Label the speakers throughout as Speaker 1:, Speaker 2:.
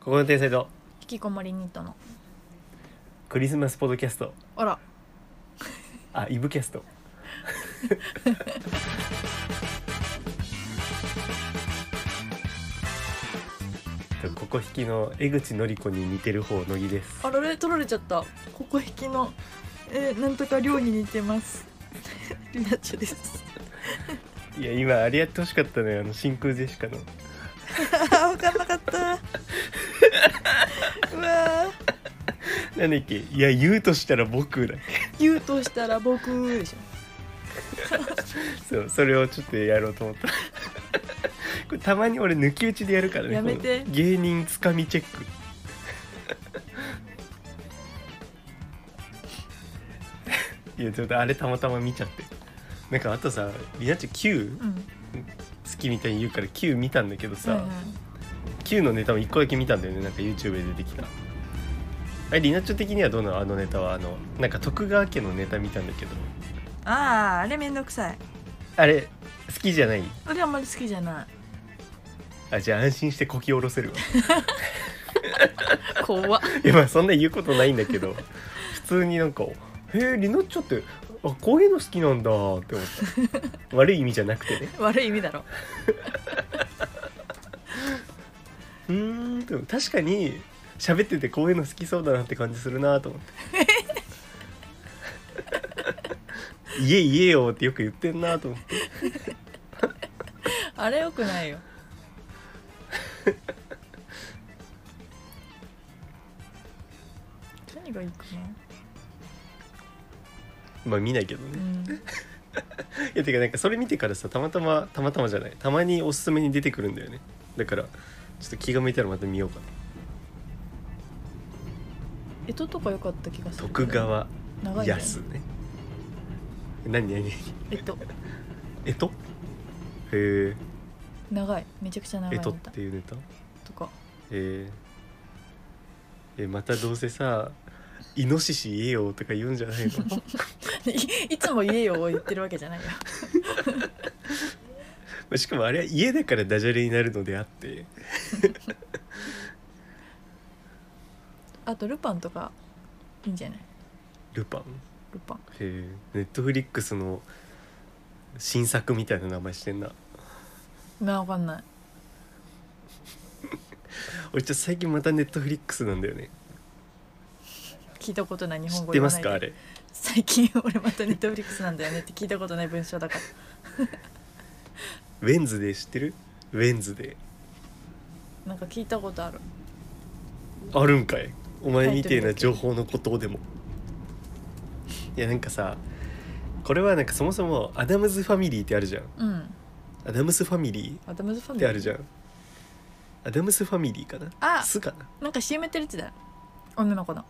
Speaker 1: ここの天才と
Speaker 2: 引きこもりニットの
Speaker 1: クリスマスポッドキャスト
Speaker 2: あら
Speaker 1: あイブキャストここ引きの江口のり子に似てる方乃木です
Speaker 2: あられ取られちゃったここ引きのえー、なんとか量に似てますリナッチョです
Speaker 1: いや今あれやってほしかったねあの真空ジェシカの
Speaker 2: あ分かんなかった うわー
Speaker 1: なんだっけいや言うとしたら僕だっけ
Speaker 2: 言うとしたら僕でしょ
Speaker 1: そうそれをちょっとやろうと思った これたまに俺抜き打ちでやるからね
Speaker 2: やめて
Speaker 1: この芸人つかみチェッ クいやちょっとあれたまたま見ちゃってなんかあとさリナッチ Q
Speaker 2: うん
Speaker 1: 好きみたいに言うから Q 見たんだけどさ、
Speaker 2: はいはい
Speaker 1: Q のネタも1個だけ見たんだよねなんか YouTube で出てきたあれリナッチョ的にはどうなのあのネタはあのなんか徳川家のネタ見たんだけど
Speaker 2: あああれめんどくさい
Speaker 1: あれ好きじゃない
Speaker 2: あれあんまり好きじゃない
Speaker 1: あじゃあ安心してこき下ろせるわ
Speaker 2: 怖っ
Speaker 1: いやまあそんな言うことないんだけど 普通になんか「へえリナッチョってあこういうの好きなんだ」って思 った悪い意味じゃなくてね
Speaker 2: 悪い意味だろ
Speaker 1: うーんでも確かに喋っててこういうの好きそうだなって感じするなと思って 「言え言えよ」ってよく言ってんなと思って
Speaker 2: あれよく ないよ何がいいか
Speaker 1: まあ見ないけど
Speaker 2: な、う
Speaker 1: ね
Speaker 2: ん、
Speaker 1: いやてかなんかそれ見てからさたまたまたまたまじゃないたまにおすすめに出てくるんだよねだからちょっと気が向いたらまた見ようかな
Speaker 2: 江戸とか良かった気がする
Speaker 1: 徳川
Speaker 2: 長いね
Speaker 1: 安ね何何何
Speaker 2: えっと
Speaker 1: えとへえ
Speaker 2: 長いめちゃくちゃ長い
Speaker 1: え
Speaker 2: ネタ
Speaker 1: とっていうネタへ
Speaker 2: とか
Speaker 1: ええまたどうせさ「イノシシ言えよ」とか言うんじゃないの
Speaker 2: いいつも家を言ってるわけじゃないよ
Speaker 1: まあしかもあれは家だからダジャレになるのであって
Speaker 2: あとルパンとかいいんじゃない
Speaker 1: ルパンへ
Speaker 2: ルパン
Speaker 1: えネットフリックスの新作みたいな名前してんな
Speaker 2: なわかんない
Speaker 1: 俺ちょっと最近またネットフリックスなんだよね
Speaker 2: 聞いたことない日
Speaker 1: 知
Speaker 2: 本
Speaker 1: っ
Speaker 2: 語
Speaker 1: て
Speaker 2: 言わ
Speaker 1: ま
Speaker 2: な
Speaker 1: す
Speaker 2: い
Speaker 1: かあ
Speaker 2: で
Speaker 1: れ
Speaker 2: 最近俺またネットフリックスなんだよねって聞いたことない文章だから
Speaker 1: ウェンズデー知ってるウェンズデ
Speaker 2: なんか聞いたことある
Speaker 1: ーあるんかいお前みてえ
Speaker 2: タ
Speaker 1: な
Speaker 2: イト
Speaker 1: 情
Speaker 2: ルだけ
Speaker 1: 報のことをでもいやなんかさこれはなんかそもそもアダムズファミリーってあるじゃん
Speaker 2: うん
Speaker 1: アダムスファミリ
Speaker 2: アダムズファ
Speaker 1: ーっ
Speaker 2: ミ
Speaker 1: て
Speaker 2: リー
Speaker 1: あるじゃんアダムスファミリーかな
Speaker 2: あ
Speaker 1: スかな
Speaker 2: なんか CM やってるやつだよ女の子の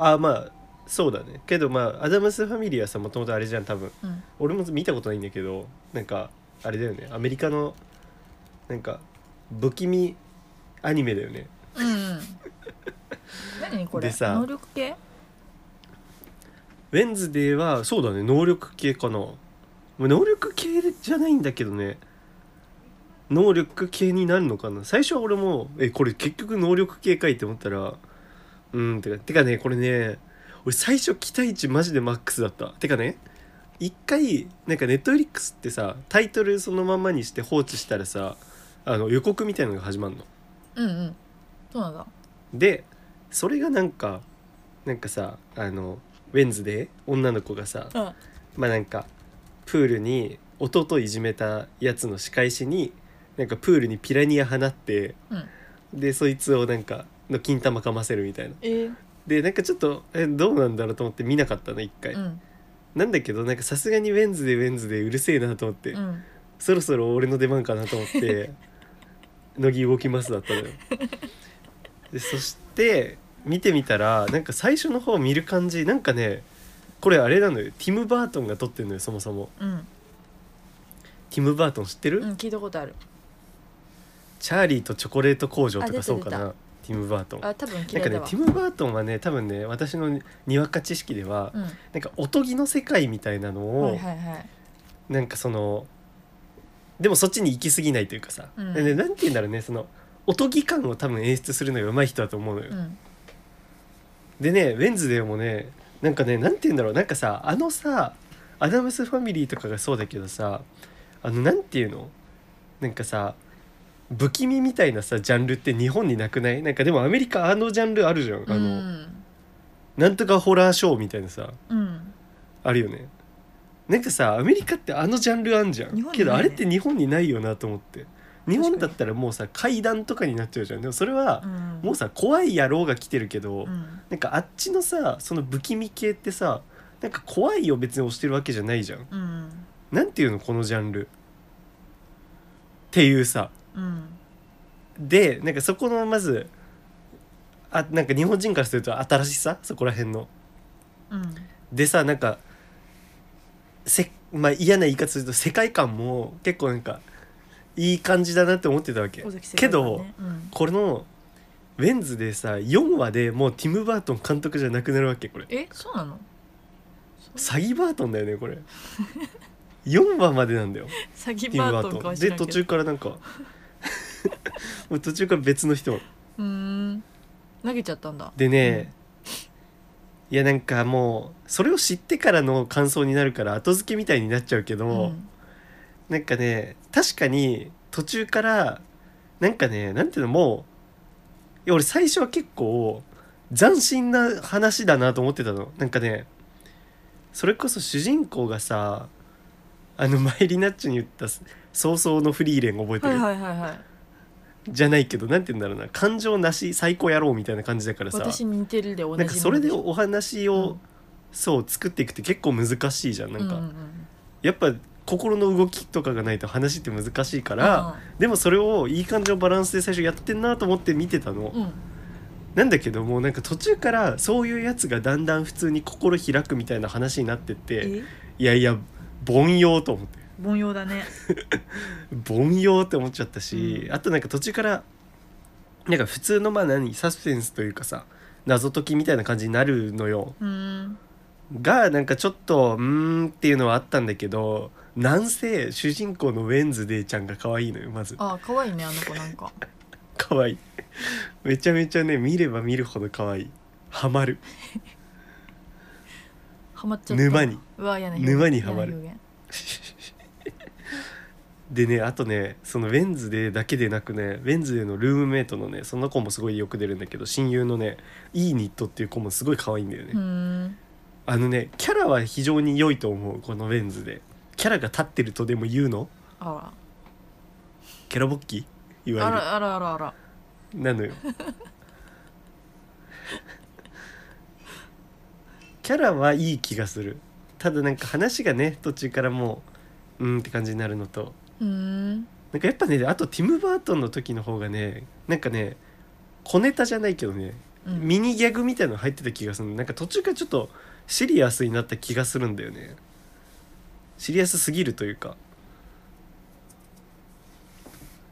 Speaker 1: あまあそうだねけどまあアダムスファミリーはさもともとあれじゃん多分
Speaker 2: うん
Speaker 1: 俺も見たことないんだけどなんかあれだよねアメリカのなんか不気味アニメだよね
Speaker 2: うんうん何これ
Speaker 1: でさ
Speaker 2: 能力系
Speaker 1: ウェンズデーはそうだね能力系かなまあ能力系じゃないんだけどね能力系になるのかな最初は俺もえこれ結局能力系かいって思ったらうんてかてかねこれね俺最初期待値マジでマックスだったてかね一回なんかネットフリックスってさタイトルそのままにして放置したらさあの予告みたいなのが始まるの
Speaker 2: うんうんそうなんだ
Speaker 1: でそれがなんかなんかさあのウェンズデー女の子がさ
Speaker 2: うん
Speaker 1: まあなんかプールに弟いじめたやつの仕返しになんかプールにピラニア放って
Speaker 2: うん
Speaker 1: でそいつをなんかの金玉かませるみたいな
Speaker 2: えー
Speaker 1: でなんかちょっとえどうなんだろうと思って見なかったの一回、
Speaker 2: うん
Speaker 1: なんだけどなんかさすがにウェンズでウェンズでうるせえなと思って、
Speaker 2: うん
Speaker 1: そろそろ俺の出番かなと思って乃木動きますだった のよでそして見てみたらなんか最初の方見る感じなんかねこれあれなのよティム・バートンが撮ってるのよそもそも
Speaker 2: うん
Speaker 1: ティム・バートン知ってる、
Speaker 2: うん聞いたことある
Speaker 1: チャーリーとチョコレート工場と
Speaker 2: あ出
Speaker 1: か
Speaker 2: た
Speaker 1: そうか
Speaker 2: 出
Speaker 1: なティム・バートンなん
Speaker 2: あ多分嫌
Speaker 1: か
Speaker 2: い
Speaker 1: ね
Speaker 2: だわ
Speaker 1: ティム・バートンはね多分ね私のにわか知識では、
Speaker 2: うん
Speaker 1: なんかおとぎの世界みたいなのを、
Speaker 2: はいはいはい
Speaker 1: なんかそのでもそっちに行き過ぎないというかさ、
Speaker 2: うん
Speaker 1: でなんて言うんだろうねそのおとぎ感を多分演出するのが上手い人だと思うのよ、
Speaker 2: うん
Speaker 1: でねウェンズデーもねなんかねなんて言うんだろうなんかさあのさアダムスファミリーとかがそうだけどさあのなんて言うのなんかさ不気味みたいなさジャンルって日本になくないなんかでもアメリカあのジャンルあるじゃんあの、
Speaker 2: うん
Speaker 1: なんとかホラーショーみたいなさ
Speaker 2: うん
Speaker 1: あるよねなんかさアメリカってあのジャンルあんじゃん、
Speaker 2: 日本にないね
Speaker 1: けどあれって日本にないよなと思って日本だったらもうさ怪談とかになっちゃうじゃんでもそれは
Speaker 2: うん
Speaker 1: もうさ怖い野郎が来てるけど、
Speaker 2: うん
Speaker 1: なんかあっちのさその不気味系ってさなんか怖いよ別に押してるわけじゃないじゃん
Speaker 2: うん
Speaker 1: なんていうのこのジャンルっていうさ
Speaker 2: うん
Speaker 1: でなんかそこのまずあなんか日本人からすると新しさそこら辺の
Speaker 2: うん
Speaker 1: でさなんかせ、まあ、嫌な言い方すると世界観も結構なんかいい感じだなって思ってたわけ
Speaker 2: 尾崎世
Speaker 1: け
Speaker 2: 界観
Speaker 1: ど
Speaker 2: ねうん
Speaker 1: このウェンズでさ4話でもうティム・バートン監督じゃなくなるわけこれ
Speaker 2: えそうなの
Speaker 1: 詐欺バートンだよねこれ4話までなん だよ
Speaker 2: 詐欺
Speaker 1: ティム・バ
Speaker 2: バートン
Speaker 1: ート
Speaker 2: か
Speaker 1: ン
Speaker 2: は知
Speaker 1: で
Speaker 2: らんけ
Speaker 1: 途
Speaker 2: ど
Speaker 1: 中からなんかもう途中から別の人
Speaker 2: うーん投げちゃったんだ
Speaker 1: でね、いやなんかもうそれを知ってからの感想になるから後付けみたいになっちゃうけど、
Speaker 2: うん
Speaker 1: なんかね確かに途中からなんかねなんていうのもういや俺最初は結構斬新な話だなと思ってたのなんかねそれこそ主人公がさあのマイリナッチに言った「早々のフリーレン」覚えて
Speaker 2: は
Speaker 1: る、
Speaker 2: いはいはいはい
Speaker 1: じゃないけどなんて言うんだろうな感情なし最高野郎みたいな感じだからさ
Speaker 2: 私に似てるで同じ
Speaker 1: なんかそれでお話を、そう作っていくって結構難しいじゃんなんか、やっぱ心の動きとかがないと話って難しいから、でもそれをいい感じのバランスで最初やってんなと思って見てたの、
Speaker 2: うんうん
Speaker 1: なんだけどもうなんか途中からそういうやつがだんだん普通に心開くみたいな話になってって
Speaker 2: え
Speaker 1: いやいや凡庸と思って
Speaker 2: 凡庸だね
Speaker 1: 凡庸って思っちゃったし、
Speaker 2: うん
Speaker 1: あとなんか途中からなんか普通のまあ何サスペンスというかさ謎解きみたいな感じになるのよ
Speaker 2: うーん
Speaker 1: がなんかちょっとうーんっていうのはあったんだけどなんせ主人公のウェンズデーちゃんが可愛いのよまず
Speaker 2: あー可愛いねあの子なんか
Speaker 1: 可愛いめちゃめちゃね見れば見るほど可愛いハマる
Speaker 2: ハマっちゃった
Speaker 1: 沼に
Speaker 2: うわ嫌な
Speaker 1: 沼にはまる
Speaker 2: 嫌な表
Speaker 1: でねあとねそのウェンズデーだけでなくねウェンズデーのルームメイトのねその子もすごいよく出るんだけど親友のねいいニットっていう子もすごい可愛いんだよね、
Speaker 2: 現うーん
Speaker 1: あのねキャラは非常に良いと思うこのウェンズデーキャラが立ってるとでも言うの
Speaker 2: あ
Speaker 1: ケロボッキい
Speaker 2: らあ
Speaker 1: わゆる
Speaker 2: らあらあらあら
Speaker 1: なのよキャラはいい気がするただなんか話がね途中からもううーんって感じになるのと
Speaker 2: うーん
Speaker 1: なんかやっぱねあとティム・バートンの時の方がねなんかね小ネタじゃないけどね、
Speaker 2: うん
Speaker 1: ミニギャグみたいなの入ってた気がするなんか途中からちょっとシリアスになった気がするんだよねシリアスすぎるというか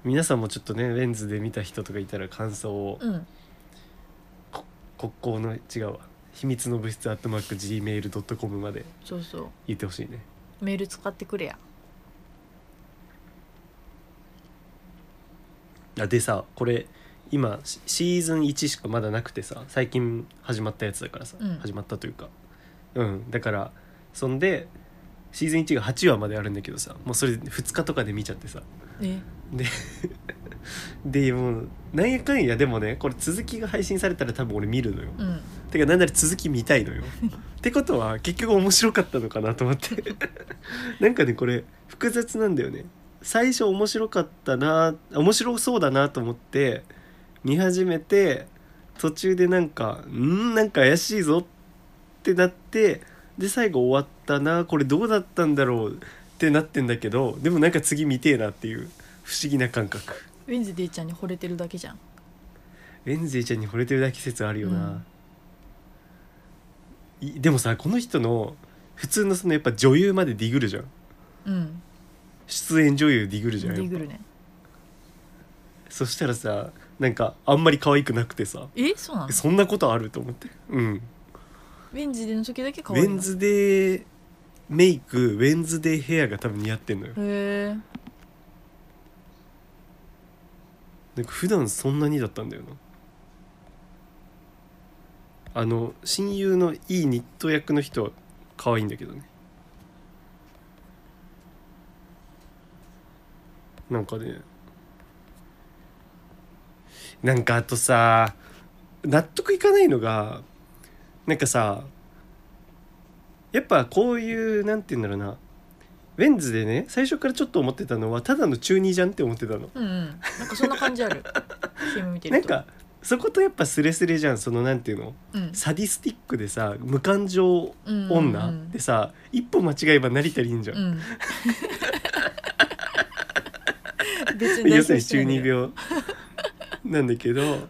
Speaker 1: 皆さんもちょっとねレンズで見た人とかいたら感想を
Speaker 2: うん
Speaker 1: 国交の違うわ秘密の物質アットマーク Gmail.com まで
Speaker 2: そうそ
Speaker 1: 言ってほしいね
Speaker 2: うメール使ってくれや
Speaker 1: あでさこれ今シシーズン1しかまだなくてさ最近始まったやつだからさ、
Speaker 2: うん
Speaker 1: 始まったというかうんだからそんでシーズン1が8話まであるんだけどさもうそれ2日とかで見ちゃってさ
Speaker 2: え
Speaker 1: でもうなんやかんやでもねこれ続きが配信されたら多分俺見るのよ、
Speaker 2: うん
Speaker 1: てかなんなら続き見たいのよってことは結局面白かったのかなと思って なんかねこれ複雑なんだよね最初面白かったな面白そうだなと思って見始めて途中でなんかんーなんか怪しいぞってなってで最後終わったなこれどうだったんだろうってなってんだけどでもなんか次見てえなっていう不思議な感覚
Speaker 2: ウィンズディちゃんに惚れてるだけじゃん
Speaker 1: ウェンズデーちゃんに惚れてるだけ説あるよな、いでもさこの人の普通のそのやっぱ女優までディグるじゃん
Speaker 2: うん
Speaker 1: 出演女優ディグる
Speaker 2: デ
Speaker 1: じゃんやっ
Speaker 2: ィ
Speaker 1: ぱ
Speaker 2: グルね
Speaker 1: そしたらさなんかあんまり可愛くなくてさ
Speaker 2: えそうなの
Speaker 1: えそんなことあると思ってうん
Speaker 2: ウィンズディの時だけ
Speaker 1: ウ
Speaker 2: 可愛い
Speaker 1: ェ
Speaker 2: の
Speaker 1: ンズデーメイクウェンズデーヘアが多分似合ってんのよ
Speaker 2: へえ
Speaker 1: なんか普段そんなにだったんだよなあの親友のいいニット役の人は可愛いんだけどねなんかねなんかあとさ納得いかないのがなんかさやっぱこういうなんて言うんだろうなウェンズでね最初からちょっと思ってたのはただの中二じゃんって思ってたの
Speaker 2: うんうんなんかそんな感じ ある CM 見て
Speaker 1: なん
Speaker 2: ると
Speaker 1: かそことやっぱスレスレじゃんそのなんていうの
Speaker 2: うん
Speaker 1: サディスティックでさ無感情
Speaker 2: うん
Speaker 1: 女でさ、一歩間違えば成田凛じゃん、
Speaker 2: うん別
Speaker 1: 要
Speaker 2: 代
Speaker 1: する
Speaker 2: 表
Speaker 1: に
Speaker 2: して
Speaker 1: 中
Speaker 2: ないん
Speaker 1: 二
Speaker 2: だよ
Speaker 1: 病なんだけど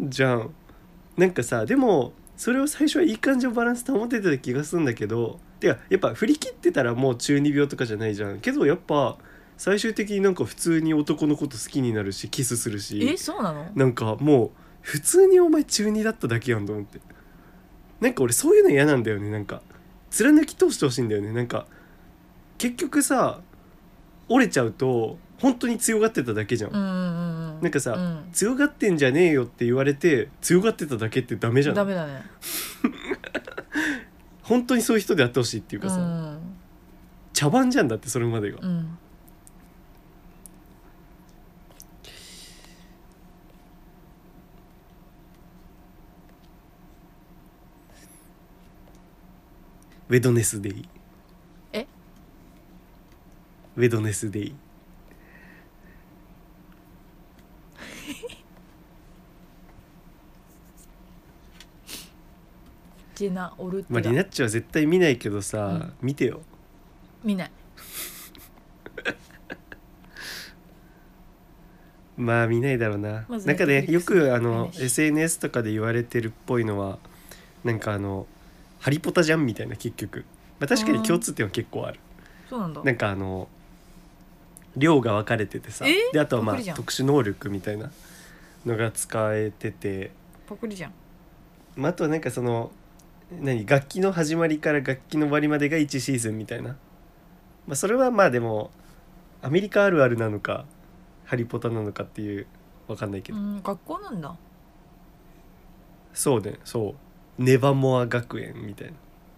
Speaker 2: うん
Speaker 1: じゃんなんかさでもそれを最初はいい感じのバランス保ててた気がするんだけどてかやっぱ振り切ってたらもう中二病とかじゃないじゃんけどやっぱ最終的になんか普通に男のこと好きになるしキスする
Speaker 2: え
Speaker 1: し
Speaker 2: そうなの
Speaker 1: なんかもう普通にお前中二だっただけやんと思ってなんか俺そういうの嫌なんだよねなんか貫き通してほしいんだよねなんか結局さ折れちゃうと本当に強がってただけじゃん、
Speaker 2: うんうんうんうん
Speaker 1: なんかさ
Speaker 2: うん
Speaker 1: 強がってんじゃねえよって言われて強がってただけってダメじゃ
Speaker 2: ダ
Speaker 1: ん
Speaker 2: メだね
Speaker 1: 本当にそういう人であってほしいっていう
Speaker 2: う
Speaker 1: かさ、
Speaker 2: ん
Speaker 1: 茶番じゃんだってそれまでが、
Speaker 2: うん
Speaker 1: ウェドネスデイ
Speaker 2: え
Speaker 1: ウェドネスデイ
Speaker 2: ジェナ・オルテ
Speaker 1: まあリナ
Speaker 2: ィガ
Speaker 1: ッチは絶対見ないけどさ、見てよ
Speaker 2: 見ない
Speaker 1: まあ見ないだろうな、
Speaker 2: まず
Speaker 1: なんかね
Speaker 2: Netflix
Speaker 1: よくあの
Speaker 2: 見ないし
Speaker 1: SNS とかで言われてるっぽいのはなんかあの「ハリポタじゃん」みたいな結局、まあ、確かに共通点は結構ある
Speaker 2: そうなんだ
Speaker 1: なんかあの量が分かれててさ
Speaker 2: え
Speaker 1: であとはま
Speaker 2: パクリじ
Speaker 1: あ
Speaker 2: ゃん
Speaker 1: 特殊能力みたいなのが使えてて、
Speaker 2: パクリじゃん
Speaker 1: まあ、あとはなんかその何楽器の始まりから楽器の終わりまでが1シーズンみたいな、まあ、それはまあでもアメリカあるあるなのか「ハリポタ」なのかっていう分かんないけ
Speaker 2: う
Speaker 1: ど、
Speaker 2: ん学校なんだ
Speaker 1: そうねそう「ネバモア学園」みたい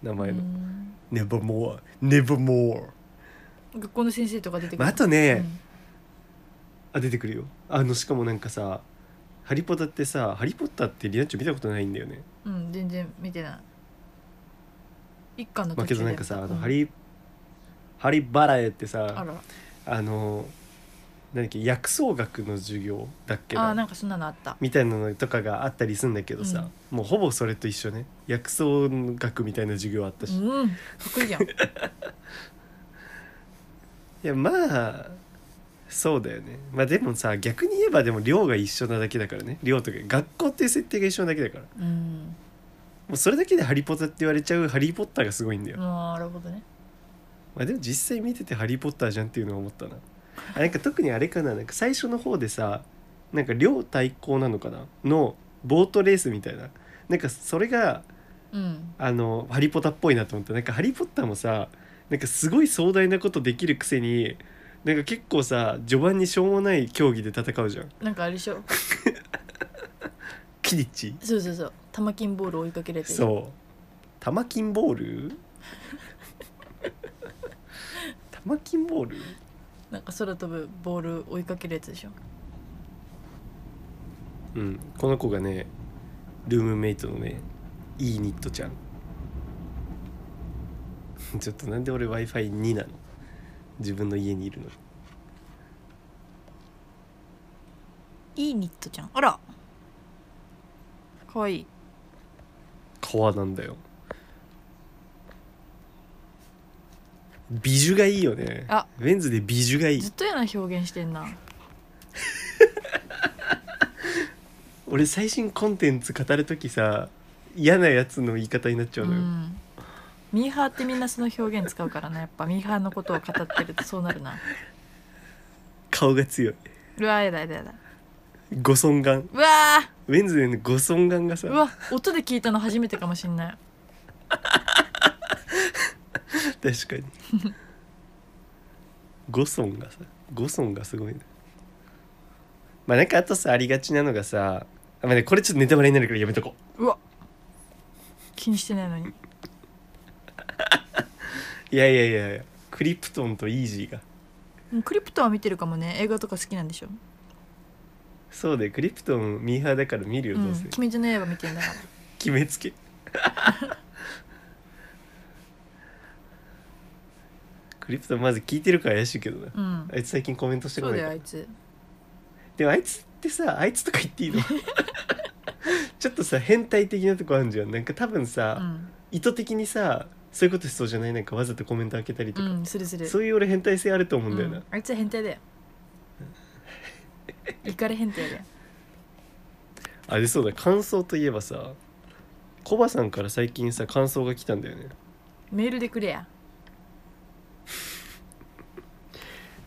Speaker 1: な名前の
Speaker 2: うん
Speaker 1: 「ネバモア」「ネバモ
Speaker 2: 学校の先生とか出て
Speaker 1: ア」
Speaker 2: くる
Speaker 1: まあ、あとね、あ出てくるよあのしかもなんかさ「ハリポタ」ってさ「ハリポッター」ってリナッチョ見たことないんだよね、
Speaker 2: うんうん全然見てない一巻の
Speaker 1: まあ、
Speaker 2: 途
Speaker 1: けど
Speaker 2: 中で
Speaker 1: なんかさ「あ
Speaker 2: う
Speaker 1: のハリハリバラエ」ってさ
Speaker 2: あら
Speaker 1: あの何だっけ薬草学の授業だっけ
Speaker 2: あー
Speaker 1: な
Speaker 2: なんかそんなのあった
Speaker 1: みたいなのとかがあったりするんだけどさ、もうほぼそれと一緒ね薬草学みたいな授業あった
Speaker 2: う
Speaker 1: し、い
Speaker 2: んパクリじゃん
Speaker 1: やまあそうだよねまあでもさ逆に言えばでも寮が一緒なだけだからね寮とか学校っていう設定が一緒なだけだからも
Speaker 2: うん
Speaker 1: うそれだけで「ハリポタ」って言われちゃう「ハリー・ポッター」がすごいんだよ、
Speaker 2: まあなるほどね
Speaker 1: まあでも実際見てて「ハリー・ポッター」じゃんっていうのは思ったなあなんか特にあれかななんか最初の方でさなんか両対抗なのかなのボートレースみたいななんかそれが
Speaker 2: うん
Speaker 1: あのハリポタっぽいなと思ったなんかハリー・ポッターもさなんかすごい壮大なことできるくせになんか結構さ序盤にしょうもない競技で戦うじゃん
Speaker 2: なんかあれでしょ
Speaker 1: キリッチ
Speaker 2: そうそうそう玉金ボール追いかけられてる
Speaker 1: そう玉金ボ ール玉金ボール
Speaker 2: なんか空飛ぶボール追いかけるやつでしょ
Speaker 1: うん、この子がねルームメイトのねいいニットちゃん ちょっとなんで俺 w i f i 2なの自分の家にいるの
Speaker 2: いいニットちゃんあらかわいい
Speaker 1: 川なんだよ美女がいいよね
Speaker 2: あ
Speaker 1: ウェンズで美女がいい
Speaker 2: ずっと嫌な表現してんな
Speaker 1: 俺最新コンテンツ語る時さ嫌なやつの言い方になっちゃ
Speaker 2: う
Speaker 1: うのよ、
Speaker 2: んミーハーってみんなその表現使うからなやっぱミーハーのことを語ってるとそうなるな
Speaker 1: 顔が強いう
Speaker 2: わやだやだやだ
Speaker 1: ご尊顔
Speaker 2: うわー
Speaker 1: ウェンズでのご尊顔がさ
Speaker 2: うわ音で聞いたの初めてかもしんない
Speaker 1: 確かに五尊がさ五尊がすごいねまあなんかあとさありがちなのがさあまあねこれちょっとネタバレになるからやめとこ
Speaker 2: うわ気にしてないのに
Speaker 1: ういやいやいやいやクリプトンとイージーが
Speaker 2: うんクリプトは見てるかもね映画とか好きなんでしょ
Speaker 1: そうでクリプトンミーハーだから見るよ
Speaker 2: う
Speaker 1: どうんせ、
Speaker 2: 「鬼滅の刃」見てんだから
Speaker 1: 決め つけクリプトンまず聞いてるから怪しいけどな
Speaker 2: うん
Speaker 1: あいつ最近コメントしてこ
Speaker 2: そう
Speaker 1: ない
Speaker 2: だ
Speaker 1: か
Speaker 2: よ
Speaker 1: ら
Speaker 2: あいつ
Speaker 1: でもあいつってさあいつとか言って いいのちょっとさ変態的なとこあるじゃんなんか多分
Speaker 2: う
Speaker 1: さ、
Speaker 2: ん、
Speaker 1: 意図的にさそういうことしそうじゃないなんかわざとコメント開けたりと
Speaker 2: う
Speaker 1: か、
Speaker 2: ん、するする
Speaker 1: そういう俺変態性あると思うんだよな、
Speaker 2: うんあいつは変態だよイカレ変態だよ
Speaker 1: あれそうだ感想といえばさコバさんから最近さ感想が来たんだよね
Speaker 2: メールでくれや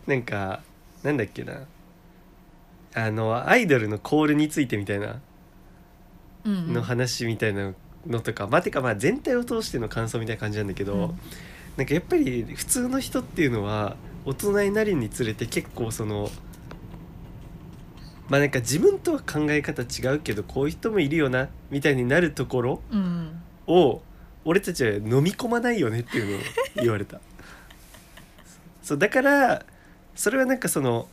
Speaker 1: なんかなんだっけなあのアイドルのコールについてみたいな
Speaker 2: うんうん
Speaker 1: の話みたいなのとか、まあてかまあ全体を通しての感想みたいな感じなんだけど、
Speaker 2: うん
Speaker 1: なんかやっぱり普通の人っていうのは大人になるにつれて結構そのまあなんか自分とは考え方違うけどこういう人もいるよなみたいになるところ
Speaker 2: うん
Speaker 1: を俺たちは飲み込まないよねっていうのを言われた そうだからそれはなんかその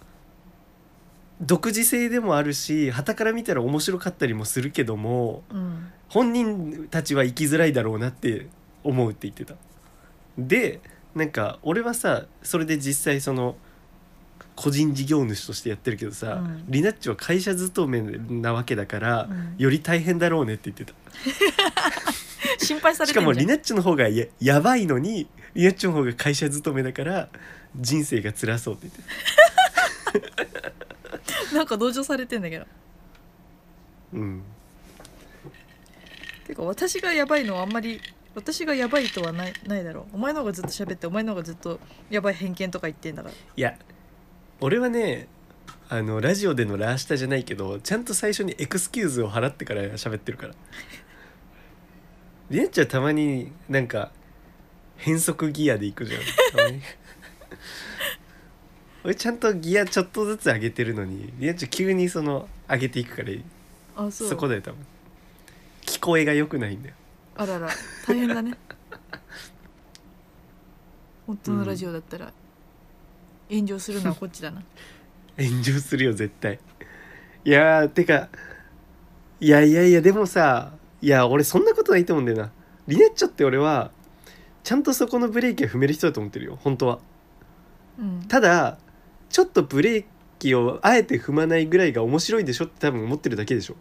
Speaker 1: 独自性でもあるし傍から見たら面白かったりもするけども
Speaker 2: うん
Speaker 1: 本人たちは生きづらいだろうなって思うって言ってたでなんか俺はさそれで実際その個人事業主としてやってるけどさ、
Speaker 2: うん
Speaker 1: リナッチは会社勤めなわけだから、
Speaker 2: うん
Speaker 1: より大変だろうねって言ってた
Speaker 2: 心配され
Speaker 1: してか
Speaker 2: んじゃ
Speaker 1: も
Speaker 2: ん
Speaker 1: リナッチの方がややばいのにリナッチの方が会社勤めだから人生が辛そうって言ってた
Speaker 2: なんか同情されてんだけど
Speaker 1: うん
Speaker 2: てか私がやばいのはあんまり私がやばいとはないないだろうお前の方がずっと喋ってお前の方がずっとやばい偏見とか言ってんだから
Speaker 1: いや俺はねあのラジオでのラーシタじゃないけどちゃんと最初にエクスキューズを払ってから喋ってるからリナッチはたまになんか変則ギアで行くじゃんたまに俺ちゃんとギアちょっとずつ上げてるのにリナッチは急にその上げていくから
Speaker 2: あ
Speaker 1: そ
Speaker 2: そう
Speaker 1: こだよ多分聞こえが良くないんだよ
Speaker 2: あらら大変だね 本当のラジオだったら、炎上するのはこっちだな
Speaker 1: 炎上するよ絶対いやーてかいやいやいやでもさいや俺そんなことないと思うんだよなリナッチョって俺はちゃんとそこのブレーキは踏める人だと思ってるよ本当は
Speaker 2: うん
Speaker 1: ただちょっとブレーキをあえて踏まないぐらいが面白いでしょって多分思ってるだけでしょ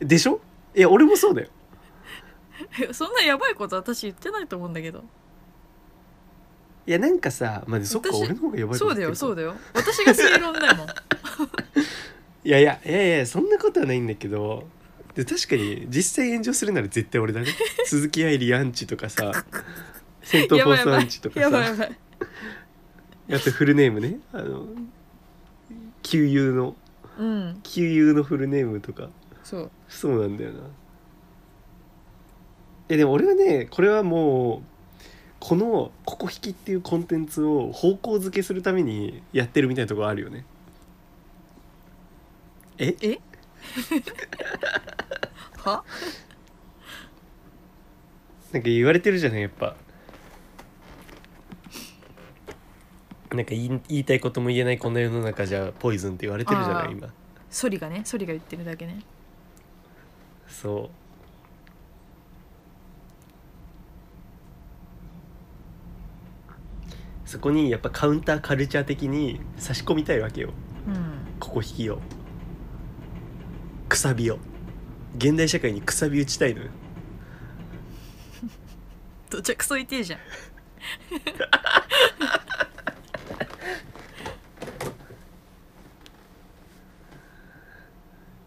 Speaker 1: でしょいや俺もそうだよ
Speaker 2: そん なやばいこと私言ってないと思うんだけど
Speaker 1: いやなんかさまあ、ね、そっか
Speaker 2: 私
Speaker 1: 俺の方がやばい
Speaker 2: そうだよ
Speaker 1: そ
Speaker 2: そううだよ私が正論だもん
Speaker 1: いやいやいやいやそんなことはないんだけどで確かに実際炎上するなら絶対俺だ ね鈴木愛理アンチとかさセント
Speaker 2: や
Speaker 1: フォー
Speaker 2: ばいや
Speaker 1: ス
Speaker 2: ば
Speaker 1: ア
Speaker 2: い
Speaker 1: ンチとか
Speaker 2: やばいや
Speaker 1: さ
Speaker 2: ばい
Speaker 1: あとフルネームねあの旧友の
Speaker 2: うん
Speaker 1: 旧友のフルネームとか
Speaker 2: そう
Speaker 1: そうなんだよなえでも俺はねこれはもうこの「ここ引き」っていうコンテンツを方向づけするためにやってるみたいなところあるよねえ
Speaker 2: え は
Speaker 1: なんか言われてるじゃないやっぱなんか言い言いたいことも言えないこの世の中じゃポイズンって言われてるじゃな
Speaker 2: あー
Speaker 1: い今
Speaker 2: ソリがねソリが言ってるだけね
Speaker 1: そうそこにやっぱカウンターカルチャー的に差し込みたいわけよ
Speaker 2: うん
Speaker 1: ここ引きをくさびを現代社会にくさび打ちたいのよ
Speaker 2: どちゃくそいてえじゃん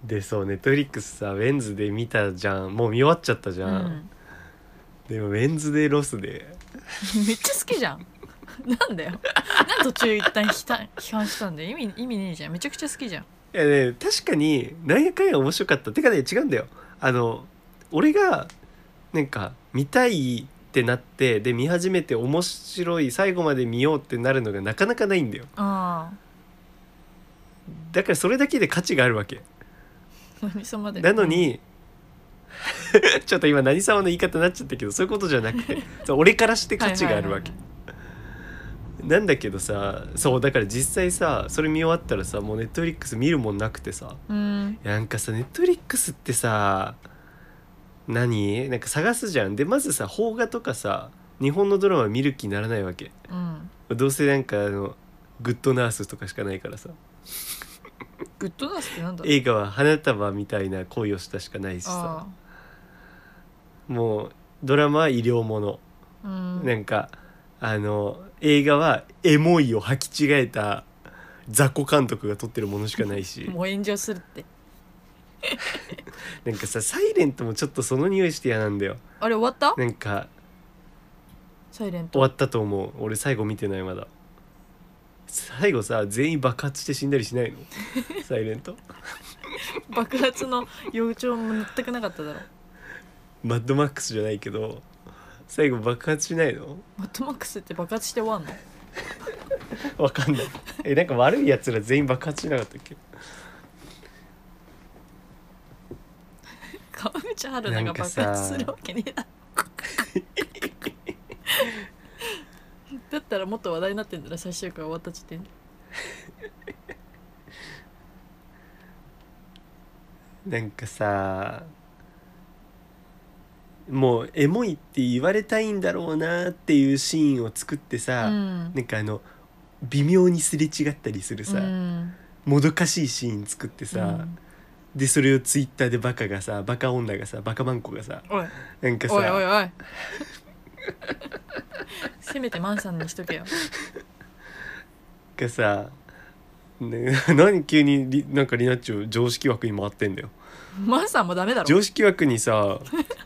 Speaker 1: でそうネットフリックスさウェンズで見たじゃんもう見終わっちゃったじゃん、
Speaker 2: うん
Speaker 1: でもウェンズでロスで
Speaker 2: めっちゃ好きじゃん なんだよなんで途中一旦批判批判したんだよ意味意味ねえじゃんめちゃくちゃ好きじゃん
Speaker 1: いやね確かになんやかんや面白かったてかね違うんだよあの俺がなんか見たいってなってで見始めて面白い最後まで見ようってなるのがなかなかないんだよ
Speaker 2: あ
Speaker 1: だからそれだけで価値があるわけ
Speaker 2: 何様で
Speaker 1: なのに ちょっと今何様の言い方になっちゃったけどそういうことじゃなく てそう俺からして価値があるわけ
Speaker 2: はい
Speaker 1: なんだけどさそうだから実際さそれ見終わったらさもうネットフリックス見るもんなくてさ
Speaker 2: はいはいうん
Speaker 1: なんかさネットフリックスってさ何なんか探すじゃんでまずさ邦画とかさ日本のドラマ見る気にならないわけ
Speaker 2: うん
Speaker 1: どうせなんかあのグッドナースとかしかないからさ
Speaker 2: グッドナースってなんだ
Speaker 1: 映画は花束みたいな恋をしたしかないしさ
Speaker 2: あ
Speaker 1: もうドラマは医療もの、
Speaker 2: あうん
Speaker 1: なんかあの映画はエモいを履き違えた雑魚監督が撮ってるものしかないし
Speaker 2: もう炎上するって
Speaker 1: なんかさ「サイレントもちょっとその匂いして嫌なんだよ
Speaker 2: あれ終わった
Speaker 1: なんか
Speaker 2: サイレント
Speaker 1: 終わったと思う俺最後見てないまだ最後さ全員爆発して死んだりしない のサイレント
Speaker 2: 爆発の 予兆も全くなかっただろ
Speaker 1: マッドマックスじゃないけど最後爆発しないの
Speaker 2: マットマックスって爆発して終わんの
Speaker 1: わかんないえなんか悪いやつら全員爆発しなかったっけ
Speaker 2: 川口春奈が爆発するわけねえだろ だったらもっと話題になってんだら最終回終わった時点で
Speaker 1: なんかさもうエモいって言われたいんだろうなっていうシーンを作って
Speaker 2: う
Speaker 1: さ、
Speaker 2: ん
Speaker 1: なんかあの微妙にすれ違ったりするさ、
Speaker 2: うん
Speaker 1: もどかしいシーン作ってさ、
Speaker 2: うん
Speaker 1: でそれをツイッターでバカがさバカ女がさバカマンコがさ
Speaker 2: おい
Speaker 1: なんかさ
Speaker 2: おいおいおいせめてマンさんにし とけよ
Speaker 1: がさ、ね、 何急にりなんかリナッチョ常識枠に回ってんだよ
Speaker 2: マンさんもダメだろ
Speaker 1: 常識枠に さ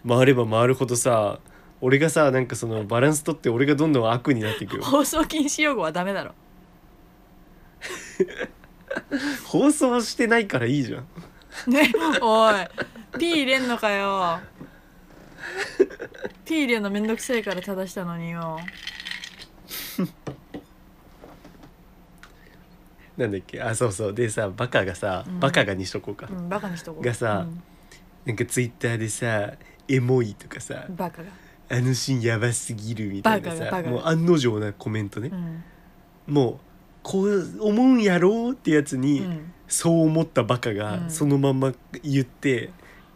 Speaker 1: 回れば回るほどさ俺がさなんかそのバランス取って俺がどんどん悪になっていくよ
Speaker 2: 放送禁止用語はダメだろ
Speaker 1: 放送してないからいいじゃん
Speaker 2: ね おい P 入れんのかよ P 入れんのめんどくせえから正したのによ
Speaker 1: なんだっけあそうそうでさバカがさ
Speaker 2: うん
Speaker 1: バカがにしとこうか、
Speaker 2: うんバカにしとこう
Speaker 1: がさなんかツイッターでさエモいとかさ
Speaker 2: うんバカが
Speaker 1: あのシーンやばすぎるみたいな
Speaker 2: バカがバ
Speaker 1: さ
Speaker 2: カが
Speaker 1: もう案の定なコメントね
Speaker 2: う、ん
Speaker 1: もうこう思うんやろうってやつ
Speaker 2: う
Speaker 1: に、
Speaker 2: ん
Speaker 1: そう思ったバカ
Speaker 2: う
Speaker 1: が
Speaker 2: ん
Speaker 1: そのまんま言って、っ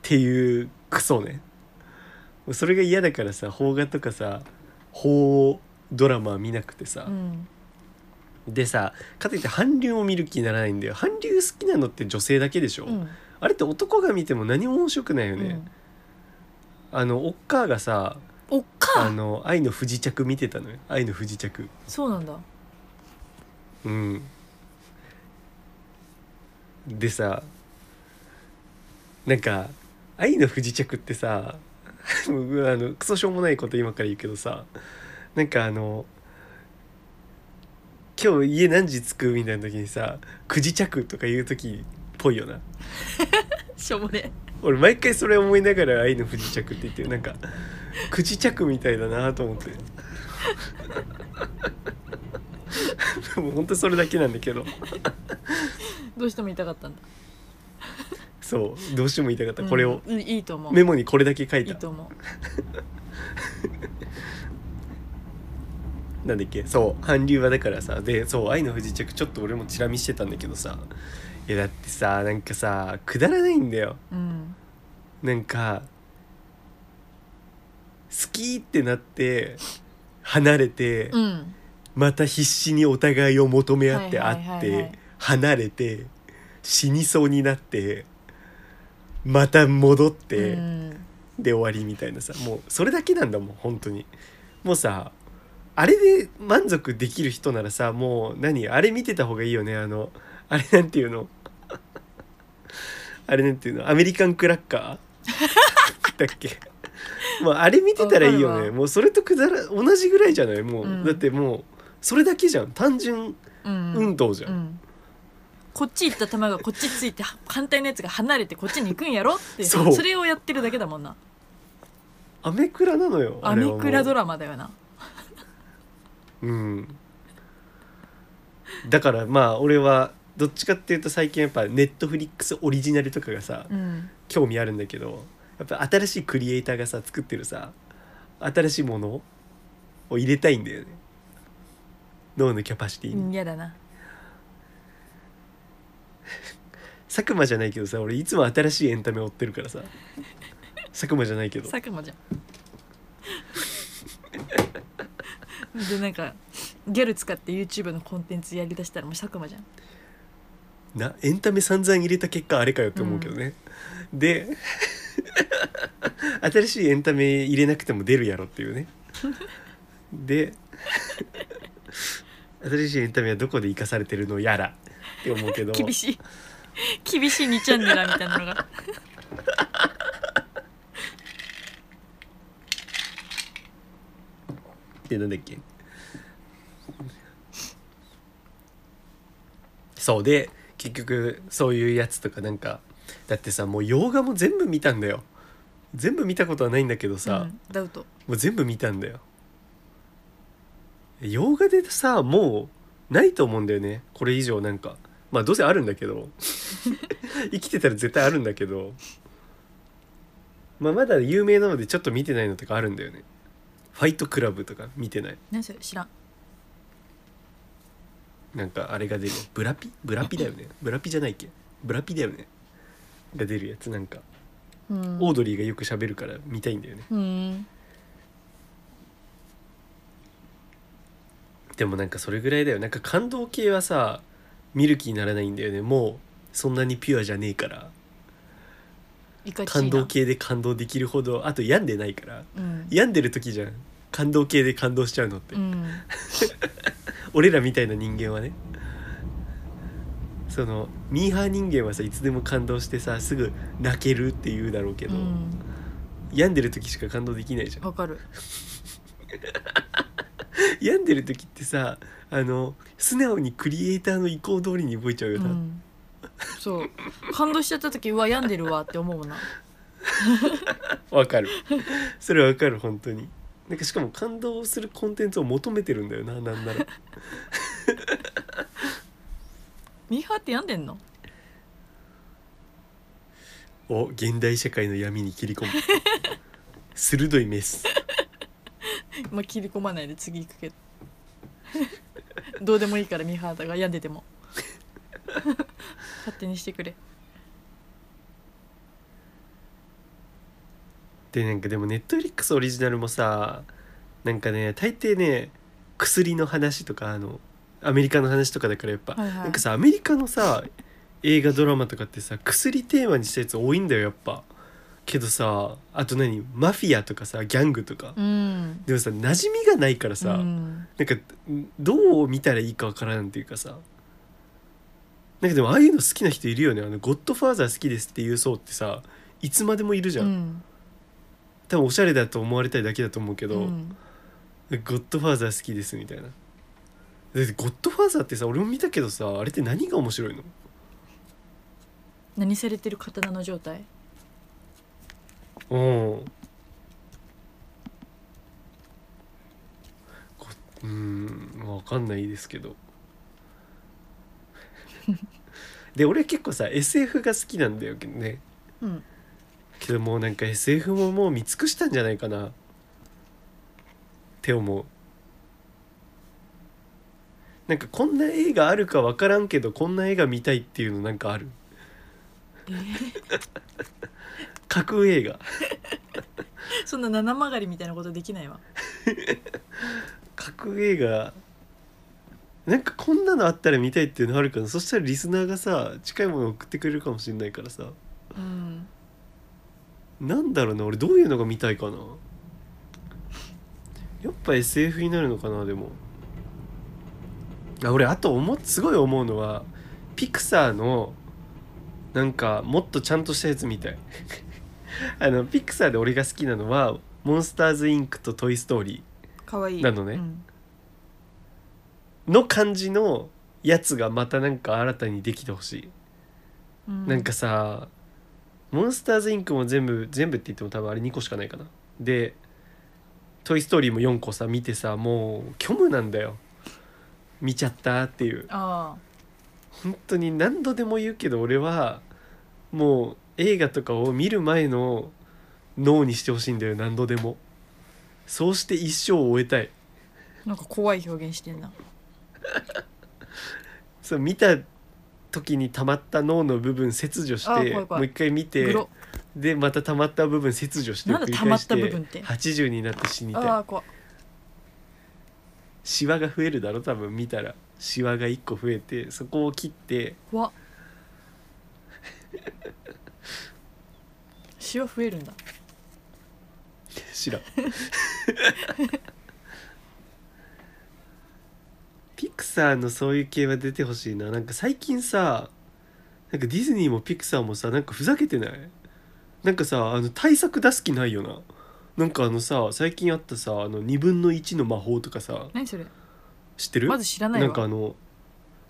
Speaker 1: ていうクソねもうそれが嫌だからさ邦画とかさ邦ドラマは見なくてさ
Speaker 2: う、ん
Speaker 1: でさかといって韓流を見る気にならないんだよ韓流好きなのって女性だけでしょ、
Speaker 2: うん
Speaker 1: あれって男が見ても何も面白くないよ
Speaker 2: う
Speaker 1: ね、
Speaker 2: ん
Speaker 1: あのおっかーがさ
Speaker 2: おっ
Speaker 1: あ
Speaker 2: か
Speaker 1: の愛の不時着見てたのよ愛の不時着
Speaker 2: そうなんだ
Speaker 1: うんでさなんか「愛の不時着」ってさ 僕あのクソしょうもないこと今から言うけどさなんかあの「今日家何時着く?」みたいな時にさ「9時着」とか言う時っぽいよな
Speaker 2: しょうもね
Speaker 1: 俺毎回それ思いながら「愛の不時着」って言ってるなんか「9時着」みたいだなと思って もう本当それだけなんだけど
Speaker 2: どうしても言いたかったんだ
Speaker 1: そうどうしても言いたかった、
Speaker 2: うん
Speaker 1: これを
Speaker 2: うんいいと思う
Speaker 1: メモにこれだけ書い
Speaker 2: いい
Speaker 1: た
Speaker 2: と思
Speaker 1: なんだっけそう韓流はだからさでそう「愛の不時着」ちょっと俺もチラ見してたんだけどさいやだってさなんかさくだらないんだよ
Speaker 2: ううん
Speaker 1: なんか好きってなって離れて、
Speaker 2: うん
Speaker 1: また必死にお互いを求め合って
Speaker 2: は
Speaker 1: 会
Speaker 2: い
Speaker 1: って、
Speaker 2: はいはいはい
Speaker 1: 離れて死にそうになってまた戻って。
Speaker 2: うん
Speaker 1: で終わりみたいなさもうそれだけなんだもん本当にもうさあれで満足できる人ならさもう何あれ見てた方がいいよねあのあれなんていうの あれなんていうのアメリカンクラッカーだっけもうあれ見てたらいい
Speaker 2: わ
Speaker 1: よ
Speaker 2: か
Speaker 1: ね
Speaker 2: る
Speaker 1: もうそれとくだら同じぐらいじゃないもう、
Speaker 2: うん
Speaker 1: だってもうそれだけじゃん単純
Speaker 2: うん
Speaker 1: 運動じゃ、
Speaker 2: うんんこっち行った球がこっちついては反対のやつが離れてこっちに行くんやろって
Speaker 1: そう
Speaker 2: それをやってるだけだもんな
Speaker 1: アメクラなのよ
Speaker 2: アメクラド
Speaker 1: ラ
Speaker 2: ラマだよな
Speaker 1: うんだからまあ俺はどっちかっていうと最近やっぱネットフリックスオリジナルとかがさ
Speaker 2: うん
Speaker 1: 興味あるんだけどやっぱ新しいクリエイターがさ作ってるさ新しいものを入れたいんだよね脳のキャパシティに、
Speaker 2: うん嫌だな
Speaker 1: 佐久間じゃないけどさ俺いつも新しいエンタメ追ってるからさ佐久間じゃないけど
Speaker 2: 佐久間じゃん でなんかギャル使って YouTube のコンテンツやりだしたらもう佐久間じゃん
Speaker 1: なエンタメ散々入れた結果あれかよって思うけどね、で 新しいエンタメ入れなくても出るやろっていうね で新しいエンタメはどこで生かされてるのやらって思うけど
Speaker 2: 厳しい 厳しい2チャンネルみたいな のが
Speaker 1: でなんだっけそうで結局そういうやつとかなんかだってさもう洋画も全部見たんだよ全部見たことはないんだけどさ、
Speaker 2: うん、ダウト
Speaker 1: もう全部見たんだよ洋画でさもうないと思うんだよねこれ以上なんかまあどうせあるんだけど生きてたら絶対あるんだけどまあまだ有名なのでちょっと見てないのとかあるんだよねファイトクラブとか見てない
Speaker 2: 何それ知らん
Speaker 1: なんかあれが出るブラピブラピだよねブラピじゃないっけブラピだよねが出るやつなんか
Speaker 2: うん
Speaker 1: オードリーがよく喋るから見たいんだよね
Speaker 2: うん
Speaker 1: でもなんかそれぐらいだよなんか感動系はさ見る気にならないんだよねもうそんなにピュアじゃねえから
Speaker 2: いかちいな
Speaker 1: 感動系で感動できるほどあと病んでないから
Speaker 2: うん、
Speaker 1: 病んでる時じゃん感動系で感動しちゃうのって、
Speaker 2: うん、
Speaker 1: 俺らみたいな人間はねそのミーハー人間はさいつでも感動してさすぐ泣けるって言うだろうけ
Speaker 2: う
Speaker 1: ど、
Speaker 2: ん、
Speaker 1: 病んでる時しか感動できないじゃん
Speaker 2: わかる
Speaker 1: 病んでる時ってさあの素直にクリエイターの意向通りに動いちゃうよ
Speaker 2: う
Speaker 1: な、
Speaker 2: んそう感動しちゃった時うわ病んでるわって思うもんな
Speaker 1: わかる それわかる本当になんかしかも感動するコンテンツを求めてるんだよななんなら
Speaker 2: ミーハーって病んでんの
Speaker 1: お現代社会の闇に切り込む 鋭いメス
Speaker 2: まあ切り込まないで次行くけど どうでもいいからミーハーだが病んでても 勝手にしてくれ
Speaker 1: でなんかでもネットフリックスオリジナルもさなんかね大抵ね薬の話とかあのアメリカの話とかだからやっぱ、
Speaker 2: はいはい
Speaker 1: なんかさアメリカのさ映画ドラマとかってさ薬テーマにしたやつ多いんだよやっぱけどさあと何マフィアとかさギャングとか、
Speaker 2: うん
Speaker 1: でもさ馴染みがないからさ、
Speaker 2: うん、
Speaker 1: なんかんどう見たらいいかわからんっていうかさなんかでもああいうの好きな人いるよねあの「ゴッドファーザー好きです」っていう層ってさいつまでもいるじゃ、
Speaker 2: うんん
Speaker 1: 多分おしゃれだと思われたいだけだと思うけど「
Speaker 2: うん
Speaker 1: ゴッドファーザー好きです」みたいなだって「ゴッドファーザー」ってさ俺も見たけどさあれって何が面白いの
Speaker 2: 何されてる刀の状態
Speaker 1: うんこうーんわかんないですけどで俺結構さ SF が好きなんだよけどね
Speaker 2: うん
Speaker 1: けどもうなんか SF ももう見尽くしたんじゃないかなって思うなんかこんな映画あるかわからんけどこんな映画見たいっていうのなんかある
Speaker 2: えー
Speaker 1: 架空映画
Speaker 2: そんな七曲がりみたいなことできないわ
Speaker 1: 格映画なんかこんなのあったら見たいっていうのあるかなそしたらリスナーがさ近いもの送ってくれるかもしれないからさ
Speaker 2: うん
Speaker 1: なんだろうな俺どういうのが見たいかなやっぱ SF になるのかなでもあ俺あと思すごい思うのはピクサーのなんかもっとちゃんとしたやつみたい あのピクサーで俺が好きなのは「モンスターズインク」と「トイ・ストーリー」
Speaker 2: 可愛い
Speaker 1: なのね
Speaker 2: うん
Speaker 1: の感じのやつがまたなんか新たにできてほし
Speaker 2: う
Speaker 1: いなんかさ「モンスターズインク」も全部全部って言っても多分あれ2個しかないかなで「トイ・ストーリー」も4個さ見てさもう虚無なんだよ見ちゃったっていう
Speaker 2: あ
Speaker 1: 本当に何度でも言うけど俺はもう映画とかを見る前の脳にしてほしいんだよ何度でもそうして一生を終えたい
Speaker 2: なんか怖い表現してんな
Speaker 1: そう見た時に溜まった脳の部分切除し
Speaker 2: あ
Speaker 1: て
Speaker 2: 怖い怖
Speaker 1: も
Speaker 2: い
Speaker 1: う一回見
Speaker 2: グ
Speaker 1: て
Speaker 2: ロ
Speaker 1: でまた溜まった部分切除してを
Speaker 2: なん
Speaker 1: 繰
Speaker 2: だ
Speaker 1: り
Speaker 2: 溜ま
Speaker 1: 返
Speaker 2: っ
Speaker 1: したて
Speaker 2: 部分って
Speaker 1: 80になって死に
Speaker 2: あ
Speaker 1: たい
Speaker 2: あ怖い
Speaker 1: シワが増えるだろ多分見たらシワが1個増えてそこを切って
Speaker 2: 怖っシワ増えるんだ
Speaker 1: 知らん ピクサーのそういう系は出てほしいななんか最近さなんかディズニーもピクサーもさなんかふざけてないなんかさあの対策出す気ないよななんかあのさ最近あったさあの2分の1の魔法とかさ
Speaker 2: 何それ
Speaker 1: 知ってる
Speaker 2: まず知らないわ
Speaker 1: なんかあの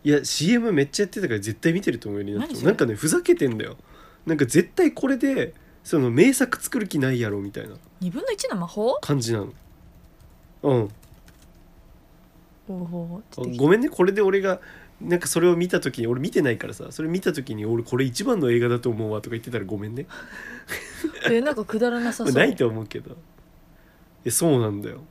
Speaker 1: いや CM めっちゃやってたから絶対見てると思うよりな
Speaker 2: 何それ
Speaker 1: なんかねふざけてんだよなんか絶対これでその名作作る気ないやろみたいな
Speaker 2: 2分の1の魔法
Speaker 1: 感じなのうん
Speaker 2: おお
Speaker 1: ごめんねこれで俺がなんかそれを見た時に俺見てないからさそれ見た時に俺これ一番の映画だと思うわとか言ってたらごめんね
Speaker 2: えなんかくだらなさ
Speaker 1: まあ
Speaker 2: そう
Speaker 1: ないと思うけどえそうなんだよ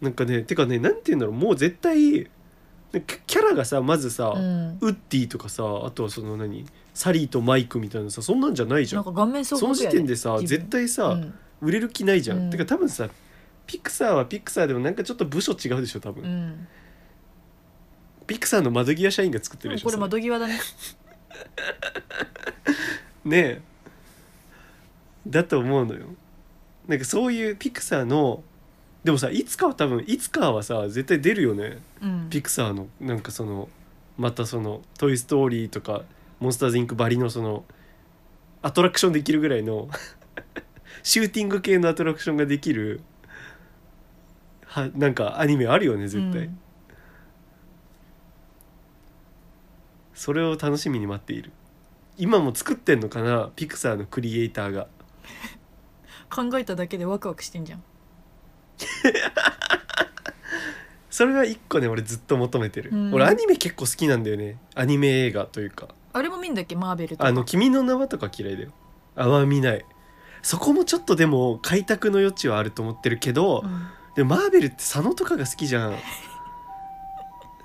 Speaker 1: なんかねてかねなんて言うんだろうもう絶対なんかキャラがさまずさ、
Speaker 2: うん、
Speaker 1: ウッディとかさあとはその何サリーとマイクみたいなさそんなんじゃないじゃ
Speaker 2: なん
Speaker 1: ん
Speaker 2: か顔面相
Speaker 1: その時点でさ絶対さ、
Speaker 2: うん
Speaker 1: 売れる気ないじゃん、
Speaker 2: うん
Speaker 1: てか多分さピクサーはピクサーでもなんかちょっと部署違うでしょ多分、
Speaker 2: うん、
Speaker 1: ピクサーの窓際社員が作ってるでしょ、
Speaker 2: これ
Speaker 1: それ
Speaker 2: 窓際だね
Speaker 1: ねえだと思うのよなんかそういうピクサーのでもさいつかは多分いつかはさ絶対出るよね
Speaker 2: う ん
Speaker 1: ピクサーのなんかそのまたその「トイ・ストーリー」とか「モンスターズ・インク」ばりのそのアトラクションできるぐらいの シューティング系のアトラクションができるはなんかアニメあるよね絶対、
Speaker 2: うん
Speaker 1: それを楽しみに待っている今も作ってんのかなピクサーのクリエイターが
Speaker 2: 考えただけでワクワクしてんじゃん、
Speaker 1: それは一個ね俺ずっと求めてる、
Speaker 2: うん
Speaker 1: 俺アニメ結構好きなんだよねアニメ映画というか
Speaker 2: あれも見んだっけマーベルとか
Speaker 1: あの「君の名は」とか嫌いだよあんま見ないそこもちょっとでも開拓の余地はあると思ってるけど、
Speaker 2: うん
Speaker 1: でもマーベルって佐野とかが好きじゃん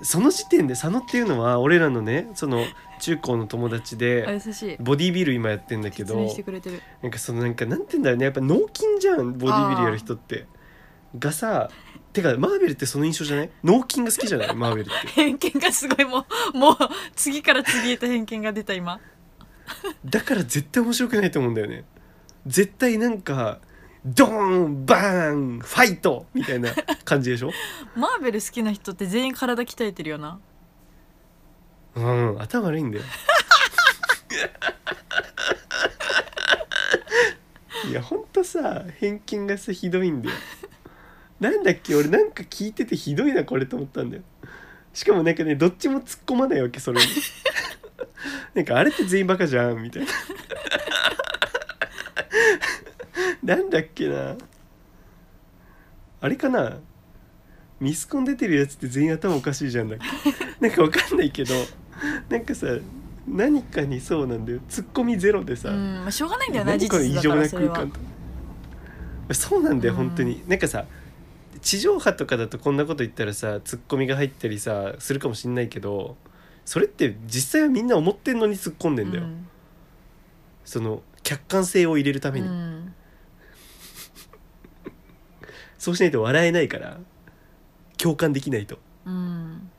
Speaker 1: その時点で佐野っていうのは俺らのねその中高の友達
Speaker 2: あ
Speaker 1: で
Speaker 2: 優しい
Speaker 1: ボディービル今やってんだけ
Speaker 2: 説
Speaker 1: ど
Speaker 2: 明してくれてる
Speaker 1: なんかそのなんかなんて言うんだろうねやっぱ脳筋じゃんボディービルやる人ってがさてかマーベルってその印象じゃない脳筋が好きじゃないマーベルって
Speaker 2: 偏見がすごいもうもう次から次へと偏見が出た今
Speaker 1: だから絶対面白くないと思うんだよね絶対なんかドーンバーンファイトみたいな感じでしょ
Speaker 2: マーベル好きな人って全員体鍛えてるよな
Speaker 1: うん頭悪いんだよいやほんとさ偏見がさひどいんだよなんだっけ俺なんか聞いててひどいなこれと思ったんだよしかもなんかねどっちも突っ込まないわけそれになんかあれって全員バカじゃんみたいななんだっけなあれかなミスコン出てるやつって全員頭おかしいじゃんだっけなんかわかんないけどなんかさ何かにそうなんだよツッコミゼロでさ、
Speaker 2: うん、まあ、しょうがないんだよな
Speaker 1: 何
Speaker 2: 事
Speaker 1: この異
Speaker 2: 実だか
Speaker 1: 常
Speaker 2: ら
Speaker 1: な
Speaker 2: それ
Speaker 1: 空
Speaker 2: は
Speaker 1: 間そうなんだよ
Speaker 2: うん
Speaker 1: 本当に、なんかさ地上波とかだとこんなこと言ったらさツッコミが入ったりさするかもしんないけどそれって実際はみんな思ってんのに突っ込んでんだよ、
Speaker 2: うん
Speaker 1: その客観性を入れるために、
Speaker 2: うん
Speaker 1: そうしないと笑えないから共感できないと
Speaker 2: うん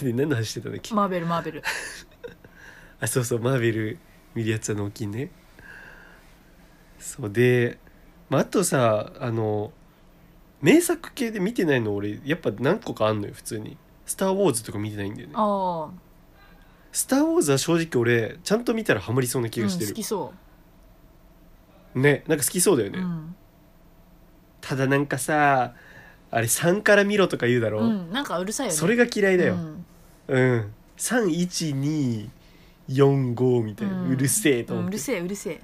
Speaker 1: で何の話してたんだっけ、
Speaker 2: マーベルマーベル
Speaker 1: あそうそうマーベル見るやつは脳筋ねそうで、まあ、あとさあの名作系で見てないの俺やっぱ何個かあんのよ普通に「スター・ウォーズ」とか見てないんだよね
Speaker 2: ああ、
Speaker 1: 「スター・ウォーズ」は正直俺ちゃんと見たらハマりそうな気
Speaker 2: うん、
Speaker 1: がして
Speaker 2: 好
Speaker 1: る
Speaker 2: き、そ
Speaker 1: ねなんか好きそうだよ
Speaker 2: う、
Speaker 1: ね、
Speaker 2: うん、
Speaker 1: ただなんかさあれ3から見ろとか言うだろ、
Speaker 2: うん、なんかうるさいよね
Speaker 1: それが嫌いだよ、
Speaker 2: うん
Speaker 1: うん、3124みたいな、う
Speaker 2: うん
Speaker 1: るせえと
Speaker 2: う
Speaker 1: 思っ
Speaker 2: んう
Speaker 1: て
Speaker 2: る、せえうるせ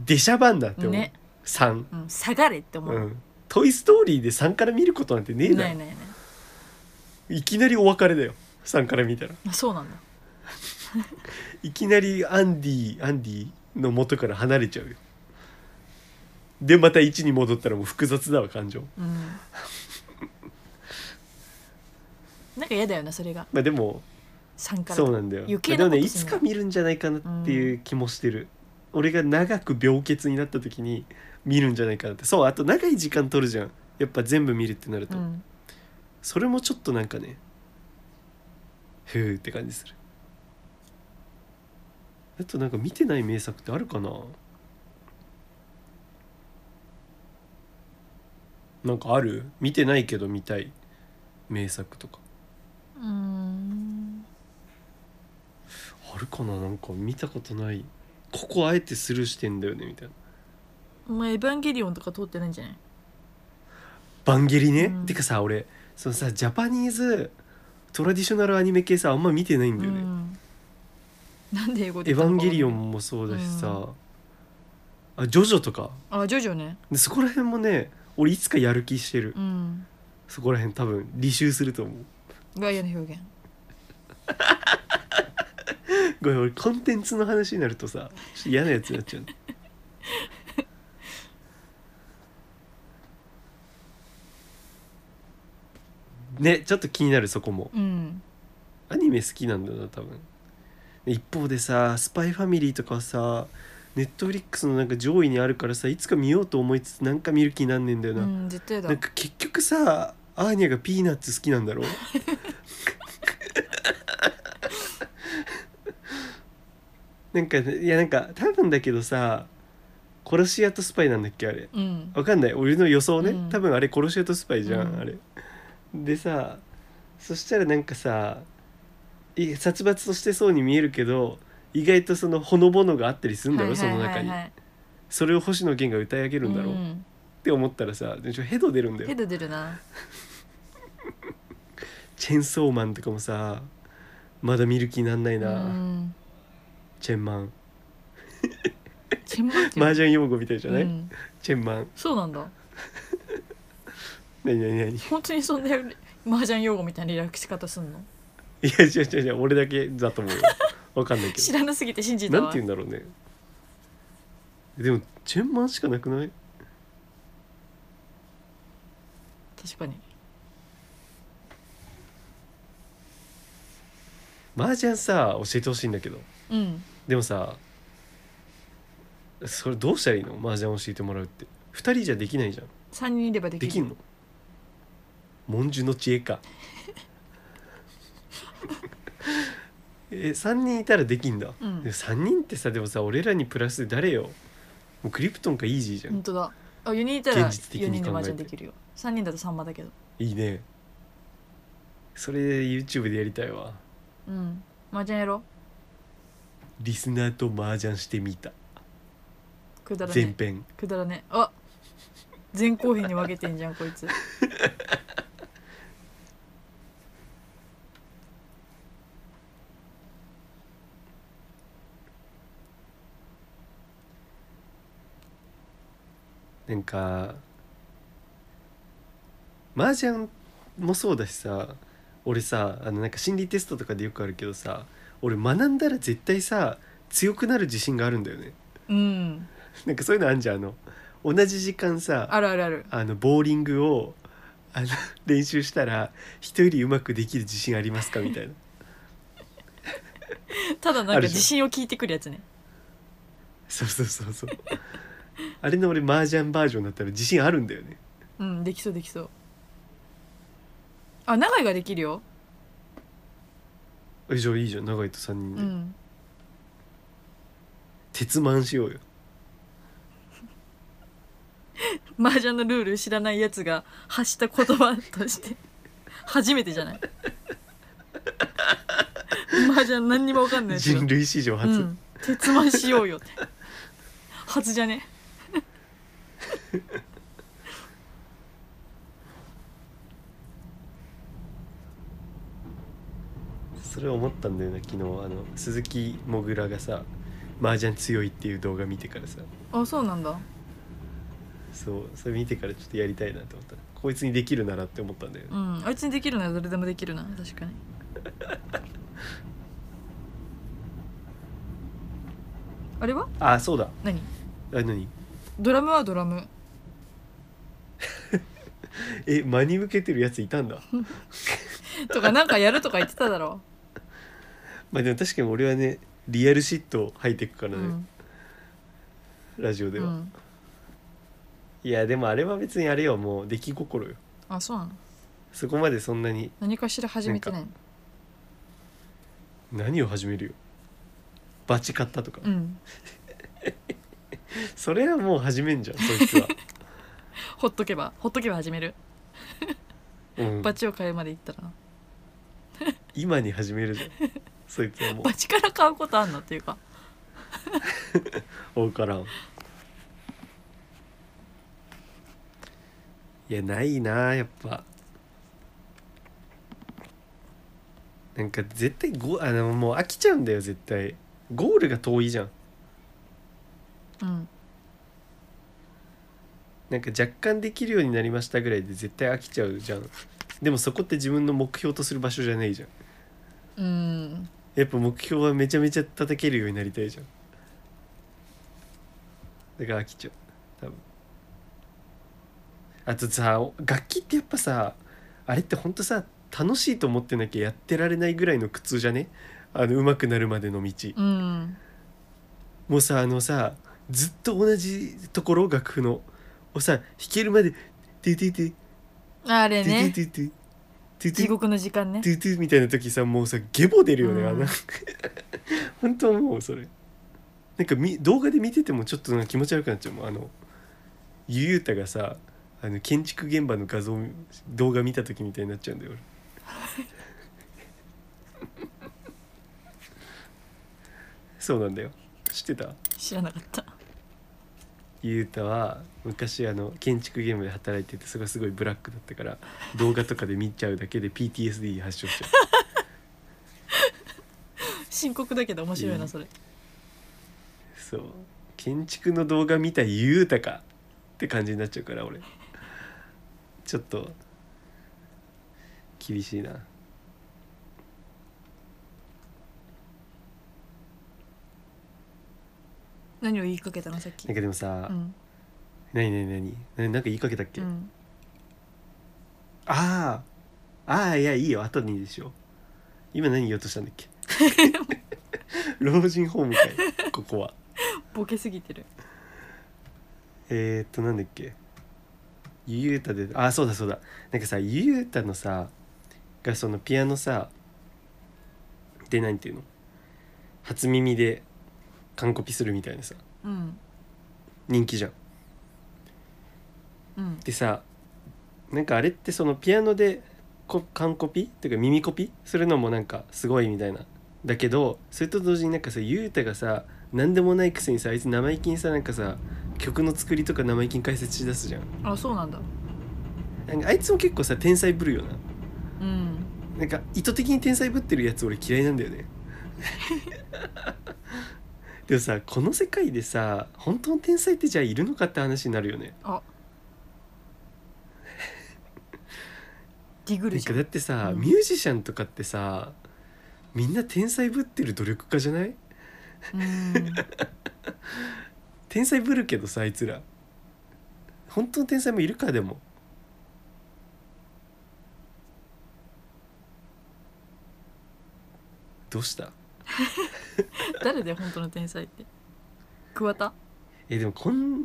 Speaker 1: 出しゃばんだって
Speaker 2: え
Speaker 1: 思う、
Speaker 2: ね
Speaker 1: 3
Speaker 2: うん、下がれって思
Speaker 1: う
Speaker 2: う、
Speaker 1: ん「トイ・ストーリー」で3から見ることなんてねえだ
Speaker 2: ない
Speaker 1: ろ
Speaker 2: ないない
Speaker 1: いきなりお別れだよ3から見たら
Speaker 2: あそうなんだ
Speaker 1: いきなりアンディアンディの元から離れちゃうよでまた1に戻ったらもう複雑だわ感情
Speaker 2: うん なんか嫌だよなそれが
Speaker 1: まあでも
Speaker 2: 3から
Speaker 1: そうなんだよ
Speaker 2: 余計な
Speaker 1: でもね
Speaker 2: こ
Speaker 1: い
Speaker 2: とす
Speaker 1: つ
Speaker 2: んな
Speaker 1: か見るんじゃないかなっていう気もしてる、俺が長く病欠になった時に見るんじゃないかなってそうあと長い時間取るじゃんやっぱ全部見るってなると、
Speaker 2: うん、
Speaker 1: それもちょっとなんかねふーって感じするあとなんか見てない名作ってあるかななんかある見てないけど見たい名作とか
Speaker 2: うーん
Speaker 1: あるかななんか見たことないここあえてスルーしてんだよねみたいな
Speaker 2: お前エヴァンゲリオンとか通ってないんじゃない
Speaker 1: バンゲリね、
Speaker 2: うん
Speaker 1: てかさ俺そのさジャパニーズトラディショナルアニメ系さあんま見てないんだよね、
Speaker 2: うん、なんで英語で
Speaker 1: エヴァンゲリオ
Speaker 2: も
Speaker 1: ンもそうだしさ、あジョジョとか
Speaker 2: あジョジョね
Speaker 1: でそこら辺もね俺いつかやる気してる、
Speaker 2: うん
Speaker 1: そこら辺多分履修すると思う
Speaker 2: ガイアの表現
Speaker 1: ごめん俺コンテンツの話になるとさちょっと嫌なやつになっちゃう ねちょっと気になるそこも
Speaker 2: うん
Speaker 1: アニメ好きなんだな多分一方でさ「スパイファミリー」とかはさネットフリックスのなんか上位にあるからさいつか見ようと思いつつなんか見る気になんねえんだよ
Speaker 2: う
Speaker 1: な、
Speaker 2: ん絶対だ
Speaker 1: なんか結局さアーニャがピーナッツ好きなんだろうなんかいやなんか多分だけどさ殺し屋とスパイなんだっけあれ
Speaker 2: うん
Speaker 1: わかんない俺の予想ね、
Speaker 2: うん
Speaker 1: 多分あれ殺し屋とスパイじゃん、
Speaker 2: うん
Speaker 1: あれでさそしたらなんかさい殺伐としてそうに見えるけど意外とそのほのぼのがあったりするんだろ、
Speaker 2: はいはいはい
Speaker 1: その中
Speaker 2: は
Speaker 1: に
Speaker 2: い
Speaker 1: それを星野源が歌い上げるんだろ、
Speaker 2: う
Speaker 1: っ
Speaker 2: ん
Speaker 1: て思ったらさでしょヘド出るんだよ
Speaker 2: ヘド出るな
Speaker 1: チェンソーマンとかもさまだ見る気なんないうな、
Speaker 2: ん
Speaker 1: チェンマン
Speaker 2: チェンマンっていう
Speaker 1: 麻雀用語みたいじゃない、
Speaker 2: うん
Speaker 1: チェンマン
Speaker 2: そうなんだ
Speaker 1: 何何何い
Speaker 2: 本当にそんな麻雀用語みたいなリラックス方すんの
Speaker 1: や違う違う違う俺だけだと思うよわかんないけ
Speaker 2: 知らなすぎて信じ
Speaker 1: ど
Speaker 2: た
Speaker 1: なん
Speaker 2: わ
Speaker 1: て言うんだろうねでもチェンマンしかなくない
Speaker 2: 確かに
Speaker 1: 麻雀さ教えてほしいんだけど
Speaker 2: うん
Speaker 1: でもさそれどうしたらいいの麻雀教えてもらうって二人じゃできないじゃん
Speaker 2: 3人いればでき
Speaker 1: で
Speaker 2: る
Speaker 1: きんの文殊の知恵 かえ3人いたらできんだ、
Speaker 2: うん
Speaker 1: でも3人ってさでもさ俺らにプラスで誰よもうクリプトンかイージーじゃん、
Speaker 2: 本当だあ4人いたら
Speaker 1: 現実的に
Speaker 2: 4人で
Speaker 1: 考
Speaker 2: 麻
Speaker 1: えて
Speaker 2: 雀できるよ3人だと3番だけど
Speaker 1: いいねそれ YouTube でやりたいわ
Speaker 2: うん麻雀やろ
Speaker 1: リスナーと麻雀してみた
Speaker 2: くだら
Speaker 1: 前
Speaker 2: ね
Speaker 1: 編
Speaker 2: くだらねあ前後編に分けてんじゃんこいつ
Speaker 1: なんか麻雀もそうだしさ俺さあのなんか心理テストとかでよくあるけどさ俺学んだら絶対さ強くなる自信があるんだよね
Speaker 2: うん
Speaker 1: なんかそういうのあんじゃんあの同じ時間さ
Speaker 2: あるあるある
Speaker 1: あのボーリングをあの練習したら人よりうまくできる自信ありますかみたいな
Speaker 2: ただなん
Speaker 1: あ
Speaker 2: か
Speaker 1: るじゃん
Speaker 2: 自信を聞いてくるやつね
Speaker 1: そうそうそう そうあれの俺麻雀バージョンだったら自信あるんだよね
Speaker 2: うんできそうできそうあ長井ができるよ
Speaker 1: えじゃあいいじゃん長井と3人
Speaker 2: う
Speaker 1: で、
Speaker 2: ん
Speaker 1: 鉄マンしようよ
Speaker 2: 麻雀のルール知らないやつが発した言葉として初めてじゃない麻雀何にも分かんないやつが
Speaker 1: 人類史上初、
Speaker 2: うん、鉄腕しようよってはずじゃね
Speaker 1: それ思ったんだよな昨日あの鈴木もぐらがさ麻雀強いっていう動画見てからさ
Speaker 2: あそうなんだ
Speaker 1: そうそれ見てからちょっとやりたいなと思ったこいつにできるならって思ったんだよね
Speaker 2: うんあいつにできるなら誰でもできるな 確かにあれは
Speaker 1: あそうだ
Speaker 2: 何
Speaker 1: あ何
Speaker 2: ドラムはドラム
Speaker 1: え真に受けてるやついたんだ
Speaker 2: とかなんかやるとか言ってた だろ
Speaker 1: まあでも確かに俺はねリアルシットを吐いてくか
Speaker 2: う、
Speaker 1: ら
Speaker 2: う
Speaker 1: ね、
Speaker 2: ん
Speaker 1: ラジオで
Speaker 2: う
Speaker 1: は、
Speaker 2: ん、
Speaker 1: いやでもあれは別にあれよもう出来心よ
Speaker 2: あそうなの
Speaker 1: そこまでそんなに
Speaker 2: 何かしら始めてないの
Speaker 1: 何を始めるよバチ買ったとか、
Speaker 2: うん
Speaker 1: それはもう始めんじゃんそいつ は、
Speaker 2: ほっとけばほっとけば始める
Speaker 1: うん、
Speaker 2: バチを買うまでいったらな
Speaker 1: 今に始めるじゃんそいつはも
Speaker 2: バチから買うことあんのっていうか
Speaker 1: う分からんいやないなやっぱなんか絶対ゴあのもう飽きちゃうんだよ絶対ゴールが遠いじゃん
Speaker 2: うん
Speaker 1: なんか若干できるようになりましたぐらいで絶対飽きちゃうじゃんでもそこって自分の目標とする場所じゃないじゃん
Speaker 2: うん
Speaker 1: やっぱ目標はめちゃめちゃ叩けるようになりたいじゃんだから飽きちゃう多分あとさ楽器ってやっぱさあれってほんとさ楽しいと思ってなきゃやってられないぐらいの苦痛じゃねあの上手くなるまでの道
Speaker 2: うん
Speaker 1: もうさあのさずっと同じところ楽譜のをさ弾けるまで「ててて
Speaker 2: あれね
Speaker 1: トゥトゥトゥトゥ
Speaker 2: 地獄の時間ね
Speaker 1: トゥトゥみたいな時さもうさゲボ出るよね、
Speaker 2: うん
Speaker 1: あんな本当思うそれなんかみ動画で見ててもちょっとなんか気持ち悪くなっちゃうもんあのゆうゆうたがさあの建築現場の画像動画見た時みたいになっちゃうんだよ 俺そうなんだよ知ってた
Speaker 2: 知らなかった
Speaker 1: ゆうたは昔あの建築現場で働いててそれがすごいブラックだったから動画とかで見ちゃうだけで PTSD 発症しちゃう
Speaker 2: 深刻だけど面白い
Speaker 1: い
Speaker 2: ないそれ
Speaker 1: そう建築の動画見たゆうたかって感じになっちゃうから俺ちょっと厳しいな
Speaker 2: 何を言いかけたのさっき
Speaker 1: なんかでもさ、
Speaker 2: うん
Speaker 1: 何何何何なんか言いかけたっけ、
Speaker 2: うん
Speaker 1: ああああいやいいよ後にでしょ今何言おうとしたんだっ け老人ホームかいここは
Speaker 2: ボケすぎてる
Speaker 1: えー、っとなんだっけゆゆうたであそうだそうだなんかさゆゆうたのさがそのピアノさでなんていうの初耳で完コピするみたいなさ
Speaker 2: うん
Speaker 1: 人気じゃん
Speaker 2: うん
Speaker 1: でさなんかあれってそのピアノでこ完コピっていうか耳コピするのもなんかすごいみたいなだけどそれと同時になんかさゆうたがさ何でもないくせにさあいつ生意気にさなんかさ曲の作りとか生意気に解説しだすじゃん
Speaker 2: あそうなんだ
Speaker 1: なんかあいつも結構さ天才ぶるよな
Speaker 2: うん
Speaker 1: なんか意図的に天才ぶってるやつ俺嫌いなんだよ ねでもさこの世界でさ本当の天才ってじゃあいるのかって話になるよね
Speaker 2: あディグ
Speaker 1: な
Speaker 2: ル
Speaker 1: ん
Speaker 2: じ
Speaker 1: か
Speaker 2: ゃん
Speaker 1: だってさ、
Speaker 2: うん
Speaker 1: ミュージシャンとかってさみんな天才ぶってる努力家じゃない
Speaker 2: うん
Speaker 1: 天才ぶるけどさあいつら本当の天才もいるかでもどうした
Speaker 2: 誰で本当の天才って桑田
Speaker 1: えでもこん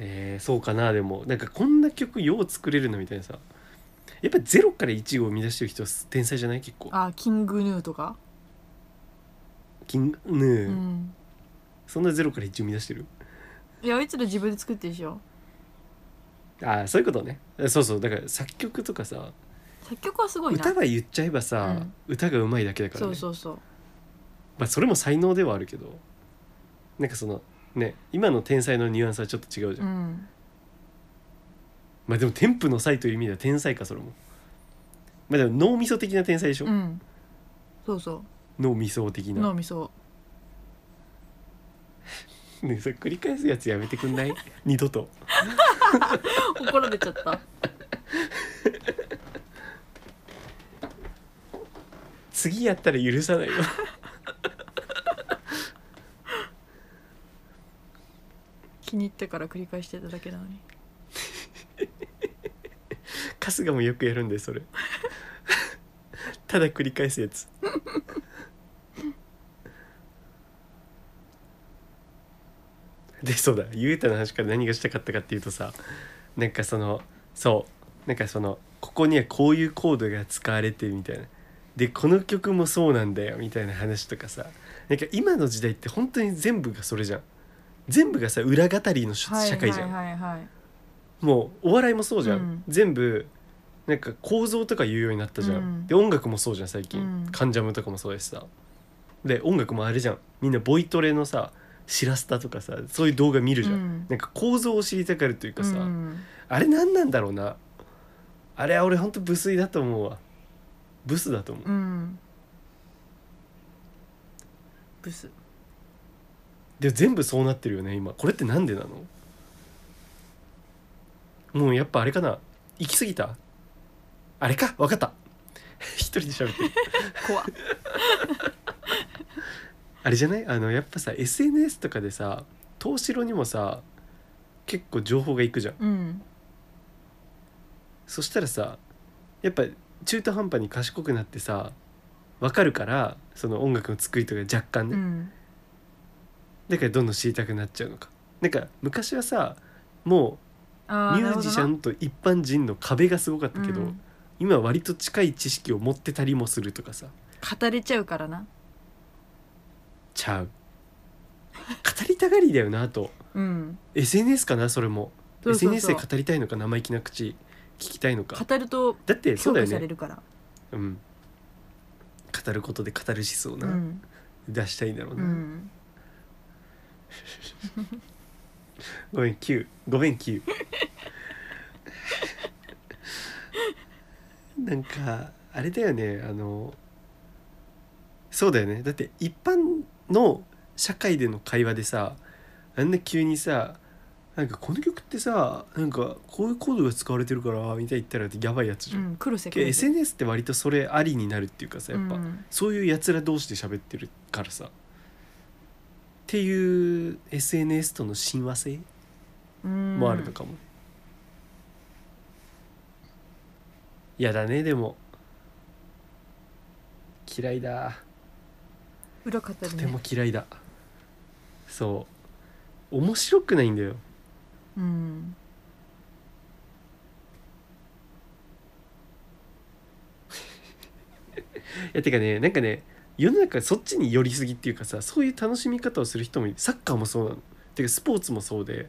Speaker 1: えー、そうかなでもなんかこんな曲よう作れるのみたいなさやっぱゼロから1を生み出してる人は天才じゃない結構
Speaker 2: あキングヌーとか
Speaker 1: キングヌー、
Speaker 2: うん
Speaker 1: そんなゼロから1生み出してる
Speaker 2: いやあいつら自分で作ってるでしょ
Speaker 1: ああそういうことねそうそうだから作曲とかさ
Speaker 2: 作曲はすごいな
Speaker 1: 歌は言っちゃえばさ、
Speaker 2: うん
Speaker 1: 歌がうまいだけだからね
Speaker 2: そうそうそう
Speaker 1: まあ、それも才能ではあるけどなんかそのね今の天才のニュアンスはちょっと違うじゃん、
Speaker 2: うん
Speaker 1: まあでも天賦の才という意味では天才かそれもまあでも脳みそ的な天才でしょ、
Speaker 2: うんそうそ
Speaker 1: 脳みそ的
Speaker 2: う
Speaker 1: な
Speaker 2: 脳みそ
Speaker 1: ねえそれ繰り返すやつやめてくんない二度と
Speaker 2: 怒られちゃった
Speaker 1: 次やったら許さないよ
Speaker 2: 気に入ってから繰り返してただけなのに
Speaker 1: 春日もよくやるんだよそれただ繰り返すやつでそうだ雄太の話から何がしたかったかっていうとさなんかそのそうなんかそのここにはこういうコードが使われてみたいなでこの曲もそうなんだよみたいな話とかさなんか今の時代って本当に全部がそれじゃん全部がさ裏語りの社
Speaker 2: はい
Speaker 1: 社会じゃん、
Speaker 2: はいはいはいはい
Speaker 1: もうお笑いもそうじゃん、
Speaker 2: うん
Speaker 1: 全部なんか構造とか言うようになったじゃん、
Speaker 2: うん
Speaker 1: で音楽もそうじゃん最近、
Speaker 2: うん
Speaker 1: 関ジャムとかもそうですさで音楽もあれじゃんみんなボイトレのさシラスタとかさそういう動画見るじゃん、
Speaker 2: うん
Speaker 1: なんか構造を知りたがるというかさ、
Speaker 2: うん
Speaker 1: あれ何なんだろうなあれは俺ほんと無粋だと思うわブスだと思う、
Speaker 2: うんブス
Speaker 1: で全部そうなってるよね今これってなんでなのもうやっぱあれかな行き過ぎたあれか分かった 一人で喋ってる
Speaker 2: 怖っ
Speaker 1: あれじゃないあのやっぱさ SNS とかでさ投資路にもさ結構情報がいくじゃん
Speaker 2: うん
Speaker 1: そしたらさやっぱ中途半端に賢くなってさ分かるからその音楽の作りとか若干ね、
Speaker 2: うん
Speaker 1: だからどんどん知りたくなっちゃうのかなんか昔はさもう
Speaker 2: あ
Speaker 1: ミュージシャンと一般人の壁がすごかったけど、
Speaker 2: うん
Speaker 1: 今は割と近い知識を持ってたりもするとかさ
Speaker 2: 語れちゃうからな
Speaker 1: ちゃう語りたがりだよなあと
Speaker 2: うん
Speaker 1: SNS かなそれも
Speaker 2: そうそうそう
Speaker 1: SNS で語りたいのか生意気な口聞きたいのか
Speaker 2: 語ると
Speaker 1: だってそう
Speaker 2: 評
Speaker 1: だ
Speaker 2: 価
Speaker 1: よ
Speaker 2: され
Speaker 1: ね
Speaker 2: るから
Speaker 1: うん語ることでカタルシスを
Speaker 2: う
Speaker 1: な、
Speaker 2: ん
Speaker 1: 出したいんだろう
Speaker 2: う
Speaker 1: な、
Speaker 2: ん
Speaker 1: ごめん9ごめん9なんかあれだよねあのそうだよねだって一般の社会での会話でさあんな急にさなんかこの曲ってさなんかこういうコードが使われてるからみたいに言ったらやばいやつじゃん
Speaker 2: う、ん黒瀬
Speaker 1: け SNS って割とそれありになるっていうかさやっぱ、
Speaker 2: うん
Speaker 1: そういうやつら同士で喋ってるからさっていう SNS との親和性もあるのかも、嫌だねでも嫌いだ
Speaker 2: うん裏語る
Speaker 1: とても
Speaker 2: ね
Speaker 1: 嫌いだ、そう面白くないんだよ
Speaker 2: うん
Speaker 1: いやてかねなんかね世の中そっちに寄りすぎっていうかさそういう楽しみ方をする人もいるサッカーもそうなのてかスポーツもそうで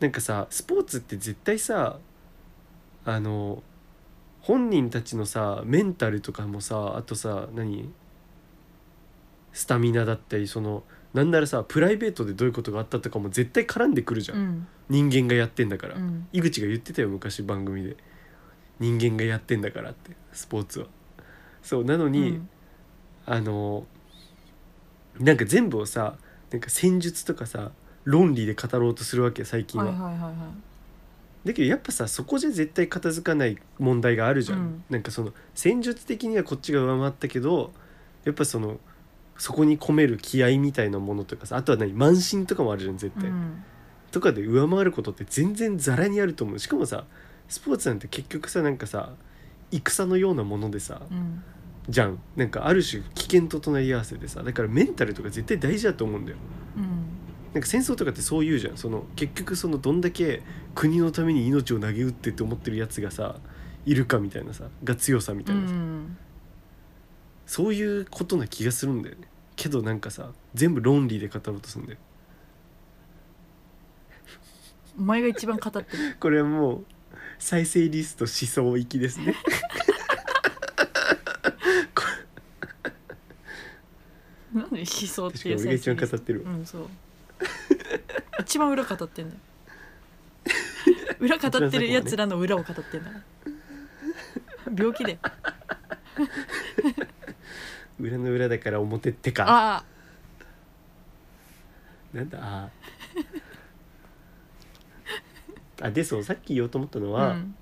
Speaker 1: なんかさスポーツって絶対さあの本人たちのさメンタルとかもさあとさ何スタミナだったりそのなんならさプライベートでどういうことがあったとかも絶対絡んでくるじゃん、
Speaker 2: うん
Speaker 1: 人間がやってんだから、
Speaker 2: うん
Speaker 1: 井口が言ってたよ昔番組で人間がやってんだからってスポーツはそうなのに、あのなんか全部をさなんか戦術とかさ論理で語ろうとするわけ最
Speaker 2: うん
Speaker 1: 近は、
Speaker 2: はいはいはいは
Speaker 1: だけどやっぱさそこじゃ絶対片付かない問題があるじゃん、
Speaker 2: うん
Speaker 1: なんかその戦術的にはこっちが上回ったけどやっぱそのそこに込める気合みたいなものとかさあとは何慢心とかもあるじゃん絶
Speaker 2: い
Speaker 1: 対、
Speaker 2: うん
Speaker 1: とかで上回ることって全然ざらにあると思うしかもさスポーツなんて結局さなんかさ戦のようなものでさ、
Speaker 2: うん
Speaker 1: じゃんなんかある種危険と隣り合わせでさだからメンタルとか絶対大事だと思うんだよ
Speaker 2: うん
Speaker 1: なんか戦争とかってそう言うじゃんその結局そのどんだけ国のために命を投げ打ってって思ってるやつがさいるかみたいなさが強さみた
Speaker 2: う
Speaker 1: いなさ、
Speaker 2: ん
Speaker 1: そういうことな気がするんだよねけどなんかさ全部論理で語ろうとするんだよ
Speaker 2: お前が一番語ってる
Speaker 1: これはもう再生リスト思想行きですねこ
Speaker 2: なんで思想って
Speaker 1: 確かに俺が一番
Speaker 2: センス
Speaker 1: 語ってるわ
Speaker 2: うんそう一番裏語ってん だよ裏語ってるやつらの裏を語ってんだから病気で
Speaker 1: 裏の裏だから表ってか
Speaker 2: ああ
Speaker 1: なんだあーあでそうさっき言おうと思ったのは、
Speaker 2: うん、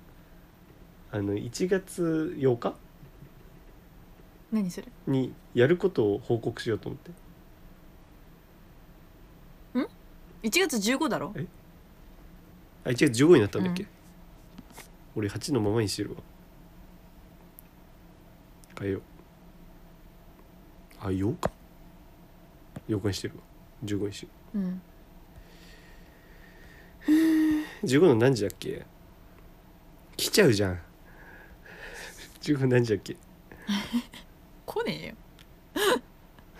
Speaker 1: あの1月8日
Speaker 2: 何それ
Speaker 1: にやることを報告しようと思って
Speaker 2: 1月15だろ
Speaker 1: えあ1月15になったんだっけ、
Speaker 2: うん
Speaker 1: 俺8のままにしてるわ変えようあ8日8日にしてるわ15にしてる
Speaker 2: うん
Speaker 1: 15の何時だっけ来ちゃうじゃん15の何時だっけ
Speaker 2: 来ねえよ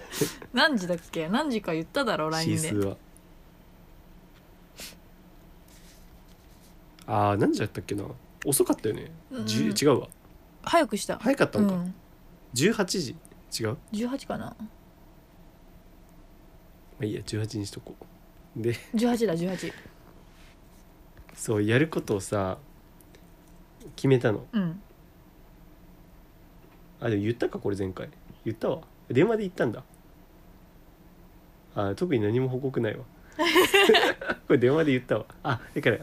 Speaker 2: 何時だっけ何時か言っただろ LINE
Speaker 1: シ
Speaker 2: で
Speaker 1: ースーはあー何時だったっけな遅かったよね、じゅ
Speaker 2: うん
Speaker 1: 違うわ
Speaker 2: 早くした
Speaker 1: 早かったのか、
Speaker 2: うん、
Speaker 1: 18時違うま
Speaker 2: 18かな
Speaker 1: あいいや18時にしとこう で
Speaker 2: 18だ18
Speaker 1: そうやることをさ決めたの
Speaker 2: うん
Speaker 1: あでも言ったかこれ前回言ったわ電話で言ったんだあ特に何も報告 ないわ これ電話で言ったわあだから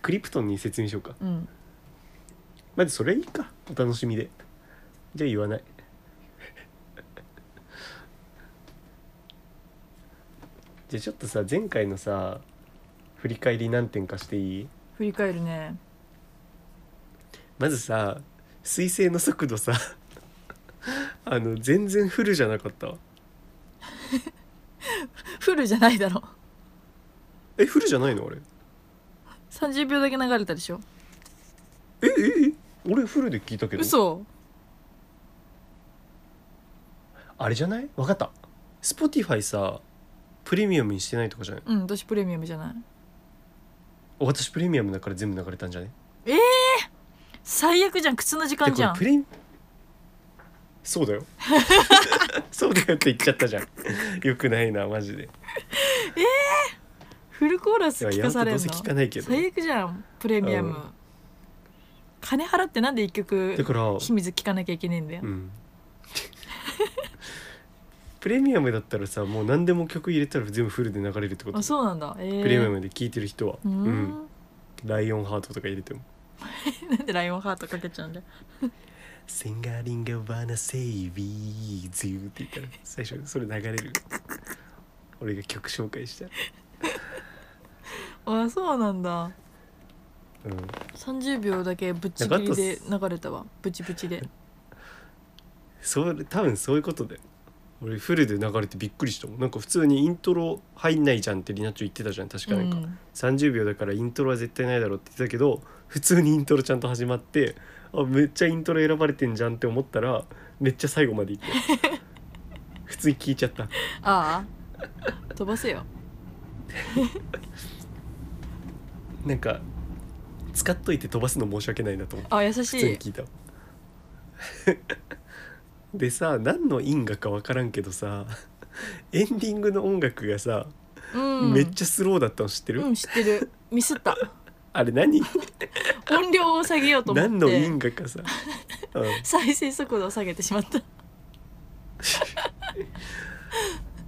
Speaker 1: クリプトンに説明しようか
Speaker 2: うん
Speaker 1: まずそれいいかお楽しみでじゃあ言わない じゃあちょっとさ前回のさ振り返り何点かしていい
Speaker 2: 振り返るね
Speaker 1: まずさ彗星の速度さ あの全然フルじゃなかったわ
Speaker 2: フルじゃないだろ
Speaker 1: えフルじゃないのあれ
Speaker 2: 30秒だけ流れたでしょ
Speaker 1: えええ俺フルで聞いたけど
Speaker 2: 嘘
Speaker 1: あれじゃないわかった Spotify さプレミアムにしてないとかじゃない
Speaker 2: うん私プレミアムじゃない
Speaker 1: 私プレミアムだから全部流れたんじゃね
Speaker 2: 最悪じゃん靴の時
Speaker 1: で
Speaker 2: 間
Speaker 1: こ
Speaker 2: じ
Speaker 1: れ
Speaker 2: ゃん
Speaker 1: プレミそうだよ そうだよって言っちゃったじゃんよくないなマジで
Speaker 2: フルコーラス
Speaker 1: い
Speaker 2: 聞
Speaker 1: や
Speaker 2: かされ
Speaker 1: どう
Speaker 2: る
Speaker 1: せ
Speaker 2: の
Speaker 1: 聞かないけど
Speaker 2: 最悪じゃんプレミアム、
Speaker 1: うん
Speaker 2: 金払ってなんで一曲
Speaker 1: だから
Speaker 2: 秘密聞かなきゃいけないんだよ、
Speaker 1: うん プレミアムだったらさもう何でも曲入れたら全部フルで流れるってこと
Speaker 2: あそうなんだえー、
Speaker 1: プレミアムで聴いてる人は
Speaker 2: うーん、
Speaker 1: ライオンハートとか入れても
Speaker 2: なんでライオンハートかけちゃうんだよ
Speaker 1: 「シンガリンガバナセイビーズ」って言ったら最初にそれ流れる俺が曲紹介した
Speaker 2: あそうなんだ
Speaker 1: うん
Speaker 2: 30秒だけぶっちぎりで流れたわぶちぶちで
Speaker 1: それ多分そういうことだよ俺フルで流れてびっくりしたもんなんか普通にイントロ入んないじゃんってりなちょ言ってたじゃん確かなんか、
Speaker 2: うん
Speaker 1: 30秒だからイントロは絶対ないだろうって言ってたけど普通にイントロちゃんと始まってあめっちゃイントロ選ばれてんじゃんって思ったらめっちゃ最後までいって普通に聞いちゃった
Speaker 2: ああ飛ばせよ
Speaker 1: なんか使っといて飛ばすの申し訳ないなと思って
Speaker 2: あ優
Speaker 1: 普
Speaker 2: し
Speaker 1: 通に
Speaker 2: い
Speaker 1: 聞いたわでさ何の因果か分からんけどさエンディングの音楽がさ、
Speaker 2: うん
Speaker 1: めっちゃスローだったの知ってる、
Speaker 2: うん知ってるミスった
Speaker 1: あれ何
Speaker 2: 音量を下げようと思って
Speaker 1: 何の因果 かさ、うん
Speaker 2: 再生速度を下げてしまった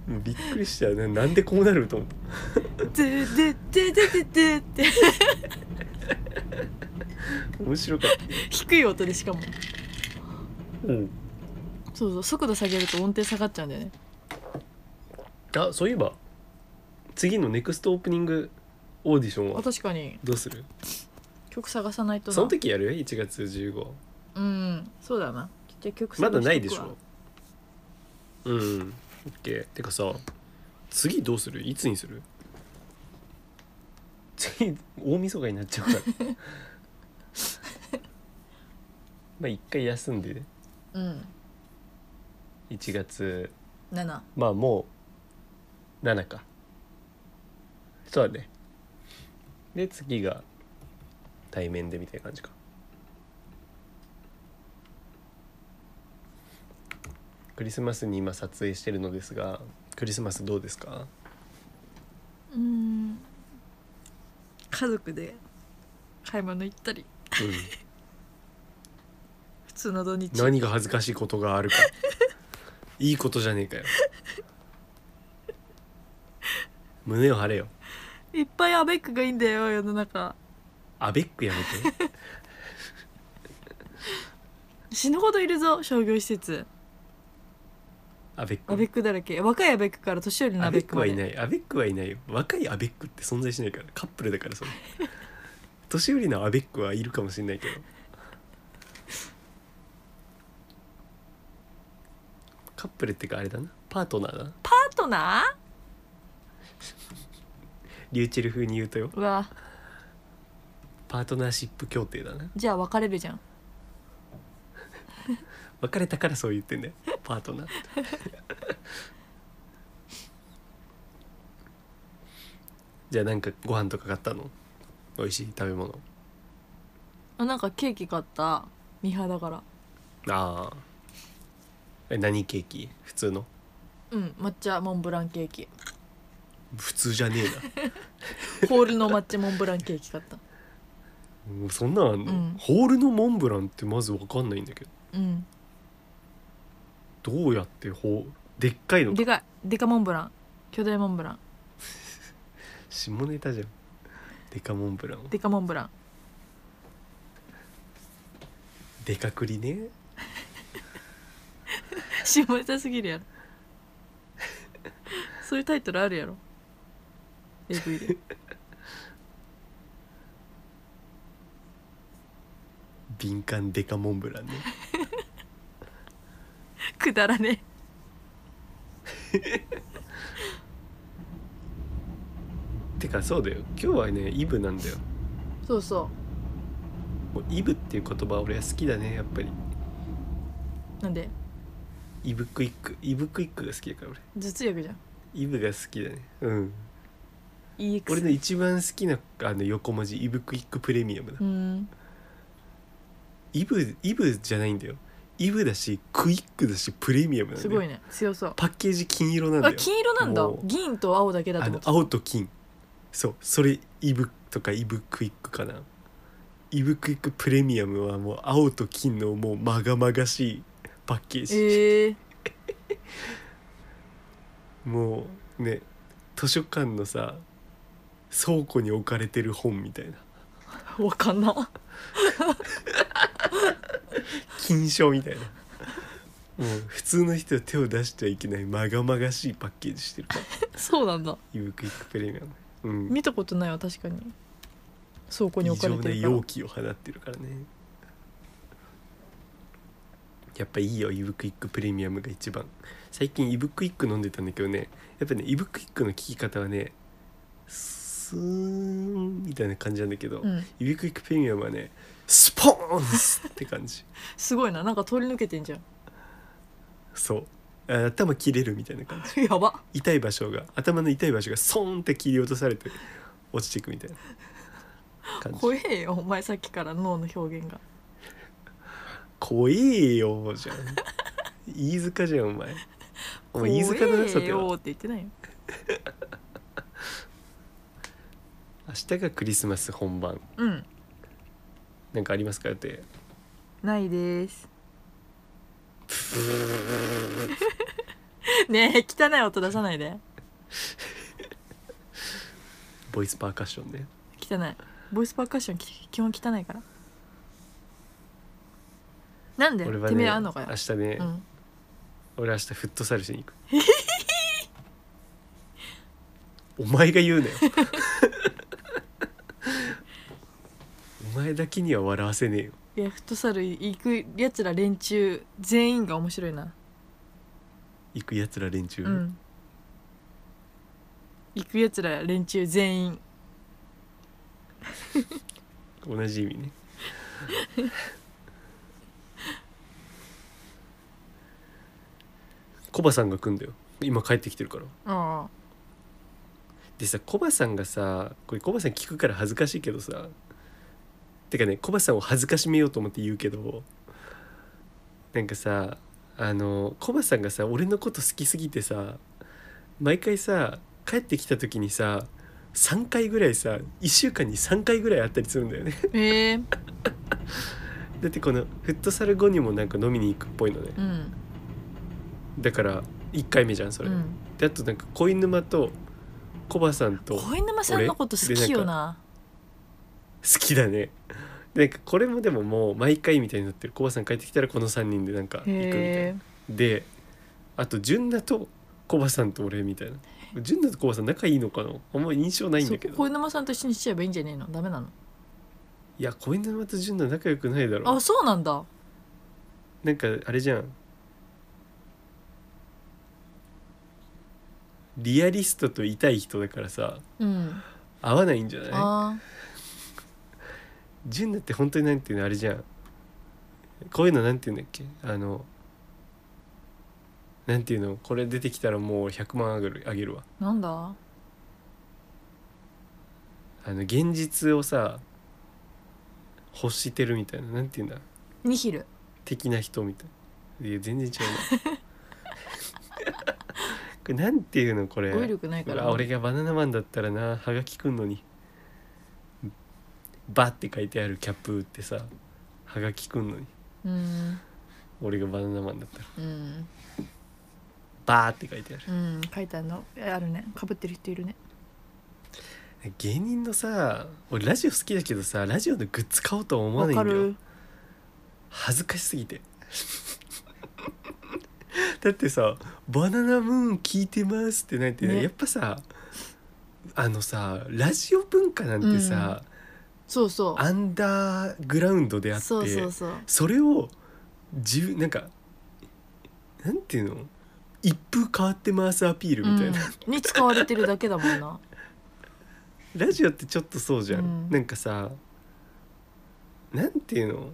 Speaker 1: もうびっくりしちゃうねなんでこうなると思って
Speaker 2: 「でででででで」って
Speaker 1: 面白かった
Speaker 2: 低い音でしかも
Speaker 1: うん
Speaker 2: そうそう速度下げると音程下がっちゃうんだよね
Speaker 1: あそういえば次のネクストオープニングオーディション
Speaker 2: あ
Speaker 1: は
Speaker 2: 確かに
Speaker 1: どうする
Speaker 2: 曲探さないとな
Speaker 1: その時やる ?1 月15
Speaker 2: うんそうだなじゃあ曲探
Speaker 1: まだ
Speaker 2: しとくわ
Speaker 1: ないでしょうんオッケーてかさ次どうするいつにする次大晦日になっちゃう からまあ一回休んで
Speaker 2: うん
Speaker 1: 1月
Speaker 2: 7
Speaker 1: まあもう7かそうだねで次が対面でみたいな感じかクリスマスに今撮影してるのですがクリスマスどうですか
Speaker 2: うん家族で買い物行ったり普通の土日
Speaker 1: 何が恥ずかしいことがあるかいいことじゃねえかよ胸を張れよ
Speaker 2: いっぱいアベックがいいんだよ世の中
Speaker 1: アベックやめて
Speaker 2: 死ぬほどいるぞ商業施設
Speaker 1: アベック
Speaker 2: アベックだらけ若いアベックから年寄りの
Speaker 1: ア
Speaker 2: ア
Speaker 1: ベ
Speaker 2: ベ
Speaker 1: ッ
Speaker 2: ッ
Speaker 1: ク
Speaker 2: ク
Speaker 1: は
Speaker 2: まで
Speaker 1: いないアベックはいないよ若いアベックって存在しないからカップルだからそれ 年寄りのアベックはいるかもしれないけどカップルってかあれだなパートナーだな
Speaker 2: パートナ
Speaker 1: リューチェル風に言うとよ
Speaker 2: ーうわ
Speaker 1: パートナーシップ協定だな
Speaker 2: じゃあ別れるじゃん
Speaker 1: 別れたからそう言ってんだよパートナーって じゃあなんかご飯とか買ったの美味しい食べ物
Speaker 2: あなんかケーキ買ったミハだから
Speaker 1: ああえ何ケーキ普通の
Speaker 2: うん抹茶モンブランケーキ
Speaker 1: 普通じゃねえ
Speaker 2: ホールの抹茶モンブランケーキ買った
Speaker 1: な もうそんなんあんの、
Speaker 2: うん
Speaker 1: ホールのモンブランってまず分かんないんだけど
Speaker 2: うん
Speaker 1: どうやってほうでっかいのか
Speaker 2: でかいでかモンブラン巨大モンブラン
Speaker 1: 下ネタじゃんデカモンブラン
Speaker 2: でかモンブラン
Speaker 1: デカくりね
Speaker 2: 下ネタすぎるやろ そういうタイトルあるやろ AV で
Speaker 1: 敏感デカモンブランね
Speaker 2: くだらね
Speaker 1: てかそうだよ今日はねイブなんだよ
Speaker 2: えそうそ
Speaker 1: もうイブっていう言葉俺は好きだねやっぱり
Speaker 2: うなんで
Speaker 1: イブクイックイブクイックが好きだから俺
Speaker 2: 頭痛薬じゃん
Speaker 1: イブが好きだねうん俺
Speaker 2: EX
Speaker 1: の一番好きなあの横文字イブクイックプレミアムだ
Speaker 2: うん
Speaker 1: イブイブじゃないんだよイブだしクイックだしプレミアムなんだ
Speaker 2: す
Speaker 1: よ
Speaker 2: ごいね強そう
Speaker 1: パッケージ金色なんだ
Speaker 2: あ
Speaker 1: よ
Speaker 2: 金色なんだ
Speaker 1: もう
Speaker 2: 銀と青だけだ
Speaker 1: あ
Speaker 2: と思
Speaker 1: の
Speaker 2: って
Speaker 1: 青と金そうそれイブとかイブクイックかなイブクイックプレミアムはもう青と金のもうまがまがしいパッケージ、
Speaker 2: えー、
Speaker 1: もうね図書館のさ倉庫に置かれてる本みたいな
Speaker 2: わかんな
Speaker 1: 金賞みたいなもう普通の人は手を出しちゃいけないまがまがしいパッケージしてるから
Speaker 2: そうなんだ
Speaker 1: イブクイックプレミアムうん
Speaker 2: 見たことないわ確かに倉庫に置かれて
Speaker 1: 異
Speaker 2: るか
Speaker 1: 常な
Speaker 2: ら
Speaker 1: 容器を放ってるからねやっぱいいよイブクイックプレミアムが一番最近イブクイック飲んでたんだけどねやっぱねイブクイックの効き方はねスーンみたいな感じなんだけど、
Speaker 2: うん
Speaker 1: イブクイックプレミアムはねスポーンスって感 じ
Speaker 2: すごいななんか通り抜けてんじゃん
Speaker 1: そうあ頭切れるみたいな感じ
Speaker 2: やば
Speaker 1: 痛い場所が頭の痛い場所がソーンって切り落とされて落ちていくみたいな感じ
Speaker 2: 怖えよお前さっきから脳の表現が
Speaker 1: 怖えよじゃん飯塚じゃんお前お前飯塚のなさ
Speaker 2: 怖え
Speaker 1: では
Speaker 2: よ
Speaker 1: 明
Speaker 2: って言ってないよ
Speaker 1: 日がクリスマス本番
Speaker 2: うん
Speaker 1: なんかありますかって
Speaker 2: ないです ねえ汚い音出さないで
Speaker 1: ボイスパーカッションね
Speaker 2: 汚いボイスパーカッションき基本汚いからなんで、
Speaker 1: 俺は
Speaker 2: てめ
Speaker 1: ね
Speaker 2: えあんのかよ
Speaker 1: 明、日ね、
Speaker 2: うん、
Speaker 1: 俺明日フットサルしに行くお前が 言うなよお前だけには笑わせねえよ
Speaker 2: いやフットサル行くやつら連中全員が面白いな
Speaker 1: 行くやつら連中、
Speaker 2: うん行くやつら連中全員
Speaker 1: 同じ意味ね コバさんが来んだよ今帰ってきてるから
Speaker 2: ああ
Speaker 1: でさコバさんがさこれコバさん聞くから恥ずかしいけどさてかねコバさんを恥ずかしめようと思って言うけどなんかさあのコバさんがさ俺のこと好きすぎてさ毎回さ帰ってきた時にさ3回ぐらいさ1週間に3回ぐらいあったりするんだよね
Speaker 2: ええ
Speaker 1: だってこのフットサル後にもなんか飲みに行くっぽいのね
Speaker 2: うん
Speaker 1: だから1回目じゃんそれ、
Speaker 2: うん
Speaker 1: であとなんか恋沼とコバさんと好
Speaker 2: 小沼さんのこと好きよな
Speaker 1: きだねでなんかこれもでももう毎回みたいになってるコバさん帰ってきたらこの3人でなんか行くみたいな
Speaker 2: へえ
Speaker 1: であと純奈とコバさんと俺みたいな純奈とコバさん仲いいのかなあんま印象ないん
Speaker 2: そ
Speaker 1: だ
Speaker 2: こ
Speaker 1: けど
Speaker 2: 小沼さんと一緒にしちゃえばいいんじゃねえのダメなの
Speaker 1: いや小稲と純奈仲良くないだろ
Speaker 2: あそうなんだ
Speaker 1: なんかあれじゃんリアリストと痛い人だからさ
Speaker 2: うん
Speaker 1: 合わないんじゃない
Speaker 2: あ
Speaker 1: 純奈って本当になんていうのあれじゃんこういうのなんていうんだっけあのなんていうのこれ出てきたらもう100万あげるあげるわ
Speaker 2: ーなんだ
Speaker 1: あの現実をさ欲してるみたいななんていうんだ
Speaker 2: ニヒル
Speaker 1: 的な人みたいないや全然違うなこれ なんていうのこれ
Speaker 2: 語彙力ないか
Speaker 1: う
Speaker 2: ら
Speaker 1: わ俺がバナナマンだったらなはがきくんのに「バ」って書いてあるキャップ売ってさはがきくんのに
Speaker 2: うん
Speaker 1: 俺がバナナマンだったら
Speaker 2: うん
Speaker 1: 「バ」って書いてある
Speaker 2: うん書いてあるのえあるねかぶってる人いるね
Speaker 1: 芸人のさ俺ラジオ好きだけどさラジオのグッズ買おうとは思わ
Speaker 2: わ
Speaker 1: ないんだ
Speaker 2: か
Speaker 1: よ
Speaker 2: る
Speaker 1: 恥ずかしすぎて だってさ「バナナムーン聞いてます」ってなんて、
Speaker 2: ね
Speaker 1: やっぱさあのさラジオ文化なんてさ、
Speaker 2: そうそう
Speaker 1: アンダーグラウンドであって
Speaker 2: そうそうそう
Speaker 1: それをじゅなんかなんていうの一風変わってますアピールみたいな、
Speaker 2: うん、に使われてるだけだもんな
Speaker 1: ラジオってちょっとそうじゃん、
Speaker 2: うん
Speaker 1: なんかさなんていうの好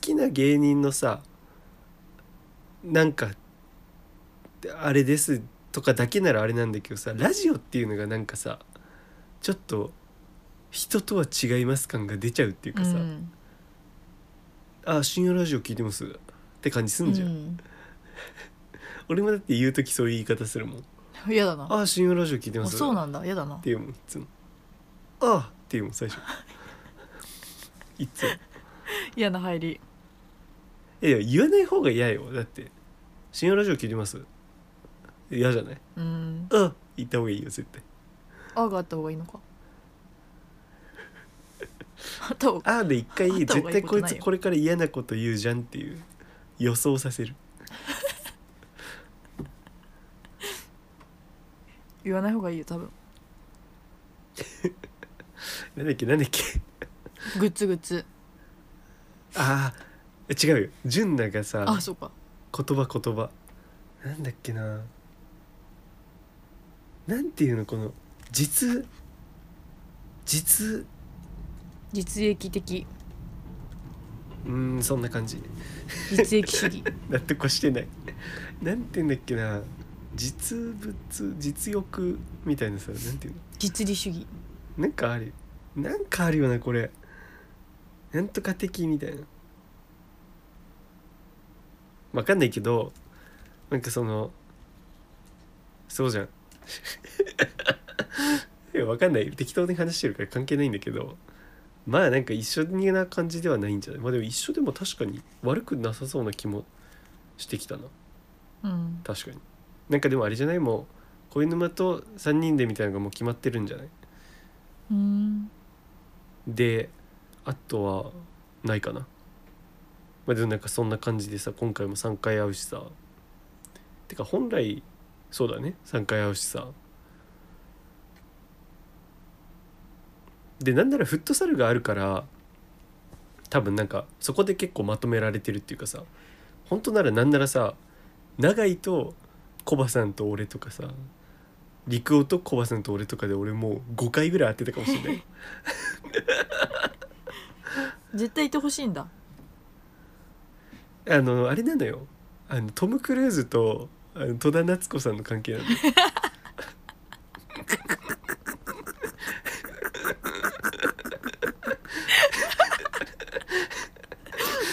Speaker 1: きな芸人のさなんかあれですとかだけならあれなんだけどさラジオっていうのがなんかさちょっと人とは違います感が出ちゃうっていう
Speaker 2: う
Speaker 1: かさ「
Speaker 2: ん
Speaker 1: あ深夜ラジオ聞いてます」って感じす
Speaker 2: うん
Speaker 1: じゃん、
Speaker 2: ん
Speaker 1: 俺もだって言う時そういう言い方するもん
Speaker 2: 嫌
Speaker 1: 「
Speaker 2: だな
Speaker 1: あ深夜ラジオ聞いて
Speaker 2: あ
Speaker 1: ます」
Speaker 2: そうなんだ嫌だな
Speaker 1: っていうもんいつも「ああ」っていうもん 最初いつも
Speaker 2: 嫌な入り
Speaker 1: いやいや言わない方が嫌よだって「深夜ラジオ聞いてます」嫌じゃない
Speaker 2: うん
Speaker 1: 「ああ」言った方がいいよ絶対
Speaker 2: あがあった方がいいのか あった方
Speaker 1: 「ああ」で一回
Speaker 2: あった
Speaker 1: 絶
Speaker 2: 方がいい
Speaker 1: 対
Speaker 2: こ
Speaker 1: こ
Speaker 2: とない
Speaker 1: い
Speaker 2: よ
Speaker 1: つこれから嫌なこと言うじゃんっていう予想させる
Speaker 2: 言わない方がいいよ多分
Speaker 1: なんだっけなんだっけ
Speaker 2: グッズグッズ
Speaker 1: ああ違うよ純奈がさ
Speaker 2: あそうか
Speaker 1: 言葉言葉なんだっけななんていうのこの実実
Speaker 2: 実益的
Speaker 1: うーんそんな感じ
Speaker 2: 実益主 義
Speaker 1: 納得してないなんて言うんだっけな実物実欲みたいなさなんていう
Speaker 2: 実利主義
Speaker 1: のなんかあるなんかあるよなこれなんとか的みたいなわかんないけどなんかそのそうじゃん いやわかんない適当に話してるから関係ないんだけどまあなんか一緒にな感じではないんじゃないまあでも一緒でも確かに悪くなさそうな気もしてきたな
Speaker 2: うん
Speaker 1: 確かになんかでもあれじゃないもう恋沼と3人でみたいなのがもう決まってるんじゃない
Speaker 2: うん
Speaker 1: であとはないかなまあでもなんかそんな感じでさ今回も3回会うしさてか本来そうだね3回会うしさでなんならフットサルがあるから多分なんかそこで結構まとめられてるっていうかさ本当ならなんならさ永井とコバさんと俺とかさ陸男とコバさんと俺とかで俺もう5回ぐらい会ってたかもしれない
Speaker 2: 絶対いてほしいんだ
Speaker 1: あのあれなのよあのトム・クルーズとあの戸田夏子さんの関係なの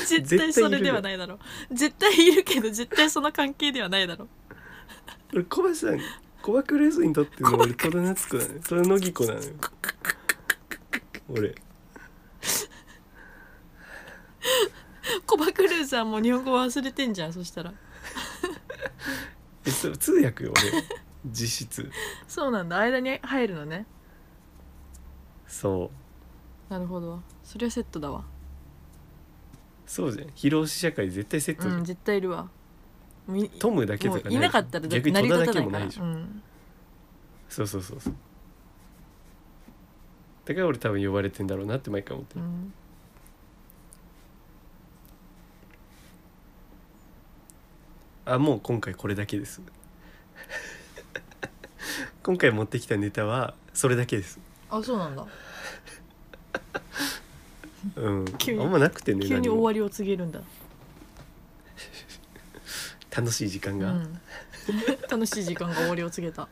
Speaker 2: 絶対それではないだろう絶対いるけど絶対その関係ではないだろ
Speaker 1: 俺コバさんコバクルーズにとっての俺戸田夏子なのよ戸田乃木子なのよ俺
Speaker 2: うコバクルーさんもう日本語忘れてんじゃんそしたら
Speaker 1: えそう通訳よ俺実質
Speaker 2: そうなんだ間に入るのね
Speaker 1: そう
Speaker 2: なるほどそれはセットだわ
Speaker 1: そうじゃん疲労死社会絶対セットじゃん
Speaker 2: うん絶対いるわみ
Speaker 1: トムだけとか
Speaker 2: もういなかったら
Speaker 1: 逆に
Speaker 2: 成
Speaker 1: 戸
Speaker 2: り
Speaker 1: 田だ
Speaker 2: 立
Speaker 1: け
Speaker 2: たない
Speaker 1: も
Speaker 2: か
Speaker 1: な
Speaker 2: ら
Speaker 1: いじゃん
Speaker 2: うん、
Speaker 1: そうそうそうそうだから俺多分呼ばれてんだろうなって毎回思って
Speaker 2: う
Speaker 1: る、
Speaker 2: ん、
Speaker 1: あもう今回これだけです今回持ってきたネタはそれだけです
Speaker 2: あそうなんだ
Speaker 1: うん
Speaker 2: 急に
Speaker 1: あんまなくてね
Speaker 2: 急に
Speaker 1: 何も
Speaker 2: 終わりを告げるんだ、
Speaker 1: 楽しい時間
Speaker 2: う
Speaker 1: が、
Speaker 2: ん、 楽しい時間が終わりを告げた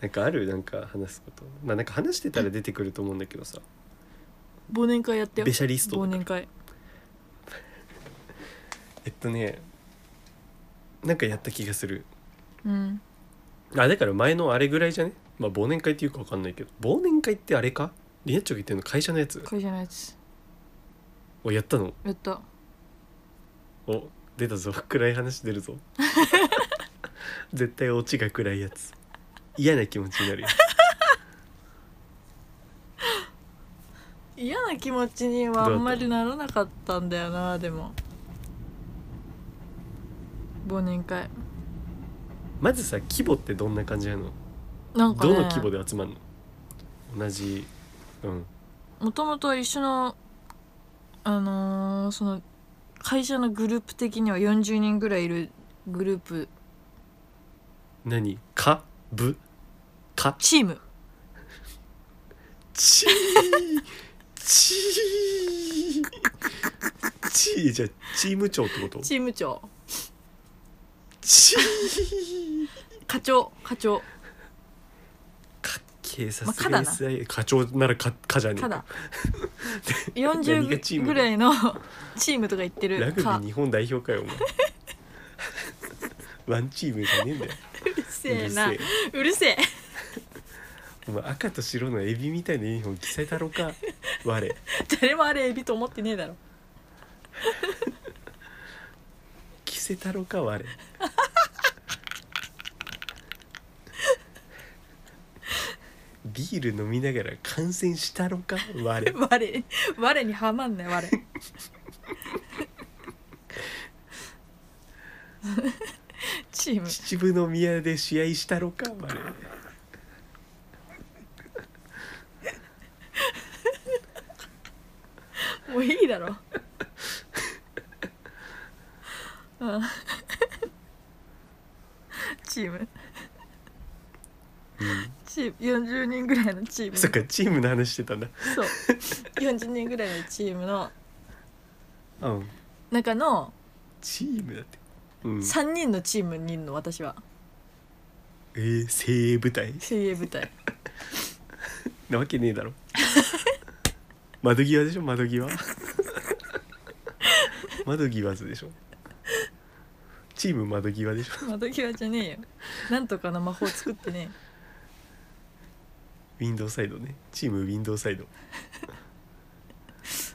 Speaker 1: なんかあるなんか話すことまあなんか話してたら出てくると思うんだけどさ
Speaker 2: 忘年会やってよ
Speaker 1: ベシャリスト
Speaker 2: 忘年会
Speaker 1: えっとねなんかやった気がする
Speaker 2: うん
Speaker 1: あだから前のあれぐらいじゃねまあ忘年会っていうか分かんないけど忘年会ってあれかリナッチョが言ってるの会社のやつ
Speaker 2: 会社のやつ
Speaker 1: をやったの
Speaker 2: やった
Speaker 1: お出たぞ暗い話出る ぞ絶対オチが暗いやつ嫌な気持ちになるやつ
Speaker 2: 嫌な気持ちにはあんまりならなかったんだよなでも忘年会
Speaker 1: まずさ規模ってどんな感じなの
Speaker 2: なんか
Speaker 1: ど
Speaker 2: ね
Speaker 1: の規模で集まるの同じうん
Speaker 2: もともと一緒のあのーその会社のグループ的には40人ぐらいいるグループ
Speaker 1: 何かぶか
Speaker 2: チーム
Speaker 1: ちーちーちーじゃあチーム長ってこと
Speaker 2: チーム長
Speaker 1: ちー
Speaker 2: 課長課長
Speaker 1: か警察、
Speaker 2: まあ課だな
Speaker 1: SIA 課長ならか課じゃねえ
Speaker 2: ただ
Speaker 1: か何がチー
Speaker 2: 40
Speaker 1: ム
Speaker 2: ぐらいの チームとか言って
Speaker 1: ラ
Speaker 2: る
Speaker 1: グビ
Speaker 2: か
Speaker 1: ー日本代表かよお前 ワンチームじゃねえんだよ
Speaker 2: うるせ
Speaker 1: う
Speaker 2: え
Speaker 1: るせ
Speaker 2: な
Speaker 1: え
Speaker 2: うるせえ
Speaker 1: お前赤と白のエビみたいなユニフォーム着せたろか我
Speaker 2: 誰もあれエビと思ってねえ だろ
Speaker 1: 着せたろか我ビール飲みながら感染したろか我
Speaker 2: 我我にはまんない我 チーム
Speaker 1: 秩父の宮で試合したろか我
Speaker 2: もういいだろうんチームチーム40人ぐらいのチーム
Speaker 1: そっかチームの話してたんだ
Speaker 2: そう40人ぐらいのチームの
Speaker 1: うん
Speaker 2: 中の
Speaker 1: チームだってうん
Speaker 2: 3人のチームにいるの私は
Speaker 1: えー、精鋭部隊
Speaker 2: 精鋭部隊
Speaker 1: なわけねえだろ窓際でしょ窓 際窓際図でしょチーム窓際でしょ
Speaker 2: 窓際じゃねえよなんとかの魔法作ってね
Speaker 1: ウィンドウサイドねチームウィンドウサイド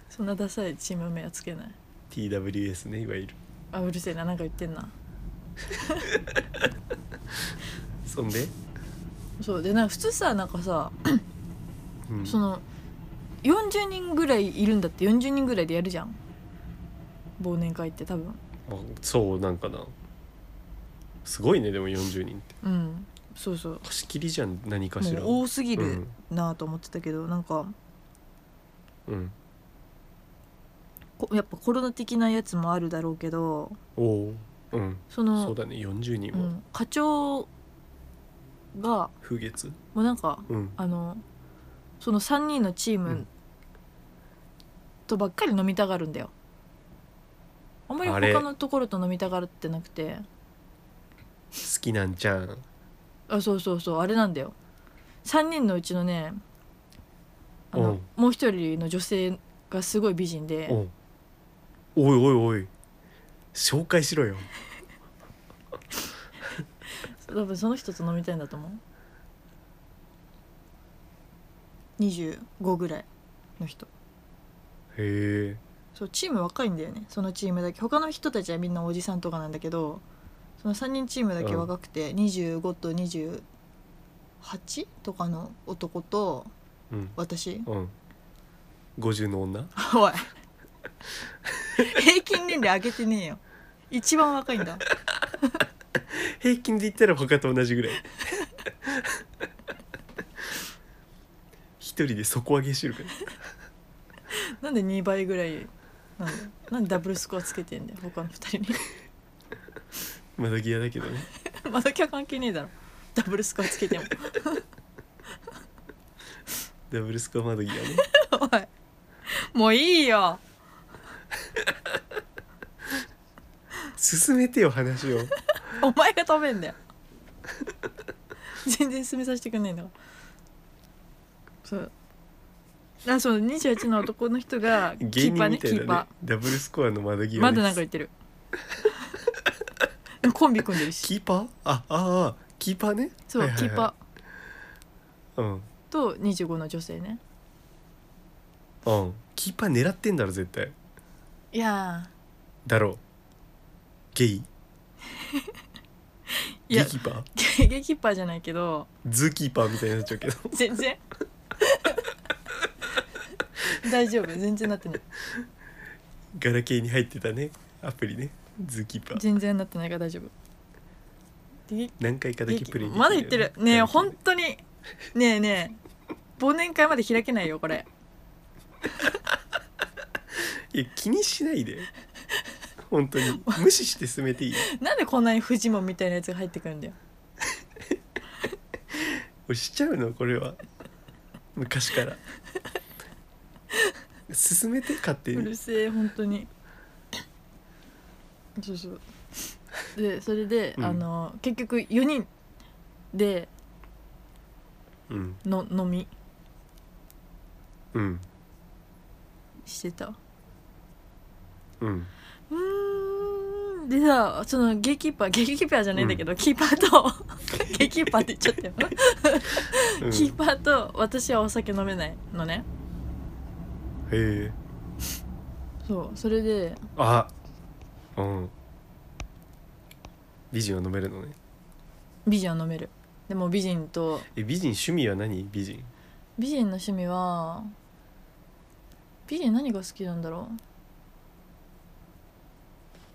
Speaker 2: そんなダサいチーム名はつけない
Speaker 1: TWS ねいわゆる
Speaker 2: あうるせえななんか言ってんな
Speaker 1: そんで、
Speaker 2: そうでなんか普通さなんかさ
Speaker 1: うん、
Speaker 2: その40人ぐらいいるんだって40人ぐらいでやるじゃん忘年会って多分
Speaker 1: あそうなんかなすごいねでも40人って
Speaker 2: うんそうそう
Speaker 1: 貸し切りじゃん何かしら
Speaker 2: もう多すぎ
Speaker 1: う
Speaker 2: る
Speaker 1: ん
Speaker 2: なと思ってたけど、なんか
Speaker 1: うん
Speaker 2: こやっぱコロナ的なやつもあるだろうけど
Speaker 1: おおうん
Speaker 2: そ
Speaker 1: そ
Speaker 2: の
Speaker 1: うだね40人
Speaker 2: う
Speaker 1: も
Speaker 2: ん、課長が
Speaker 1: 風月
Speaker 2: もうなんか
Speaker 1: うん
Speaker 2: あのその3人のチー
Speaker 1: う
Speaker 2: ム
Speaker 1: ん
Speaker 2: とばっかり飲みたがるんだよあんまり
Speaker 1: あれ
Speaker 2: 他のところと飲みたがるってなくて
Speaker 1: 好きなんじゃん
Speaker 2: あそうそうそうあれなんだよ3人のうちのねあ
Speaker 1: う
Speaker 2: の
Speaker 1: ん
Speaker 2: もう一人の女性がすごい美人で
Speaker 1: おうおいおいおい紹介しろよ
Speaker 2: 多分その人と飲みたいんだと思う25ぐらいの人
Speaker 1: へえ
Speaker 2: そうチーム若いんだよねそのチームだけ他の人たちはみんなおじさんとかなんだけどそその3人チームだけ若くて、25と28とかの男と
Speaker 1: うん
Speaker 2: 私
Speaker 1: うん50の女
Speaker 2: おい平均年齢上げてねえよ一番若いんだ
Speaker 1: 平均で言ったら他と同じぐらい 一人で底上げしてるから
Speaker 2: なんで2倍ぐらいなんだよなんでダブルスコアつけてんだよ他の2人に
Speaker 1: 窓際だけどね
Speaker 2: 窓際関係ねえだろダブルスコアつけても
Speaker 1: ダブルスコア窓際ね
Speaker 2: おいもういいよ
Speaker 1: 進めてよ話を
Speaker 2: お前が食べんだよ全然進めさせてくんないんだからそうあそう28の男の人がキ
Speaker 1: 芸
Speaker 2: ーパ
Speaker 1: 人
Speaker 2: ーね
Speaker 1: みた
Speaker 2: キ
Speaker 1: い
Speaker 2: ー
Speaker 1: なね
Speaker 2: パ
Speaker 1: ダブルスコアの窓際で
Speaker 2: ー
Speaker 1: す
Speaker 2: まだなんか言ってる でもコンビ組んでるし
Speaker 1: キーパーあああキーパーね
Speaker 2: そう、
Speaker 1: はいはいはい
Speaker 2: キーパ
Speaker 1: うん
Speaker 2: ーと25の女性ね
Speaker 1: うんキーパー狙ってんだろ絶対
Speaker 2: いや
Speaker 1: だろうゲイ
Speaker 2: ーい
Speaker 1: ゲ
Speaker 2: や
Speaker 1: イキーパー
Speaker 2: ゲゲキッパーじゃないけど
Speaker 1: ズーキーパーみたいになっちゃうけど
Speaker 2: 全然大丈夫全然なってない
Speaker 1: ガラケーに入ってたねアプリねズーキーパー
Speaker 2: 全然なってないから大丈夫で
Speaker 1: 何回かだけプレイでき
Speaker 2: まだ言ってるねえ
Speaker 1: ガラケーで
Speaker 2: 本当にねえねえ忘年会まで開けないよこれ
Speaker 1: いや気にしないで本当に無視して進めていいよ
Speaker 2: なんでこんなにフジモンみたいなやつが入ってくるんだよ
Speaker 1: 俺しちゃうのこれは昔から進めて勝手
Speaker 2: う
Speaker 1: に
Speaker 2: るせえ本当にそうそうでそれで、
Speaker 1: うん
Speaker 2: あの結局4人で
Speaker 1: うん
Speaker 2: の飲み
Speaker 1: うん
Speaker 2: してた
Speaker 1: うん
Speaker 2: うーんでさそのゲーキーパーゲーキーパーじゃないんだけど、キーパーと ゲーキーパーって言っちゃったよ、
Speaker 1: うん
Speaker 2: キーパーと私はお酒飲めないのね
Speaker 1: へえ
Speaker 2: そうそれで
Speaker 1: あうん美人は飲めるのね
Speaker 2: 美人は飲めるでも美人と
Speaker 1: え美人趣味は何美人
Speaker 2: 美人の趣味は美人何が好きなんだろ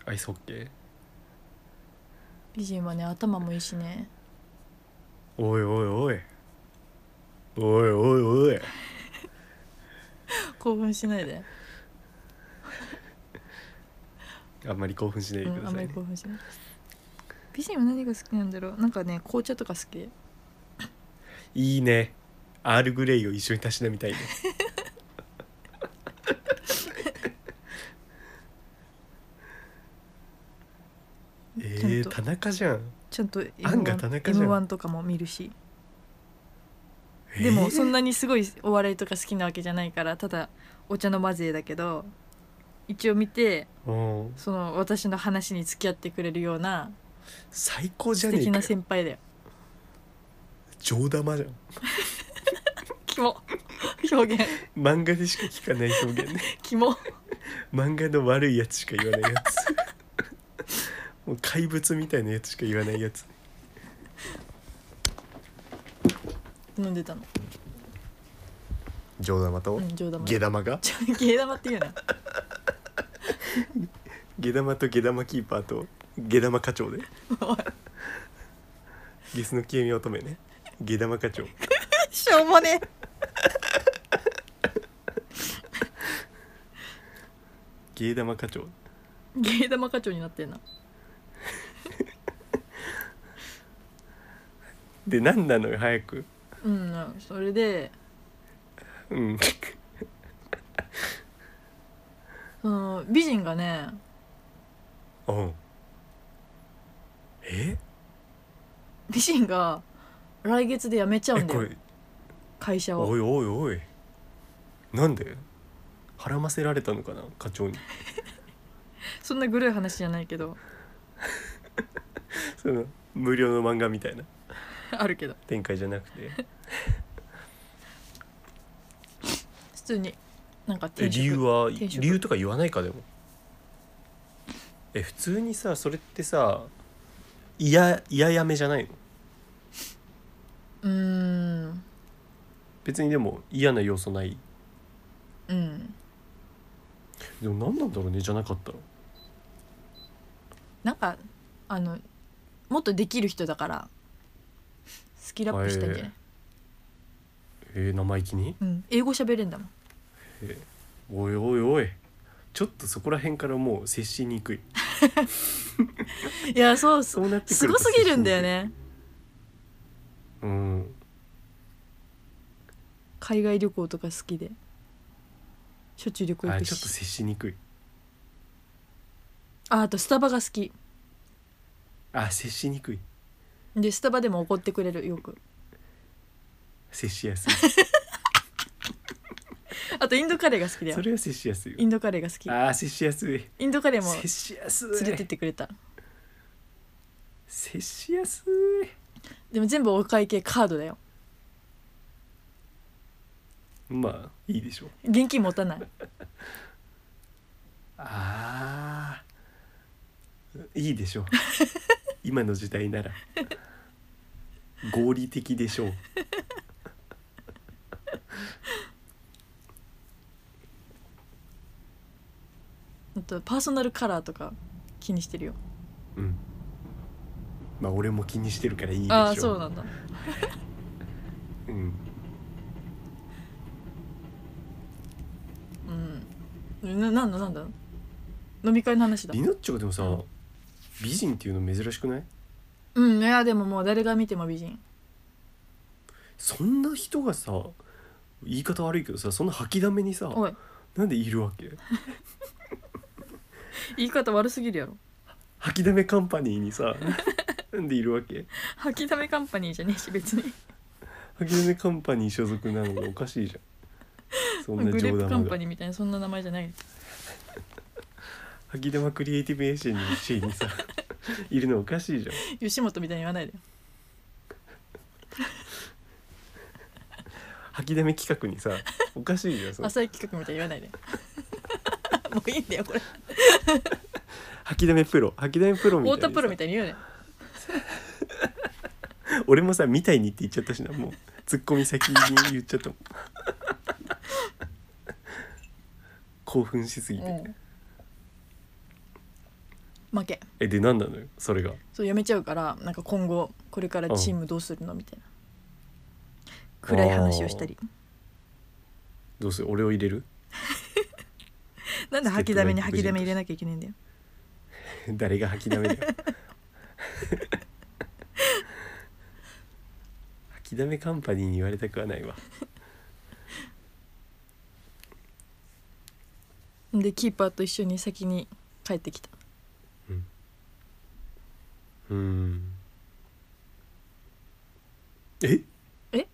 Speaker 2: う
Speaker 1: アイスホッケー
Speaker 2: 美人はね頭もいいしね
Speaker 1: おいおいおいおいおいおい
Speaker 2: 興奮しないで、
Speaker 1: あんまり興奮しないで
Speaker 2: う
Speaker 1: く
Speaker 2: ん、
Speaker 1: だ
Speaker 2: あん
Speaker 1: さい
Speaker 2: まり
Speaker 1: ね、
Speaker 2: 興奮しない美人は何が好きなんだろうなんかね紅茶とか好き
Speaker 1: いいねアールグレイを一緒にたしなみ たいねえ
Speaker 2: ちゃ
Speaker 1: ー、
Speaker 2: んと
Speaker 1: 田中じゃん
Speaker 2: ちゃんと
Speaker 1: アンが
Speaker 2: M1,
Speaker 1: 田中じゃん
Speaker 2: M1 とかも見るしでもそん
Speaker 1: な
Speaker 2: なにすごいお笑いとか好きなわけじゃないからただお茶の混ぜだけど一応見て
Speaker 1: うん
Speaker 2: その私の話に付き合ってくれるような
Speaker 1: 最高じゃ
Speaker 2: 素
Speaker 1: ねえ
Speaker 2: 敵
Speaker 1: か
Speaker 2: な
Speaker 1: よ
Speaker 2: 先輩だよ
Speaker 1: 上玉じゃん
Speaker 2: キモ表現
Speaker 1: 漫画でしか聞かない表現ね
Speaker 2: キモ
Speaker 1: 漫画の悪いやつしか言わないやつもう怪物みたいなやつしか言わないやつ
Speaker 2: 飲んでたの
Speaker 1: 上玉と
Speaker 2: うん冗談
Speaker 1: 下玉が
Speaker 2: ちょゲー玉ってい うな
Speaker 1: 下玉と下玉キーパーと下玉課 長で
Speaker 2: おい
Speaker 1: ゲスの極み乙女ね下玉課長
Speaker 2: しょうもね
Speaker 1: 下玉課長
Speaker 2: ゲー玉課長になってんな
Speaker 1: で何なのよ早く
Speaker 2: うんなそれで
Speaker 1: うん
Speaker 2: その美人がね
Speaker 1: うんえ
Speaker 2: 美人が来月で辞めちゃう
Speaker 1: え
Speaker 2: んだ
Speaker 1: こ
Speaker 2: よ
Speaker 1: れ
Speaker 2: 会社
Speaker 1: お
Speaker 2: を
Speaker 1: いおいおいなんで孕ませられたのかな課長に
Speaker 2: そんなグロい話じゃないけど
Speaker 1: その無料の漫画みたいな
Speaker 2: あるけど
Speaker 1: 展開じゃなくて
Speaker 2: 普通になんか
Speaker 1: え
Speaker 2: 転職
Speaker 1: 理由は
Speaker 2: 転職
Speaker 1: 理由とか言わないかでもえ普通にさそれってさいやいややめじゃないの
Speaker 2: うーん
Speaker 1: 別にでも嫌な要素ない
Speaker 2: うん
Speaker 1: でも何なんだろうねじゃなかったら
Speaker 2: なんかあのもっとできる人だからスキルアップしたんじゃない、
Speaker 1: えー、生意気に
Speaker 2: うん、英語喋れんだもん
Speaker 1: おいおいおいちょっとそこら辺からもう接しにくい
Speaker 2: いやそうす
Speaker 1: そうなってく
Speaker 2: す
Speaker 1: る
Speaker 2: ご
Speaker 1: と
Speaker 2: すぎるんだよね
Speaker 1: 接しにくいうん
Speaker 2: 海外旅行とか好きでしょっちゅう旅行行
Speaker 1: あ
Speaker 2: く
Speaker 1: ちょっと
Speaker 2: し
Speaker 1: 接しにくい
Speaker 2: ああとスタバが好き
Speaker 1: あ接しにくい
Speaker 2: でスタバでも怒ってくれるよく
Speaker 1: 接しやすい
Speaker 2: あとインドカレーが好きだよ
Speaker 1: それは接しやすいよ
Speaker 2: インドカレーが好き
Speaker 1: あー接しやすい
Speaker 2: インドカレーも
Speaker 1: 接しやす
Speaker 2: 連れてっ
Speaker 1: い
Speaker 2: てくれた
Speaker 1: 接しやすい
Speaker 2: でも全部お会計カードだよ
Speaker 1: まあいいでしょう
Speaker 2: 現金持たない
Speaker 1: あーいいでし ょう今の時代なら合理的でしょう
Speaker 2: あとパーソナルカラーとか気にしてるよ
Speaker 1: うんまあ俺も気にしてるからいいでしょ
Speaker 2: ああそうなんだ
Speaker 1: うん
Speaker 2: うんななんだなんだ飲み会の話だ
Speaker 1: リノッチョがでもさ美人っていうの珍しくない
Speaker 2: うんいやでももう誰が見ても美人
Speaker 1: そんな人がさ言い方悪いけどさそんな吐きだめにさ
Speaker 2: おい
Speaker 1: なんでいるわけ
Speaker 2: 言い方悪すぎるやろ
Speaker 1: 吐きだめカンパニーに さなんでいるわけ
Speaker 2: 吐き溜めカンパニーじゃねえし別に
Speaker 1: 吐きだめカンパニー所属なのがおかしいじゃんそんな
Speaker 2: グレ
Speaker 1: 冗
Speaker 2: ープカ
Speaker 1: 談
Speaker 2: ン
Speaker 1: が
Speaker 2: パニーみたいなそんな名前じゃない
Speaker 1: 吐きだまクリエイティブエージェンシー にさいるのおかしいじゃん
Speaker 2: 吉本みたいに言わないでよ
Speaker 1: 吐きだめ企画にさおかしいじゃんその
Speaker 2: 浅い企画みたいに 言わないでもういいんだよこれ
Speaker 1: 吐きだめプロ吐きだめプロみたい
Speaker 2: 太
Speaker 1: にさ
Speaker 2: 田プロみたいに言うね
Speaker 1: 俺もさ「みたいに」って言っちゃったしなもうツッコミ先に言っちゃったもん興奮しすぎて、
Speaker 2: うん負け
Speaker 1: えで何なのよそれが
Speaker 2: そうやめちゃうからなんか今後これからチームどうするのみたいな暗い話をしたり
Speaker 1: どうする俺を入れる
Speaker 2: なんで吐きだめに吐きだめ入れなきゃいけないんだよ
Speaker 1: 誰が吐きだめだよ吐きだめカンパニーに言われたくはないわ
Speaker 2: でキーパーと一緒に先に帰ってきた
Speaker 1: うーんえ
Speaker 2: え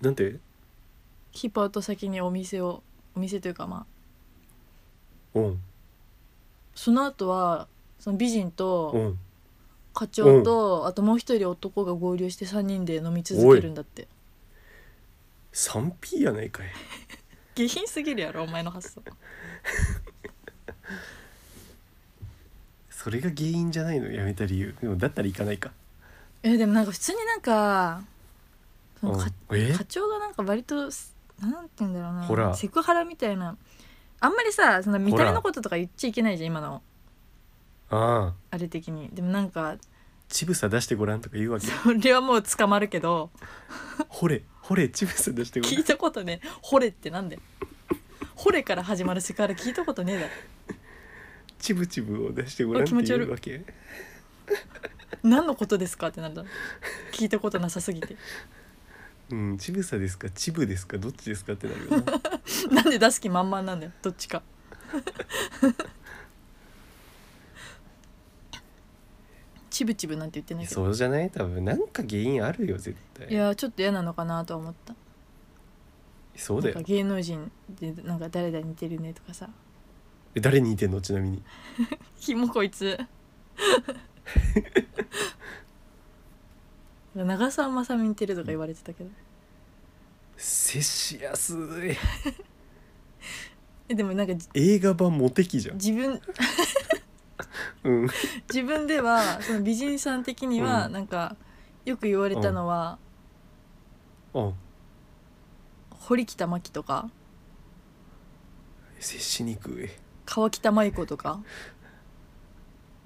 Speaker 1: なんて
Speaker 2: キーパーと先にお店をお店というかまあ
Speaker 1: うん
Speaker 2: その後はその美人
Speaker 1: う
Speaker 2: と
Speaker 1: ん
Speaker 2: 課長とあともう一人男が合流して3人で飲み続けるんだって
Speaker 1: 3P やないかい
Speaker 2: 下品すぎるやろお前の発想
Speaker 1: それが原因じゃないのやめた理由でもだったら行かないか
Speaker 2: えでもなんか普通になんかその
Speaker 1: うん
Speaker 2: か
Speaker 1: え
Speaker 2: 課長がなんか割とすなんて言うんだろうな
Speaker 1: ほら
Speaker 2: セクハラみたいなあんまりさその見た目のこととか言っちゃいけないじゃん今の
Speaker 1: ああ
Speaker 2: あれ的にでもなんか
Speaker 1: ちぶさ出してごらんとか言うわけ
Speaker 2: それはもう捕まるけど
Speaker 1: ほれほれちぶさ出してごら
Speaker 2: 聞い
Speaker 1: ん
Speaker 2: たことね「惚れ」ってなんだよ「惚れ」から始まるセクハラ聞いたことねえだろ
Speaker 1: ちぶちぶを出してごらんっ
Speaker 2: あ気持
Speaker 1: て
Speaker 2: ち
Speaker 1: 言
Speaker 2: 悪いう
Speaker 1: わけ
Speaker 2: 何のことですかってなんだ聞いたことなさすぎて
Speaker 1: うんちぶさですかちぶですかどっちですかってなるよな
Speaker 2: なんで出す気満々なんだよどっちか チブチブなんて言ってないけど
Speaker 1: そうじゃない多分なんか原因あるよ絶対
Speaker 2: いやーちょっと嫌なのかなとは思った
Speaker 1: そうだ
Speaker 2: なん
Speaker 1: よ
Speaker 2: か芸能人でなんか誰々似てるねとかさ
Speaker 1: え誰に似てんのちなみに
Speaker 2: ひもこいつ 長澤まさみ似てるとか言われてたけど
Speaker 1: 接しやすい
Speaker 2: えでもなんかじ
Speaker 1: 映画版モテ期じゃん
Speaker 2: 自分
Speaker 1: うん
Speaker 2: 自分ではその美人さん的には
Speaker 1: うん
Speaker 2: なんかよく言われたのは、
Speaker 1: あ
Speaker 2: 堀北真希とか
Speaker 1: 接しにくい
Speaker 2: 川北舞子とか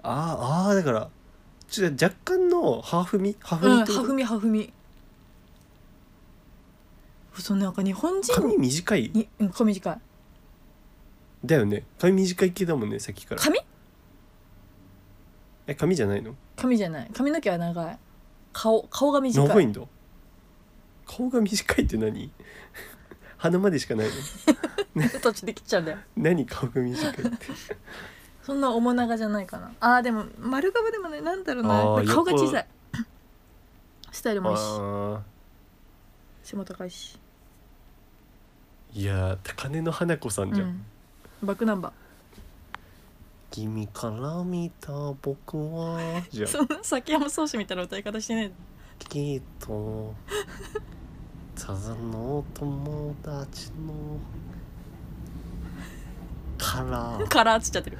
Speaker 1: あーあーだからちょ若干のハーフミハーフ
Speaker 2: う
Speaker 1: ミ
Speaker 2: ん
Speaker 1: ってこと
Speaker 2: はふみはふみそうなんか日本人
Speaker 1: 髪短い
Speaker 2: にうん髪短い
Speaker 1: だよね髪短い系だもんねさっきから
Speaker 2: 髪
Speaker 1: え髪じゃないの
Speaker 2: 髪じゃない髪の毛は長い顔顔が短い
Speaker 1: 長いんだ顔が短いって何 鼻までしかないの
Speaker 2: 途中で切っちゃうんだよ
Speaker 1: 何顔が短いっ て
Speaker 2: そんな面長じゃないかなあーでも丸顔でもねなんだろう
Speaker 1: あー
Speaker 2: な顔が
Speaker 1: やっぱ
Speaker 2: 小さいスタイルもいいし
Speaker 1: あ
Speaker 2: 背も高いし
Speaker 1: ーいやー高根の花子さんじゃん、
Speaker 2: うんバックナンバ
Speaker 1: 君から見た僕はじゃん
Speaker 2: ーそんな崎山宗志みたいな歌い方してね
Speaker 1: きっとただの友達のから
Speaker 2: カラーつっちゃってる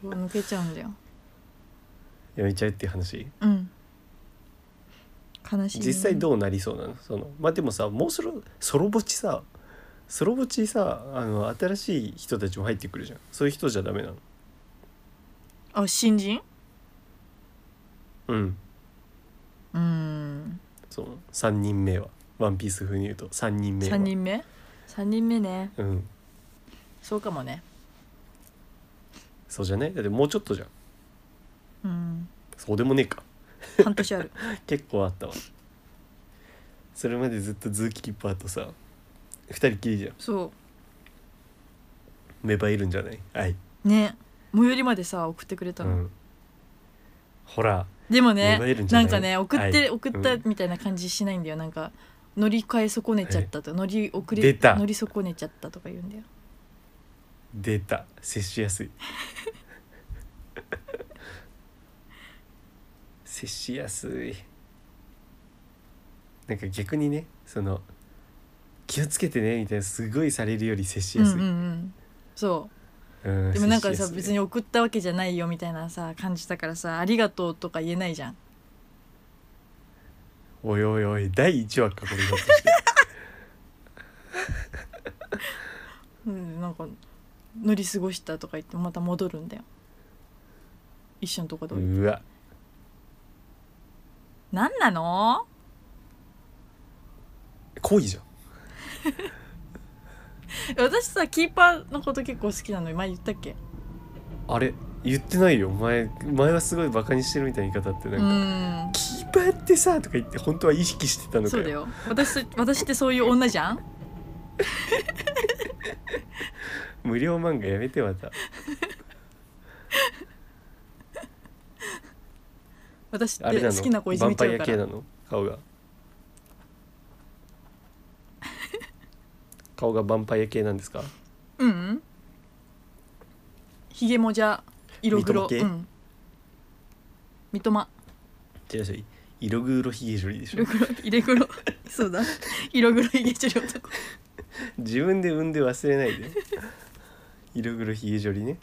Speaker 2: そう抜けちゃうんだよ
Speaker 1: やめちゃえっていう話
Speaker 2: うん悲しいね、
Speaker 1: 実際どうなりそうなのそのまあでもさもうそろそろぼちさそろぼちさあの新しい人たちも入ってくるじゃんそういう人じゃダメなの
Speaker 2: あ新人
Speaker 1: うん
Speaker 2: うーん
Speaker 1: その3人目はワンピース風に言うと3人目は
Speaker 2: 3人目3人目ね
Speaker 1: うん
Speaker 2: そうかもね
Speaker 1: そうじゃねだってもうちょっとじゃん
Speaker 2: うん
Speaker 1: そうでもねえか
Speaker 2: 半年ある
Speaker 1: 結構あったわそれまでずっとズーキーパーとさ2人きりじゃん
Speaker 2: そ
Speaker 1: 芽生えるんじゃないはいう
Speaker 2: ね最寄りまでさ送ってくれた
Speaker 1: う
Speaker 2: の、
Speaker 1: んほら
Speaker 2: でも
Speaker 1: 芽生え
Speaker 2: ね
Speaker 1: るんじゃな
Speaker 2: な
Speaker 1: い
Speaker 2: んかね送って、
Speaker 1: はい
Speaker 2: 送ったみたいな感じしないんだよなんか乗り換え損ねちゃったと乗り遅
Speaker 1: 出
Speaker 2: れ
Speaker 1: た
Speaker 2: 乗り損ねちゃったとか言うんだよ
Speaker 1: 出た接しやすい 接しやすいなんか逆にねその気をつけてねみたいなすごいされるより接し
Speaker 2: うん
Speaker 1: や
Speaker 2: う
Speaker 1: す
Speaker 2: ん
Speaker 1: い、
Speaker 2: うんそう
Speaker 1: うん
Speaker 2: でもなんかさ
Speaker 1: 接しやすい
Speaker 2: 別に送ったわけじゃないよみたいなさ感じだからさありがとうとか言えないじゃん
Speaker 1: おいおいおい第1話かこれだとして
Speaker 2: うんなんか乗り過ごしたとか言ってまた戻るんだよ一緒のとこで、
Speaker 1: うわ
Speaker 2: なんなの
Speaker 1: 濃いじゃん
Speaker 2: 私さキーパーのこと結構好きなのよ前言ったっけ
Speaker 1: あれ言ってないよ前前はすごいバカにしてるみたいな言い方ってなん
Speaker 2: う
Speaker 1: か、
Speaker 2: ん
Speaker 1: キーパーってさとか言って本当は意識してたのか
Speaker 2: そう
Speaker 1: よ
Speaker 2: だよ私私ってそういう女じゃん
Speaker 1: 無料漫画やめてまた
Speaker 2: 私っ
Speaker 1: あれ
Speaker 2: て
Speaker 1: なの
Speaker 2: 好きな子いじめちゃう
Speaker 1: ヴァンパ
Speaker 2: か
Speaker 1: イア系
Speaker 2: ら
Speaker 1: なの顔 が顔がヴァンパイア系なんですか
Speaker 2: うんうんひげもじゃ色黒
Speaker 1: 三笘系
Speaker 2: うん三笘
Speaker 1: 違う違う色黒ひげ処理でしょ
Speaker 2: 色黒入れ黒 そうだ色黒ひげちる男
Speaker 1: 自分で産んで忘れないで色黒ひげ処理ね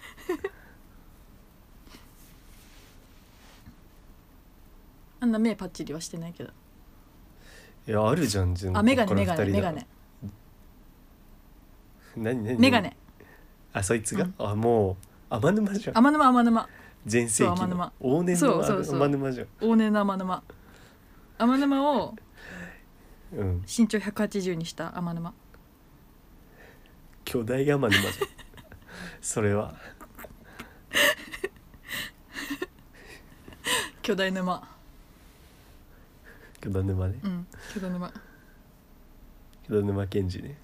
Speaker 2: あんな目パッチリはしてないけど
Speaker 1: いやあるじゃん全
Speaker 2: あ眼鏡眼鏡眼鏡
Speaker 1: 何何
Speaker 2: 眼鏡
Speaker 1: あそいつが、
Speaker 2: うん
Speaker 1: あもう天沼じゃん
Speaker 2: 天沼天沼
Speaker 1: 全盛
Speaker 2: そう
Speaker 1: 期
Speaker 2: 天沼
Speaker 1: の往年の
Speaker 2: そうそうそう
Speaker 1: 天沼じゃん
Speaker 2: 往年の天沼天沼を
Speaker 1: うん
Speaker 2: 身長180にした天沼
Speaker 1: 巨大天沼じ ゃんそれは
Speaker 2: 巨大沼
Speaker 1: 巨大沼ね
Speaker 2: うん巨大沼
Speaker 1: 巨大沼健二ね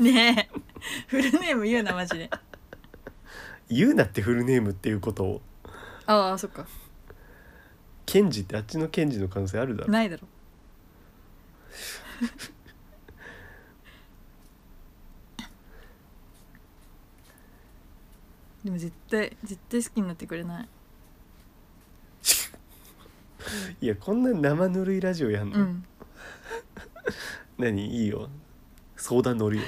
Speaker 2: ねえ フルネーム言うなマジで
Speaker 1: 言うなってフルネームっていうことを
Speaker 2: ああそっか
Speaker 1: ケンジってあっちのケンジの可能性あるだろ
Speaker 2: ないだろ でも絶対絶対好きになってくれない
Speaker 1: いやこんな生ぬるいラジオやんの、
Speaker 2: うん
Speaker 1: 何いいよ相談乗るよ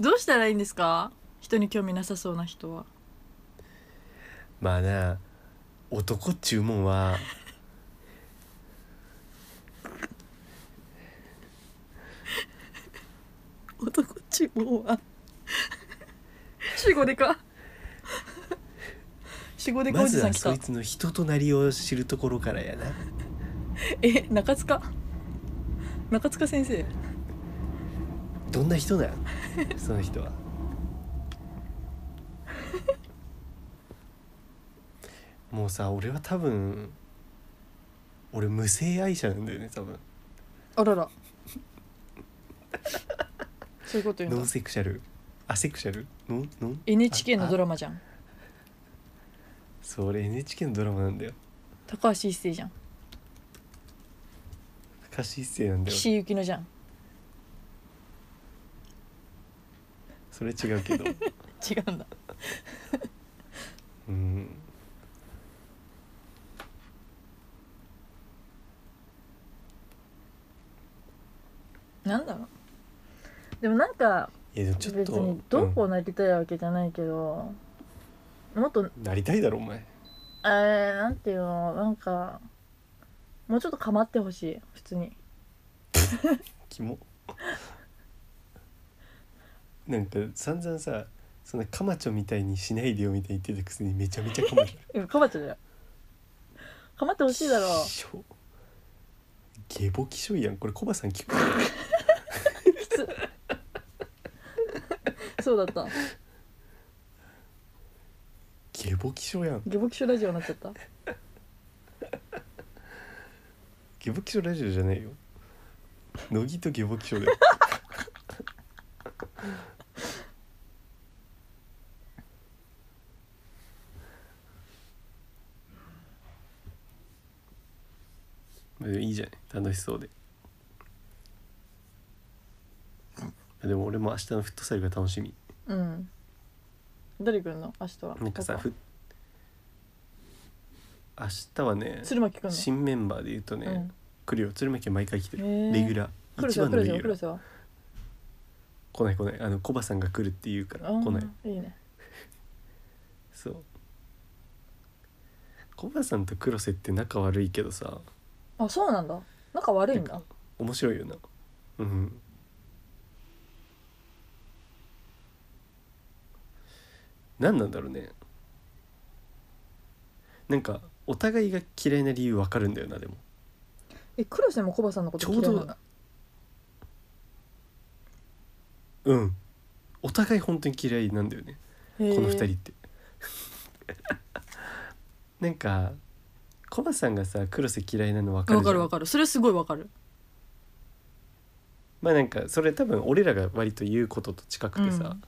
Speaker 2: どうしたらいいんですか人に興味なさそうな人は
Speaker 1: まあな男っちゅうもんは
Speaker 2: 男注文は死後でか死後でか
Speaker 1: ま
Speaker 2: おじ
Speaker 1: ず
Speaker 2: さ
Speaker 1: は
Speaker 2: ん来た、
Speaker 1: そいつの人となりを知るところからやな
Speaker 2: え中塚中塚先生
Speaker 1: どんな 人なんその人はもうさ俺は多分俺無性愛者なんだよね多分
Speaker 2: あららそういうこと言う
Speaker 1: ノ
Speaker 2: ん
Speaker 1: ン
Speaker 2: だ
Speaker 1: セクシャルアセクシャルノンノン
Speaker 2: NHK のド
Speaker 1: マ
Speaker 2: ラマじゃん
Speaker 1: そう俺 NHK のドラマなんだよ
Speaker 2: 高橋一生じゃん
Speaker 1: 高橋一生なんだよ
Speaker 2: 岸井ゆきのじゃん
Speaker 1: それ違うけ ど
Speaker 2: 違うんだ
Speaker 1: うん
Speaker 2: なんだろうでもなんか
Speaker 1: いやでもちょっ
Speaker 2: 別
Speaker 1: と
Speaker 2: にどうこ
Speaker 1: う
Speaker 2: うなりたいわけじゃないけど、もっと
Speaker 1: んなりたいだろお前
Speaker 2: えー、なんていうのなんかもうちょっと構ってほしい普通に
Speaker 1: キモ なんか散々さそんなカマチョみたいにしないでよみたいに言ってたくせにめちゃめちゃカマチョ
Speaker 2: えかばちゃだよ構ってほ しいだろ
Speaker 1: きしょゲボきしょいやんこれコバさん聞く
Speaker 2: きつそうだった
Speaker 1: ゲボきしょやん
Speaker 2: 下僕書ラジオになっちゃった
Speaker 1: ゲボきしょラジオじゃないよ乃木とゲボきしょだよまあでもいいじゃない楽しそうであでも俺も明日のフットサルが楽しみ
Speaker 2: うん誰来るの明日は
Speaker 1: なんかさ
Speaker 2: パ
Speaker 1: ふ明日はね
Speaker 2: パ鶴巻くんの
Speaker 1: 新メンバーで言うとね、
Speaker 2: うん
Speaker 1: 来るよ鶴巻は毎回来てる
Speaker 2: へー
Speaker 1: レギュラー
Speaker 2: 黒
Speaker 1: 一
Speaker 2: 瀬は
Speaker 1: 番のレギ
Speaker 2: 黒瀬
Speaker 1: ュ
Speaker 2: は
Speaker 1: ラ
Speaker 2: 黒
Speaker 1: ー
Speaker 2: 瀬は
Speaker 1: 来ない来ないあのコバさんが来るって言うから
Speaker 2: あー
Speaker 1: 来ない
Speaker 2: いいね
Speaker 1: そうコバさんと黒瀬って仲悪いけどさ
Speaker 2: あそうなんだ仲悪いんだ
Speaker 1: 面白いよなうん何なんだろうねなんかお互いが嫌いな理由わかるんだよなでも
Speaker 2: え黒瀬もコバさんのこと嫌いな
Speaker 1: ちょう
Speaker 2: の
Speaker 1: どうんお互い本当に嫌いなんだよね
Speaker 2: こ
Speaker 1: この二人って。 なんかコバさんがさ黒瀬嫌いなの分かる
Speaker 2: わ
Speaker 1: じゃ
Speaker 2: か
Speaker 1: ん
Speaker 2: るわかるそれすごいわかる
Speaker 1: まあなんかそれ多分俺らが割と言うことと近くてさ、
Speaker 2: うん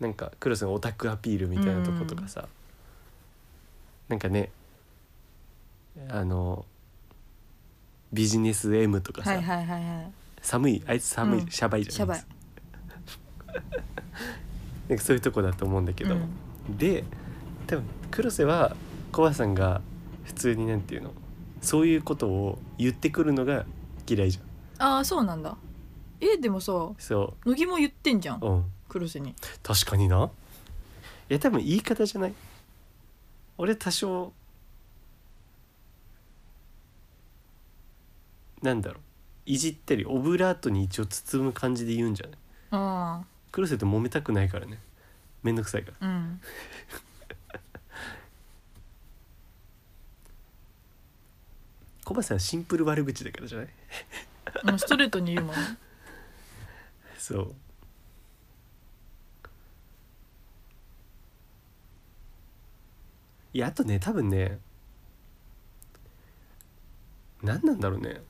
Speaker 1: なんか黒瀬のオタクアピールみたいなとことかさ、なんかねあのビジネス M とかさ、
Speaker 2: はいはいはいはい
Speaker 1: 寒いあいつ寒い、
Speaker 2: うん
Speaker 1: シャバいじゃん
Speaker 2: シャバい
Speaker 1: なんかそういうとこだと思うんだけど、
Speaker 2: うん
Speaker 1: で多分黒瀬はコバさんが普通になんていうのそういうことを言ってくるのが嫌いじゃん
Speaker 2: ああそうなんだえでもさ
Speaker 1: そ
Speaker 2: 乃木も言ってんじゃん
Speaker 1: ううん
Speaker 2: 黒瀬に
Speaker 1: 確かにないや多分言い方じゃない俺多少なんだろういじったりオブラートに一応包む感じで言うんじゃない
Speaker 2: あ
Speaker 1: 黒瀬と揉めたくないからねめんどくさいから
Speaker 2: あうん
Speaker 1: コバさんはシンプル悪口だからじゃない
Speaker 2: うんストレートに言うもんね
Speaker 1: そういやあとね多分ね何なんだろうね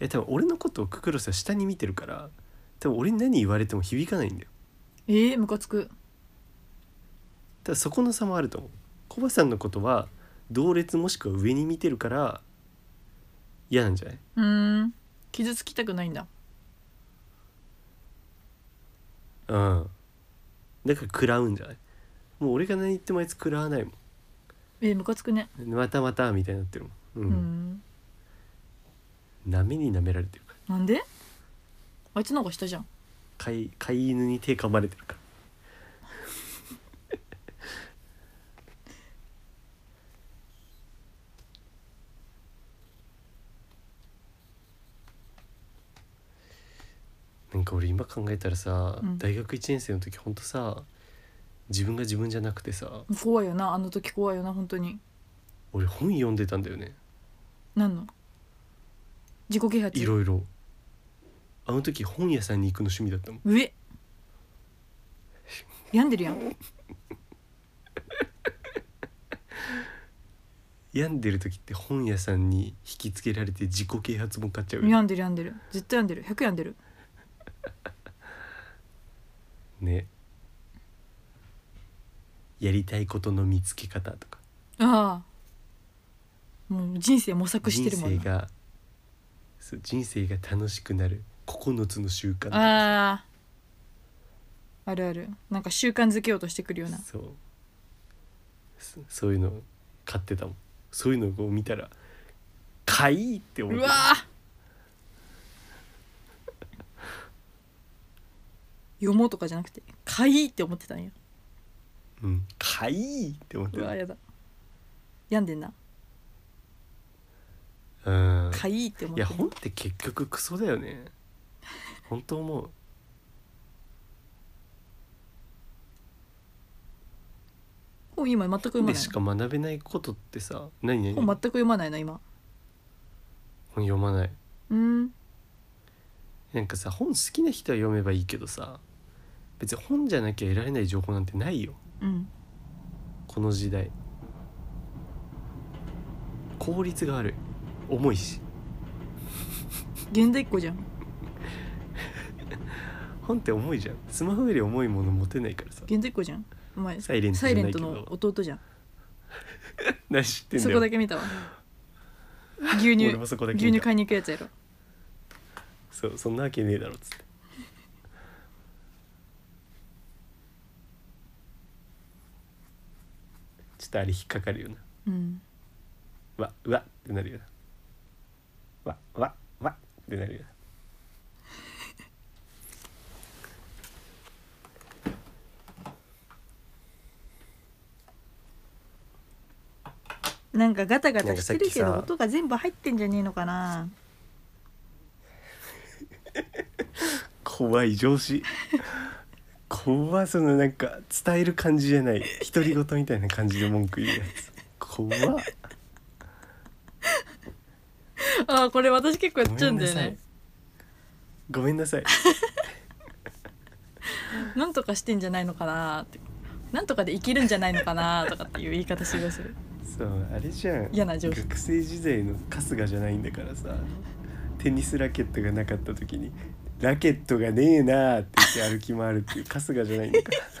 Speaker 1: いや多分俺のことをククロスは下に見てるから多分俺に何言われても響かないんだよ
Speaker 2: ええムカつく
Speaker 1: ただそこの差もあると思うコバさんのことは同列もしくは上に見てるから嫌なんじゃないう
Speaker 2: ーん傷つきたくないんだ
Speaker 1: うんだから食らうんじゃないもう俺が何言ってもあいつ食らわないもん
Speaker 2: えー、ムカつくね
Speaker 1: またまたみたいになってるもん、う
Speaker 2: うんん
Speaker 1: 舐めに舐められてるから
Speaker 2: なんであいつの方が下じゃん
Speaker 1: 飼い飼い犬に手噛まれてるから なんか俺今考えたらさ、
Speaker 2: うん
Speaker 1: 大学1年生の時ほんとさ自分が自分じゃなくてさ
Speaker 2: 怖いよなあの時怖いよな本当に
Speaker 1: 俺本読んでたんだよね
Speaker 2: 何の自己啓発
Speaker 1: いろいろあの時本屋さんに行くの趣味だったもん
Speaker 2: 上病んでるやん
Speaker 1: 病んでる時って本屋さんに引きつけられて自己啓発本買っちゃうよね
Speaker 2: 病んでる病んでるずっと病んでる100病んでる
Speaker 1: ねやりたいことの見つけ方とか
Speaker 2: ああもう人生模索し
Speaker 1: 人
Speaker 2: てるもん
Speaker 1: 生
Speaker 2: な
Speaker 1: がそう人生が楽しくなる9つの習慣とか
Speaker 2: あああるあるなんか習慣づけようとしてくるような
Speaker 1: そうそそういうの買ってたもんそういうのを見たら「かい!」って思っ
Speaker 2: う
Speaker 1: て
Speaker 2: わ読もうとかじゃなくて「かい!」って思ってたんや
Speaker 1: うん「かい!」って思って
Speaker 2: うわ
Speaker 1: た
Speaker 2: やだ病んでんな
Speaker 1: うん
Speaker 2: 「かい!」って
Speaker 1: い
Speaker 2: 思って
Speaker 1: や
Speaker 2: る
Speaker 1: 本って結局クソだよね本当思う
Speaker 2: 本今全く読ま
Speaker 1: 本で
Speaker 2: ない
Speaker 1: しか学べないことってさ何何
Speaker 2: 本全く読まないな今
Speaker 1: 本読まない
Speaker 2: うん
Speaker 1: なんかさ本好きな人は読めばいいけどさ別に本じゃなきゃ得られない情報なんてないよ
Speaker 2: うん
Speaker 1: この時代効率がある重いし
Speaker 2: 現代っ子じゃん
Speaker 1: 本って重いじゃんスマホより重いもの持てないからさ
Speaker 2: 現代っ子じゃんお前
Speaker 1: サイレント
Speaker 2: サ
Speaker 1: じ
Speaker 2: イ
Speaker 1: ゃ
Speaker 2: レ
Speaker 1: ない
Speaker 2: ン
Speaker 1: け
Speaker 2: ト
Speaker 1: ど
Speaker 2: の弟じゃん
Speaker 1: 何知ってん
Speaker 2: そ
Speaker 1: だ
Speaker 2: こ
Speaker 1: よ
Speaker 2: だけ見たわ牛乳
Speaker 1: 俺もそこだけ
Speaker 2: 牛
Speaker 1: 見
Speaker 2: 乳
Speaker 1: た
Speaker 2: 買いに行くやつやろ
Speaker 1: そうそんなわけねえだろっつってちょっとあれ引っかかるよな
Speaker 2: うん
Speaker 1: うわうわってなるよなうわうわうわってなるよな
Speaker 2: なんかガタガタしてるけ
Speaker 1: なん
Speaker 2: ど
Speaker 1: かさっきさ
Speaker 2: 音が全部入ってんじゃねえのかな
Speaker 1: 怖い上司怖いそのなんか伝える感じじゃない独り言みたいな感じで文句言うやつ怖っ
Speaker 2: あーこれ私結構やっちゃうんだよね
Speaker 1: ごめんなさい
Speaker 2: なんとかしてんじゃないのかなってなんとかで生きるんじゃないのかなとかっていう言い方しまする
Speaker 1: そうあれじゃん
Speaker 2: 嫌な上司
Speaker 1: 学生時代の春日じゃないんだからさテニスラケットがなかった時に「ラケットがねえな」って言って歩き回るっていう春日じゃないんだから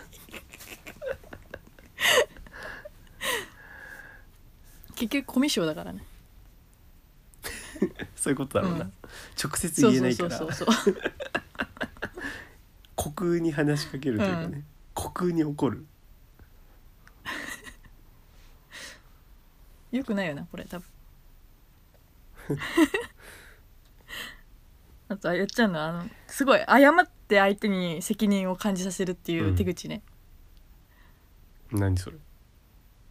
Speaker 2: 結局コミュ障だからね
Speaker 1: そういうことだろうな、
Speaker 2: うん
Speaker 1: 直接
Speaker 2: そう
Speaker 1: 言えな
Speaker 2: そう
Speaker 1: いか
Speaker 2: そう
Speaker 1: ら
Speaker 2: そうそう
Speaker 1: 虚空に話しかけるというかね、虚空に怒る
Speaker 2: よくないよなこれ多分あとやっちゃうのはあのすごい謝って相手に責任を感じさせるっていう手口ね、
Speaker 1: 何それ
Speaker 2: い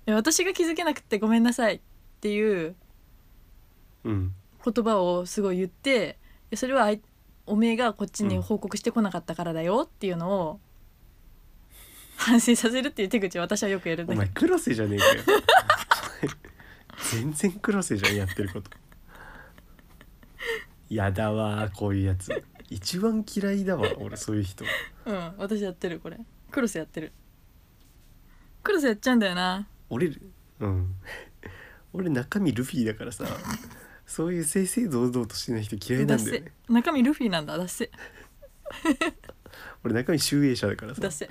Speaker 2: や私が気づけなくてごめんなさいっていう
Speaker 1: うん
Speaker 2: 言葉をすごい言っていやそれはあいおめえがこっちに報告してこなかったからだよっていうのを反省させるっていう手口を私はよくやる
Speaker 1: お
Speaker 2: んだけ
Speaker 1: 前
Speaker 2: ど
Speaker 1: 黒瀬じゃねえかよ全然黒瀬じゃんやってることやだわこういうやつ一番嫌いだわ俺そういう人
Speaker 2: うん私やってるこれクロスやってるクロスやっちゃうんだよな
Speaker 1: 俺うん俺中身ルフィだからさそういう正々堂々としてない人嫌いな
Speaker 2: ダ
Speaker 1: んだよ
Speaker 2: セ
Speaker 1: ね
Speaker 2: 中身ルフィなんだダッセ
Speaker 1: 俺中身集英社だからさ
Speaker 2: ダッセ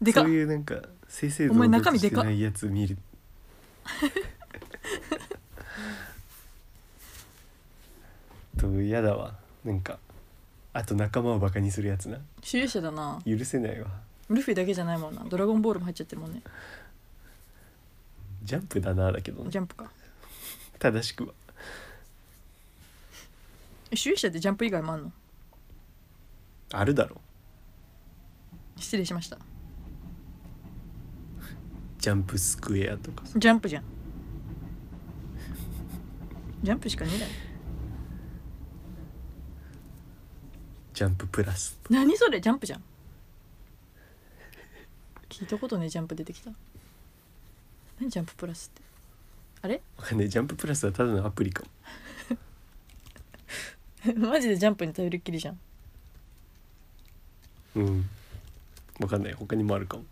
Speaker 2: でか
Speaker 1: そう
Speaker 2: っ
Speaker 1: いうなんか正
Speaker 2: お
Speaker 1: 々
Speaker 2: 前
Speaker 1: 堂々
Speaker 2: 中
Speaker 1: と
Speaker 2: 身
Speaker 1: し
Speaker 2: で
Speaker 1: て
Speaker 2: かっ
Speaker 1: ないやつ見ると嫌だわなんかあと仲間をバカにするやつな
Speaker 2: 主演者だな
Speaker 1: 許せないわ
Speaker 2: ルフィだけじゃないもんなドラゴンボールも入っちゃってるもんね
Speaker 1: ジャンプだなだけどね
Speaker 2: ジャンプか
Speaker 1: 正しくは
Speaker 2: え主義者ってジャンプ以外もあんの
Speaker 1: あるだろ
Speaker 2: 失礼しました
Speaker 1: ジャンプスクエアとかさ
Speaker 2: ジャンプじゃんジャンプしかねえだろ
Speaker 1: ジャンププラス
Speaker 2: 何それジャンプじゃん聞いたことねえジャンプ出てきた何ジャンププラスってあれ
Speaker 1: わかんないジャンププラスはただのアプリかも
Speaker 2: マジでジャンプに頼りっきりじゃん
Speaker 1: うんわかんない他にもあるかも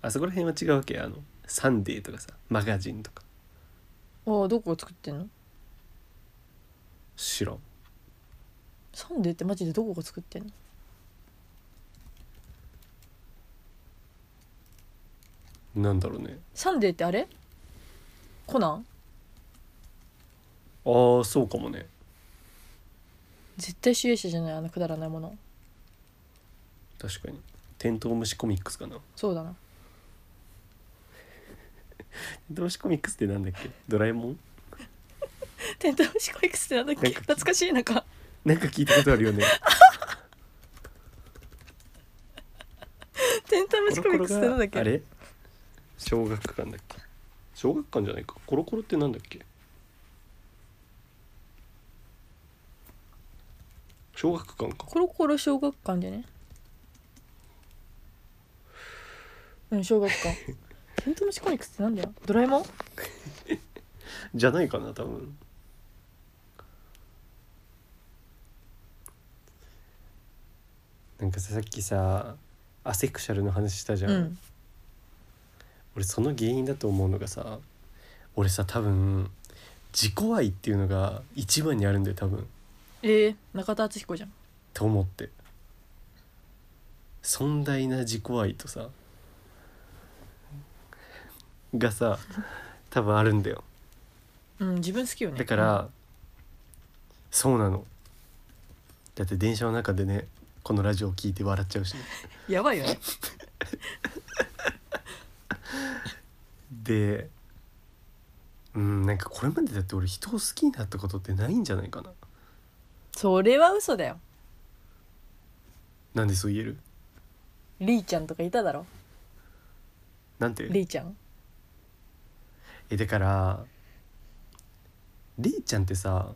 Speaker 1: あそこら辺は違うわけあのサンデーとかさマガジンとか
Speaker 2: ああどこが作ってんの
Speaker 1: 知らん
Speaker 2: サンデーってマジでどこが作ってんの
Speaker 1: なんだろうね
Speaker 2: サンデーってあれコナン
Speaker 1: ああそうかもね
Speaker 2: 絶対主演者じゃないあのくだらないもの
Speaker 1: 確かにテントウムシコミックスかな
Speaker 2: そうだな
Speaker 1: テントウムシコミックスってなんだっけドラえもん
Speaker 2: テントウムシコミックスってなんだっけ
Speaker 1: なんか
Speaker 2: 懐かしいなんか
Speaker 1: なんか聞いたことあるよ ね
Speaker 2: テントウムシコミックスってなんだっけ
Speaker 1: あれ小学館だっけ小学館じゃないかコロコロってなんだっけ小学館か
Speaker 2: コロコロ小学館じゃねうん小 学館テントウムシコミックスってなんだよドラえもん
Speaker 1: じゃないかな多分なんかささっきさアセクシャルの話したじゃん、
Speaker 2: うん
Speaker 1: 俺その原因だと思うのがさ俺さ多分自己愛っていうのが一番にあるんだよ多分
Speaker 2: えー、中田敦彦じゃん
Speaker 1: と思って尊大な自己愛とさがさ多分あるんだよ
Speaker 2: うん自分好きよね
Speaker 1: だから、そうなのだって電車の中でねこのラジオを聞いて笑っちゃうしね、
Speaker 2: うんやばいよね
Speaker 1: でうんなんかこれまでだって俺人を好きになったことってないんじゃないかな
Speaker 2: それは嘘だよ
Speaker 1: なんでそう言える
Speaker 2: リーちゃんとかいただろ
Speaker 1: なんて
Speaker 2: リーちゃん
Speaker 1: えだからりーちゃんってさ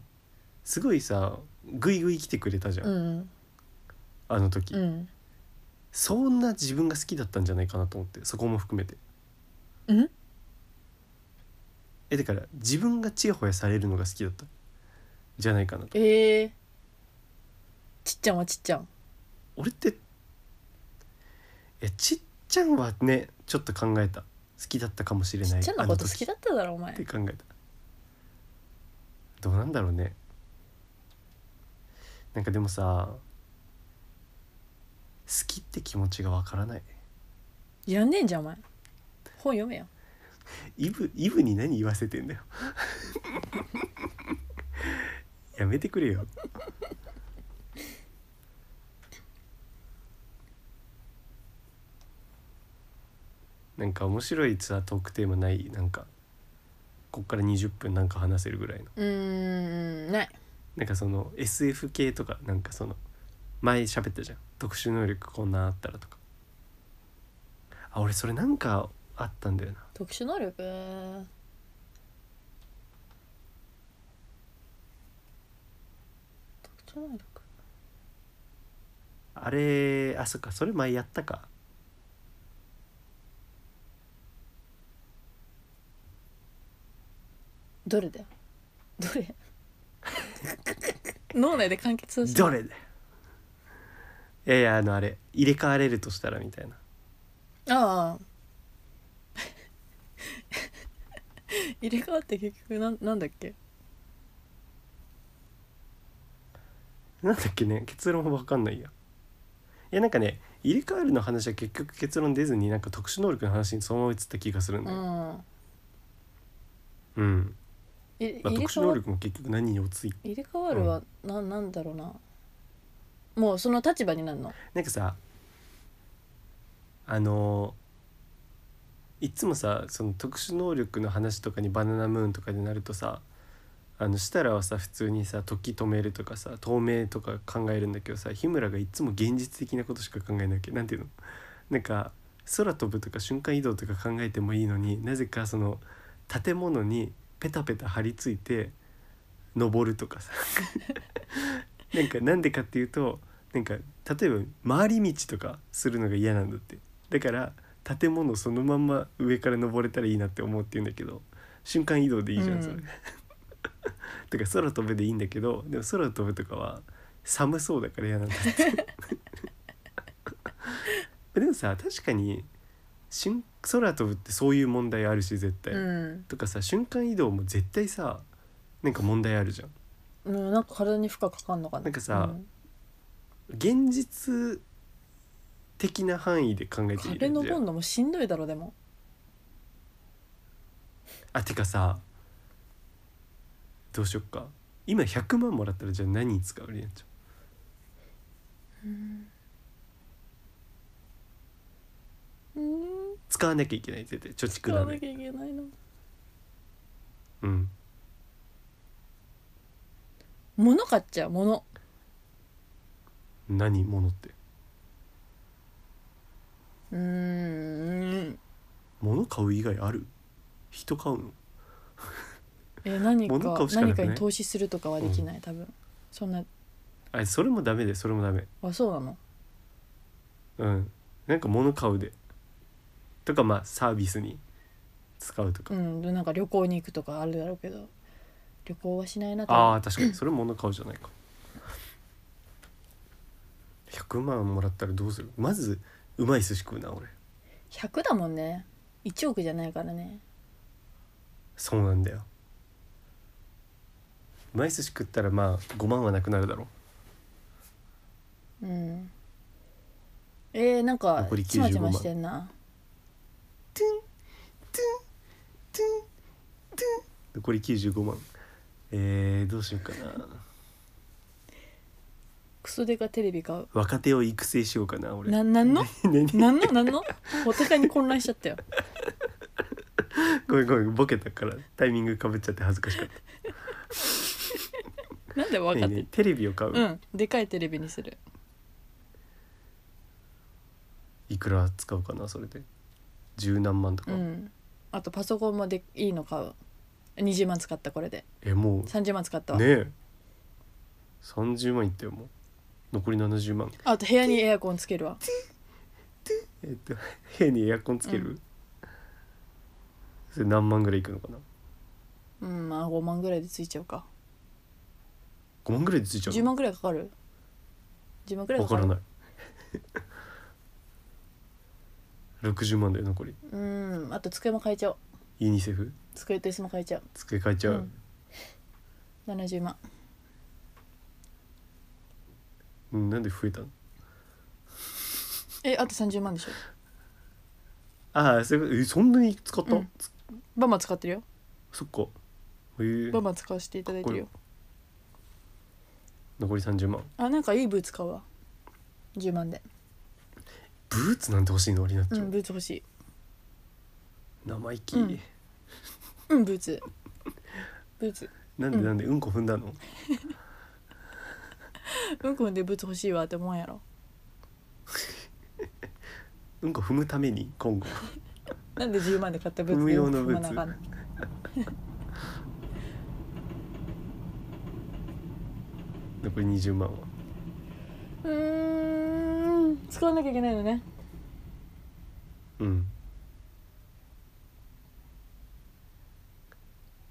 Speaker 1: すごいさグイグイ来てくれたじゃん、
Speaker 2: うん
Speaker 1: あの時、
Speaker 2: うん
Speaker 1: そんな自分が好きだったんじゃないかなと思ってそこも含めて
Speaker 2: うん
Speaker 1: えだから自分がちやほやされるのが好きだったじゃないかなと
Speaker 2: えー、ちっちゃんはちっちゃん
Speaker 1: 俺ってえちっちゃんはねちょっと考えた好きだったかもしれ
Speaker 2: ち
Speaker 1: ない
Speaker 2: っちゃんのこと好
Speaker 1: あ時
Speaker 2: きだっただろお前
Speaker 1: って考えたどうなんだろうねなんかでもさ好きって気持ちがわからない
Speaker 2: いらんねえんじゃんお前本読めよ
Speaker 1: イブイブに何言わせてんだよ やめてくれよなんか面白いツアートークテーマないなんかこっから20分なんか話せるぐらいの
Speaker 2: うーんない
Speaker 1: なんかその SF 系とかなんかその前喋ったじゃん特殊能力こんなんあったらとかあ俺それなんかあったんだよな
Speaker 2: 特殊能力特殊能力
Speaker 1: あれあそっかそれ前やったか
Speaker 2: どれだよどれ 脳内で完結させ
Speaker 1: どれだよいやいやあのあれ入れ替われるとしたらみたいな
Speaker 2: ああ入れ替わって結局なんなんだっけ
Speaker 1: なんだっけね結論わかんないやいやなんかね入れ替わるの話は結局結論出ずになんか特殊能力の話にそのまま移った気がするん
Speaker 2: う
Speaker 1: だよ
Speaker 2: ん
Speaker 1: うん、
Speaker 2: い
Speaker 1: まあ、
Speaker 2: 入れ
Speaker 1: 特殊
Speaker 2: 替
Speaker 1: 能
Speaker 2: わ
Speaker 1: 力も結局何に落ち着い
Speaker 2: 入れ替わるはななんだろうなもうその立場になるの
Speaker 1: なんかさあのいつもさその特殊能力の話とかにバナナムーンとかになるとさあの設楽はさ普通にさ時止めるとかさ透明とか考えるんだけどさ日村がいつも現実的なことしか考えないわけなんていうのなんか空飛ぶとか瞬間移動とか考えてもいいのになぜかその建物にペタペタ張り付いて登るとかさ なんかなんでかっていうとなんか例えば回り道とかするのが嫌なんだってだから建物そのまんま上から登れたらいいなって思うって言うんだけど瞬間移動でいいじゃんそれ、
Speaker 2: うん
Speaker 1: だから空飛ぶでいいんだけどでも空飛ぶとかは寒そうだから嫌なんだって でもさ確かに瞬空飛ぶってそういう問題あるし絶対、
Speaker 2: うん
Speaker 1: とかさ瞬間移動も絶対さなんか問題あるじゃん
Speaker 2: うんなんか体に負荷かかんのかな
Speaker 1: なんかさ現実的な範囲で考えてみ
Speaker 2: 壁
Speaker 1: るんだ
Speaker 2: 登
Speaker 1: よ
Speaker 2: んのもしんどいだろでも
Speaker 1: あてかさどうしよっか今100万もらったらじゃあ何に使うりなちゃん
Speaker 2: うん
Speaker 1: 使わなきゃいけない絶対貯蓄
Speaker 2: 使
Speaker 1: だ
Speaker 2: わな
Speaker 1: ね
Speaker 2: きゃいけないな
Speaker 1: うん
Speaker 2: 物買っちゃう物
Speaker 1: 何物って
Speaker 2: うーん
Speaker 1: 物買う以外ある人買うの
Speaker 2: え何か
Speaker 1: 物買うしかな
Speaker 2: 何
Speaker 1: くな
Speaker 2: か
Speaker 1: い
Speaker 2: に投資するとかはできない多分そんな
Speaker 1: あそれもダメでそれもダメ
Speaker 2: あそうなの
Speaker 1: うんなんか物買うでとかまあサービスに使うとか、
Speaker 2: うんでなんか旅行に行くとかあるだろうけど旅行はしないな
Speaker 1: ああ確かにそれ物買うじゃないか100万もらったらどうするまずうまい寿司食うな俺
Speaker 2: 100だもんね1億じゃないからね
Speaker 1: そうなんだようまい寿司食ったらまあ5万はなくなるだろう
Speaker 2: うんえー、なんか
Speaker 1: 残り
Speaker 2: ち
Speaker 1: 95
Speaker 2: まちましてんな
Speaker 1: 残り95万えー、どうしようかな
Speaker 2: クソデカテレビ買う
Speaker 1: 若手を育成しようかな俺
Speaker 2: ななんの
Speaker 1: 何
Speaker 2: なんのなんのお互いに混乱しちゃったよ
Speaker 1: ごめんごめんボケたからタイミングかぶっちゃって恥ずかしかった
Speaker 2: なんで分かっ
Speaker 1: ねえ
Speaker 2: て
Speaker 1: ねえテレビを買う、
Speaker 2: うんでかいテレビにする
Speaker 1: いくら使うかなそれで十何万とか、
Speaker 2: うんあとパソコンもでいいの買う20万使ったこれで
Speaker 1: えもう
Speaker 2: 30万使ったわ、
Speaker 1: ねえ30万いったよもう残り70万
Speaker 2: あと部屋にエアコンつけるわ
Speaker 1: えっと 部屋にエアコンつける、
Speaker 2: う
Speaker 1: それ何万ぐらいいくのかな
Speaker 2: うんまあ5万ぐらいでついちゃうか
Speaker 1: 5万ぐらいでついちゃうの
Speaker 2: 10万ぐらいかかる10万ぐらい
Speaker 1: わ
Speaker 2: かか
Speaker 1: か
Speaker 2: る
Speaker 1: らない 60万だよ残り
Speaker 2: うんあと机も変えちゃおう
Speaker 1: ユニセフ
Speaker 2: 机と椅子も変えちゃ
Speaker 1: 机買えちゃう、
Speaker 2: うんう70万
Speaker 1: うんなんで増えたの
Speaker 2: えあと30万でしょ
Speaker 1: ああそれえそんなに使った、
Speaker 2: うんバンバン使ってるよ
Speaker 1: そっかへえ
Speaker 2: バンバン使わせていただいてるよ
Speaker 1: 残り30万
Speaker 2: あなんかいいブーツ買うわ10万で
Speaker 1: ブーツなんて欲しいの俺なっちゃ
Speaker 2: う
Speaker 1: う、
Speaker 2: んブーツ欲しい
Speaker 1: 生意気、
Speaker 2: うんうんブーツブーツ
Speaker 1: なんで
Speaker 2: うん
Speaker 1: なんでうんこ踏んだの
Speaker 2: うんこんでブーツ欲しいわって思うんやろ
Speaker 1: うんこ踏むために今後
Speaker 2: なんで10万で買ったブーツ
Speaker 1: 無用の
Speaker 2: 踏まなあかん
Speaker 1: ブー残り20万は
Speaker 2: うーん使わなきゃいけないのね
Speaker 1: うん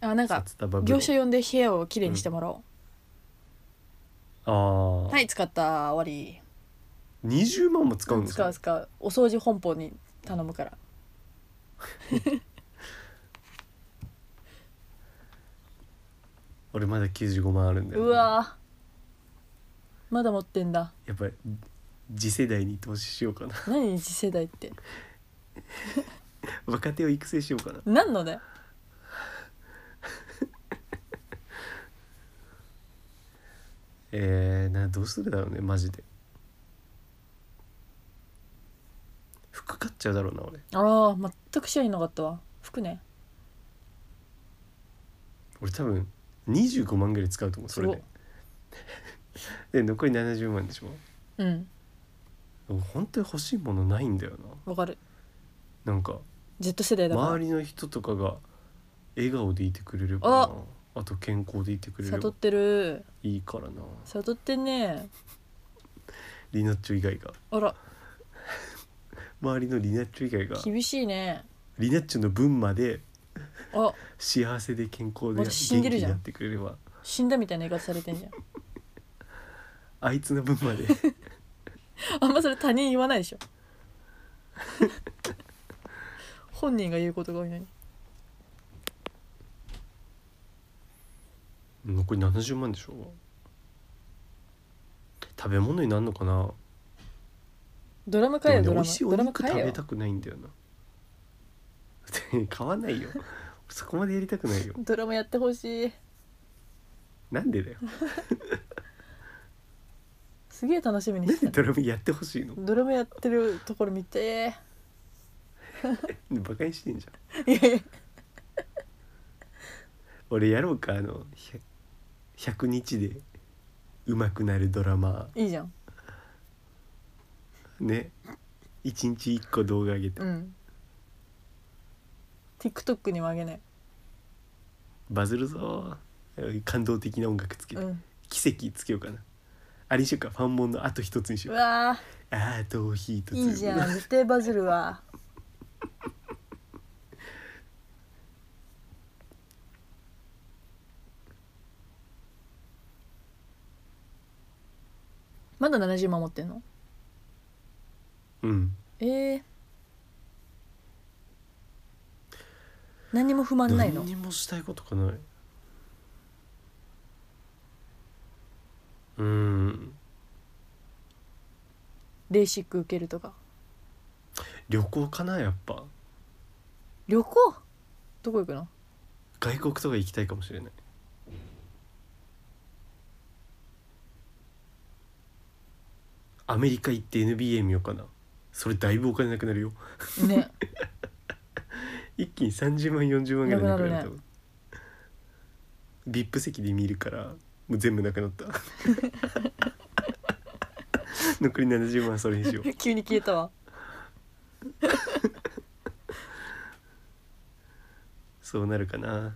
Speaker 2: あなんか
Speaker 1: 札束風呂
Speaker 2: 業者呼んで部屋をきれいにしてもらおう、
Speaker 1: ああ、
Speaker 2: はい使った終わり
Speaker 1: 20万も使うの
Speaker 2: 使う
Speaker 1: それ
Speaker 2: 使うお掃除本舗に頼むから
Speaker 1: 俺まだ95万あるんだよ
Speaker 2: うわーまだ持ってんだ
Speaker 1: やっぱり次世代に投資しようかな
Speaker 2: 何次世代って
Speaker 1: 若手を育成しようかな
Speaker 2: 何のだよ
Speaker 1: えー、などうするだろうねマジで服買っちゃうだろうな俺
Speaker 2: ああ全く視野になかったわ服ね
Speaker 1: 俺多分25万ぐらい使うと思うそれでで 残り70万でしょ
Speaker 2: うん
Speaker 1: 俺本当に欲しいものないんだよ
Speaker 2: わかる
Speaker 1: ななんか
Speaker 2: Z 世代だから
Speaker 1: 周りの人とかが笑顔でいてくれればなあと健康でいてくれれ
Speaker 2: 悟
Speaker 1: ば
Speaker 2: ってる
Speaker 1: いいからな
Speaker 2: 悟ってんね
Speaker 1: リナッチョ以外が
Speaker 2: あら
Speaker 1: 周りのリナッチョ以外が
Speaker 2: 厳しいね
Speaker 1: リナッチョの分まで
Speaker 2: あ
Speaker 1: 幸せで健康で元
Speaker 2: 私死ん
Speaker 1: 気
Speaker 2: でる
Speaker 1: に
Speaker 2: じゃん
Speaker 1: なってくれれば
Speaker 2: 死んだみたいな言い方されてんじゃん
Speaker 1: あいつの分ま で
Speaker 2: あんまそれ他人言わないでし ょ本人が言うことが多いのに
Speaker 1: 残り70万でしょ食べ物になるのかな
Speaker 2: ドラマ
Speaker 1: で
Speaker 2: 変え
Speaker 1: もね
Speaker 2: よド
Speaker 1: 美
Speaker 2: ラ
Speaker 1: 味しい
Speaker 2: マ
Speaker 1: お
Speaker 2: ドラマ
Speaker 1: 肉食
Speaker 2: 変えよ
Speaker 1: べたくないんだよな 買わないよ そこまでやりたくないよ
Speaker 2: ドラマやってほしい
Speaker 1: なんでだ よ
Speaker 2: すげえ楽しみに
Speaker 1: なん
Speaker 2: し
Speaker 1: で
Speaker 2: てた
Speaker 1: ドラムやってほしいの
Speaker 2: ドラマやってるところ見て
Speaker 1: バカにしてんじゃん
Speaker 2: いやいや
Speaker 1: 俺やろうかあのひゃ 100, 日で上手くなるドラマ
Speaker 2: いいじゃん
Speaker 1: ね一日一個動画上げて、
Speaker 2: うん。TikTok にもあげない。
Speaker 1: バズるぞー感動的な音楽つけて、
Speaker 2: うん。
Speaker 1: 奇跡つけようかなあれにしようかファンモンのあと一つにし
Speaker 2: う
Speaker 1: よう
Speaker 2: わ
Speaker 1: あと一つ
Speaker 2: ー、いいじゃん。絶対バズるわ。 まだ70万持ってんの
Speaker 1: うん
Speaker 2: えー、何にも不満ないの
Speaker 1: 何にもしたいことかないうーん
Speaker 2: レーシック受けるとか
Speaker 1: 旅行かなやっぱ
Speaker 2: 旅行どこ行くの
Speaker 1: 外国とか行きたいかもしれないアメリカ行って NBA 見ようかなそれだいぶお金なくなるよ
Speaker 2: ね
Speaker 1: 一気に30万40万ぐらいなくなる
Speaker 2: なくな
Speaker 1: と
Speaker 2: る
Speaker 1: 思う VIP 席で見るからもう全部なくなった 残り70万それ以上
Speaker 2: 急に消えたわ
Speaker 1: そうなるかな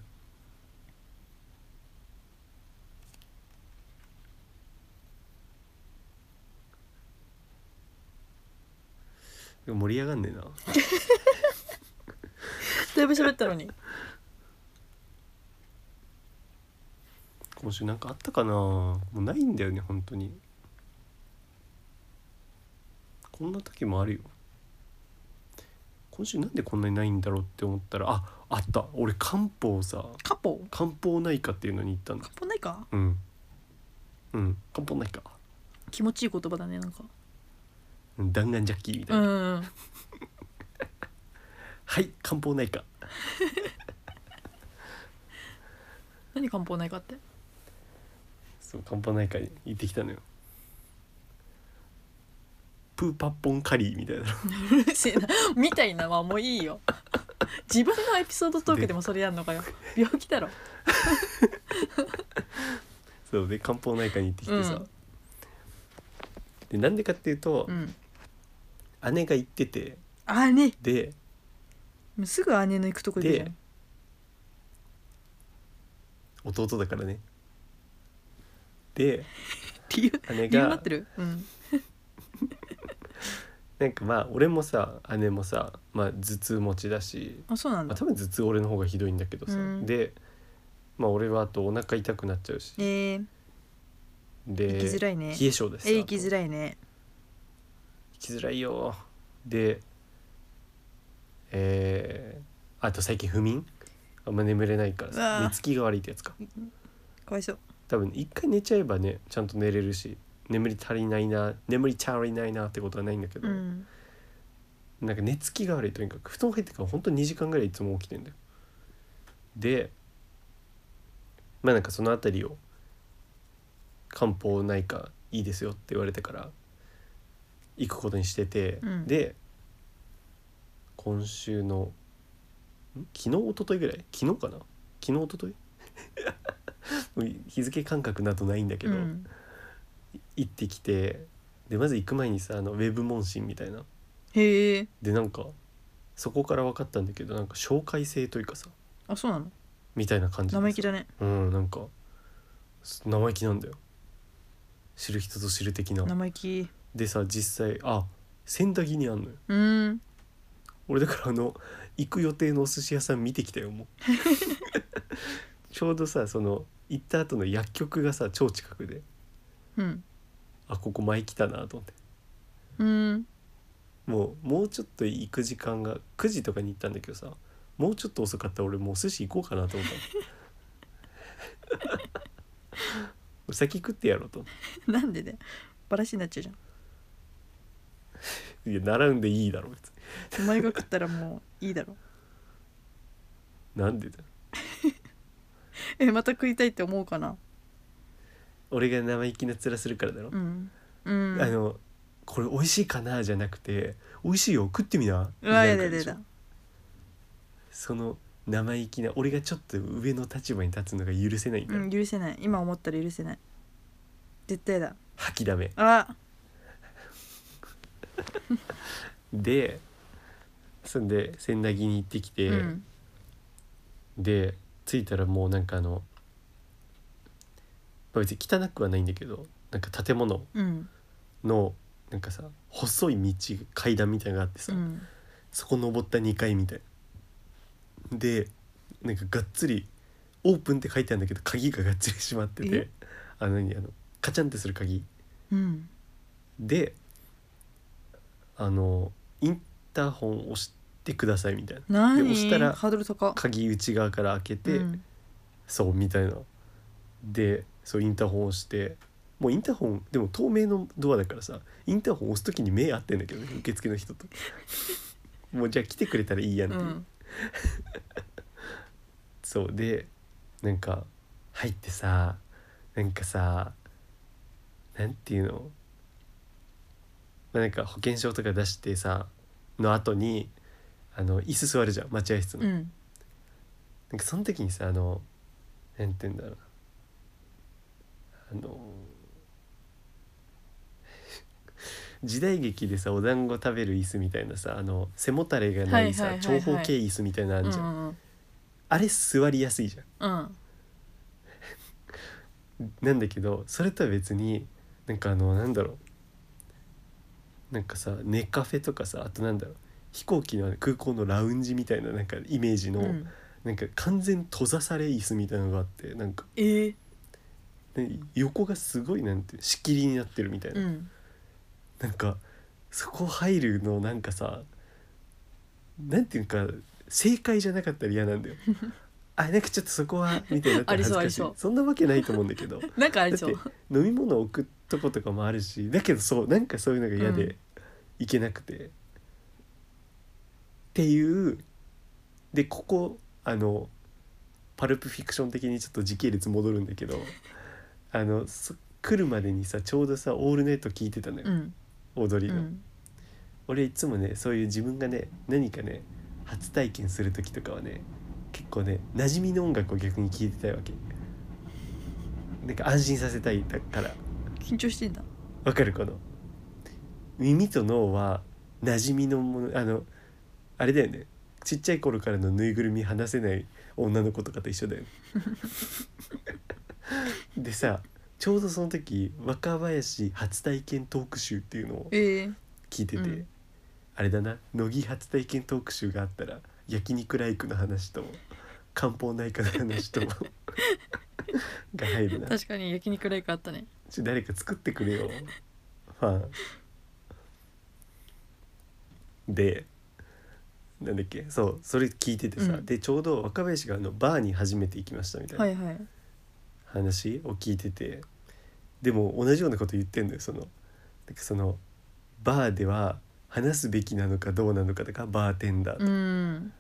Speaker 1: でも盛り上がんねえな
Speaker 2: だいぶ喋ったのに
Speaker 1: 今週なんかあったかなもうないんだよね本当にこんな時もあるよ今週なんでこんなにないんだろうって思ったらああった俺漢方さ
Speaker 2: カポ
Speaker 1: 漢方内科っていうのに行ったんだ
Speaker 2: カポないか
Speaker 1: うんうん漢方内科
Speaker 2: 気持ちいい言葉だねなんか
Speaker 1: うん弾丸ジャッキーみたいな、
Speaker 2: ん
Speaker 1: はい漢方内科
Speaker 2: 何漢方内科って
Speaker 1: そう漢方内科に行ってきたのよプーパッポンカリーみたいな
Speaker 2: うるせえな みたいなはもういいよ 自分のエピソードトークでもそれやんのかよ病気だろ
Speaker 1: そうで漢方内科に行ってきてさ、
Speaker 2: うん
Speaker 1: でなんでかっていうと、
Speaker 2: うん
Speaker 1: 姉が行ってて
Speaker 2: 姉も
Speaker 1: で
Speaker 2: うすぐ姉の行くとこ行くじゃ
Speaker 1: で
Speaker 2: ん
Speaker 1: 弟だからねで
Speaker 2: 理由
Speaker 1: 姉
Speaker 2: 理由にな
Speaker 1: が
Speaker 2: ってるうん
Speaker 1: なんかまあ俺もさ姉もさ、まあ、頭痛持ちだし、
Speaker 2: あそうなん
Speaker 1: まあ、
Speaker 2: だ
Speaker 1: 多分頭痛俺の方がひどいんだけどさ、
Speaker 2: うん
Speaker 1: で、まあ、俺はあとお腹痛くなっちゃうし
Speaker 2: えー、
Speaker 1: で
Speaker 2: 行きづらいね
Speaker 1: 冷え性です
Speaker 2: えー、行きづ
Speaker 1: い
Speaker 2: らいね
Speaker 1: 行きづらいよでえー、あと最近不眠あんま眠れないから
Speaker 2: う
Speaker 1: さ
Speaker 2: わ
Speaker 1: 寝つきが悪いってやつか
Speaker 2: かわいそう
Speaker 1: 多分一回寝ちゃえばねちゃんと寝れるし眠り足りないな眠り足りないなってことはないんだけど、
Speaker 2: うん
Speaker 1: なんか寝つきが悪いとにかく布団入ってからほんと2時間ぐらいいつも起きてんだよでまあなんかその辺りを漢方内科いいですよって言われてから行くことにしてて、
Speaker 2: うん
Speaker 1: で今週のん昨日一昨日ぐらい昨日かな昨日一昨日 もう日付感覚などないんだけど、
Speaker 2: うん
Speaker 1: 行ってきてでまず行く前にさあのウェブ問診みたいな
Speaker 2: へえ
Speaker 1: でなんかそこから分かったんだけどなんか紹介制というかさ
Speaker 2: あそうなの
Speaker 1: みたいな感じでさ
Speaker 2: 生意気だね
Speaker 1: うんなんかす生意気なんだよ知る人ぞ知る的な
Speaker 2: 生意気
Speaker 1: でさ実際あ千駄木にあんのよ
Speaker 2: うーん
Speaker 1: 俺だからあの行く予定のお寿司屋さん見てきたよもう ちょうどさその行った後の薬局がさ超近くで
Speaker 2: うん
Speaker 1: あここ前来たなと思って
Speaker 2: うーん
Speaker 1: もうもうちょっと行く時間が9時とかに行ったんだけどさもうちょっと遅かったら俺もう寿司行こうかなと思ったの 先食ってやろうと思っ
Speaker 2: なんでだよバラシになっちゃうじ
Speaker 1: ていや並んでいいだろ別に
Speaker 2: ゃんお前が食ったらもういいだろ
Speaker 1: なんでだよ
Speaker 2: えまた食いたいって思うかな
Speaker 1: 俺が生意気な面するからだろ、
Speaker 2: うんうん
Speaker 1: あのこれ美味しいかなじゃなくて美味しいよ食ってみな
Speaker 2: うわ
Speaker 1: に
Speaker 2: や
Speaker 1: な
Speaker 2: だ
Speaker 1: るから
Speaker 2: やだや
Speaker 1: でしょ
Speaker 2: だ
Speaker 1: その生意気な俺がちょっと上の立場に立つのが許せないんだよ、
Speaker 2: うん許せない今思ったら許せない絶対だ
Speaker 1: 吐きだめ
Speaker 2: あ
Speaker 1: でそんで千駄木に行ってきて、
Speaker 2: うん
Speaker 1: で着いたらもうなんかあのまあ別に汚くはないんだけどなんか建物
Speaker 2: うん
Speaker 1: のなんかさ細い道階段みたいなのがあってさ、
Speaker 2: うん
Speaker 1: そこ登った2階みたいでなんかがっつり「オープン」って書いてあるんだけど鍵ががっつり閉まってて
Speaker 2: え
Speaker 1: あの何あのカチャンってする鍵
Speaker 2: うん
Speaker 1: であのインターホン押してくださいみたいな
Speaker 2: 何
Speaker 1: で押したら
Speaker 2: ハードル高
Speaker 1: 鍵内側から開けて、
Speaker 2: うん
Speaker 1: そうみたいなでそうインターホン押してもうインターホンでも透明のドアだからさインターホン押す時に目合ってんだけどね受付の人ともうじゃあ来てくれたらいいやんっていうう、
Speaker 2: ん
Speaker 1: そうでなんか入ってさなんかさなんていうの、まあ、なんか保険証とか出してさの後にあの椅子座るじゃん待合室の、
Speaker 2: うん
Speaker 1: なんかその時にさあのなんて言うんだろうなあの時代劇でさお団子食べる椅子みたいなさあの背もたれがないさ、
Speaker 2: はいはいはいはい
Speaker 1: 長方形椅子みたいなのあ
Speaker 2: うん
Speaker 1: る
Speaker 2: う
Speaker 1: じゃん、
Speaker 2: ん
Speaker 1: あれ座りやすいじゃん
Speaker 2: うん
Speaker 1: なんだけどそれとは別になんかあのなんだろうなんかさネカフェとかさあとなんだろう飛行機の空港のラウンジみたいななんかイメージの、
Speaker 2: うん
Speaker 1: なんか完全閉ざされ椅子みたいなのがあってなんか
Speaker 2: えー
Speaker 1: で横がすごいなんて仕切りになってるみたいな、
Speaker 2: うん
Speaker 1: なんかそこ入るのなんかさなんていうか正解じゃなかったら嫌なん だよあなんかちょっとそこはみたいになったら恥ず
Speaker 2: あ
Speaker 1: か
Speaker 2: り
Speaker 1: し
Speaker 2: そうあ
Speaker 1: い
Speaker 2: り
Speaker 1: そんなわけないと思うんだけど
Speaker 2: なんかあれ
Speaker 1: だ
Speaker 2: で
Speaker 1: っ
Speaker 2: してょ
Speaker 1: 飲み物置くとことかもあるしだけどそうなんかそういうのが嫌
Speaker 2: うん
Speaker 1: でいけなくて、っていうでここあのパルプフィクション的にちょっと時系列戻るんだけど あのそ来るまでにさちょうどさ「オールナイト」聞いてたのよ、
Speaker 2: うん
Speaker 1: 踊り
Speaker 2: う
Speaker 1: の、
Speaker 2: ん
Speaker 1: 俺いつもねそういう自分がね何かね初体験する時とかはね結構ね馴染みの音楽を逆に聴いてたいわけなんか安心させたいだから
Speaker 2: 緊張してんだ
Speaker 1: わかるこの耳と脳は馴染みのものあのあれだよねちっちゃい頃からのぬいぐるみ離せない女の子とかと一緒 だよねでさちょうどその時若林初体験トーク集っていうのを
Speaker 2: ええ
Speaker 1: 聞いてて、
Speaker 2: うん
Speaker 1: あれだな乃木初体験トーク集があったら焼肉ライクの話と漢方内科の話 とが入るな
Speaker 2: 確かに焼肉ライクあったね
Speaker 1: ちょ誰か作ってくれよファンでなんだっけそうそれ聞いててさ、
Speaker 2: うん
Speaker 1: でちょうど若林があのバーに初めて行きましたみたい
Speaker 2: は
Speaker 1: ない
Speaker 2: はい
Speaker 1: 話を聞いてて、でも同じようなこと言ってんのよそのなんかそのバーでは話すべきなのかどうなのかとかバーテンダーとか、
Speaker 2: うん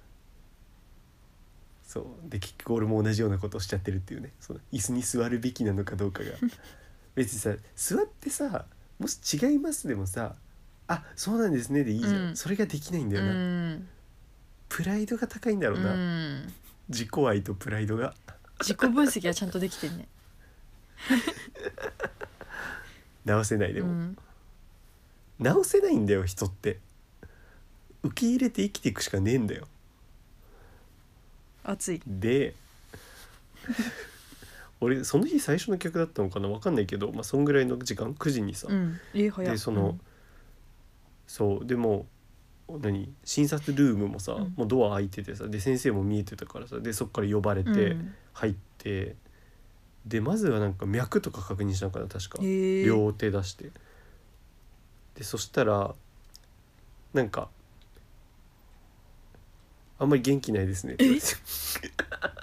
Speaker 1: そうで結局俺も同じようなことをしちゃってるっていうねその椅子に座るべきなのかどうかが別にさ座ってさもし違いますでもさあそうなんですねでいいじゃん、
Speaker 2: うん
Speaker 1: それができないんだ
Speaker 2: う
Speaker 1: よな、
Speaker 2: ん
Speaker 1: プライドが高いんだろうな、
Speaker 2: うん
Speaker 1: 自己愛とプライドが
Speaker 2: 自己分析はちゃんとできてんね
Speaker 1: 直せないで
Speaker 2: う
Speaker 1: も、
Speaker 2: ん、
Speaker 1: 直せないんだよ人って受け入れて生きていくしかねえんだよ
Speaker 2: 熱い
Speaker 1: で俺その日最初の客だったのかな分かんないけど、まあ、そんぐらいの時間9時にさ、
Speaker 2: うんえー早っ
Speaker 1: でその、そうでもう何診察ルームもさ、
Speaker 2: うん
Speaker 1: もうドア開いててさで先生も見えてたからさでそっから呼ばれ
Speaker 2: うん
Speaker 1: て
Speaker 2: うん
Speaker 1: 入って、でまずはなんか脈とか確認しなかった確か
Speaker 2: え、ー
Speaker 1: 両手出してでそしたらなんか「あんまり元気ないですね」って言われて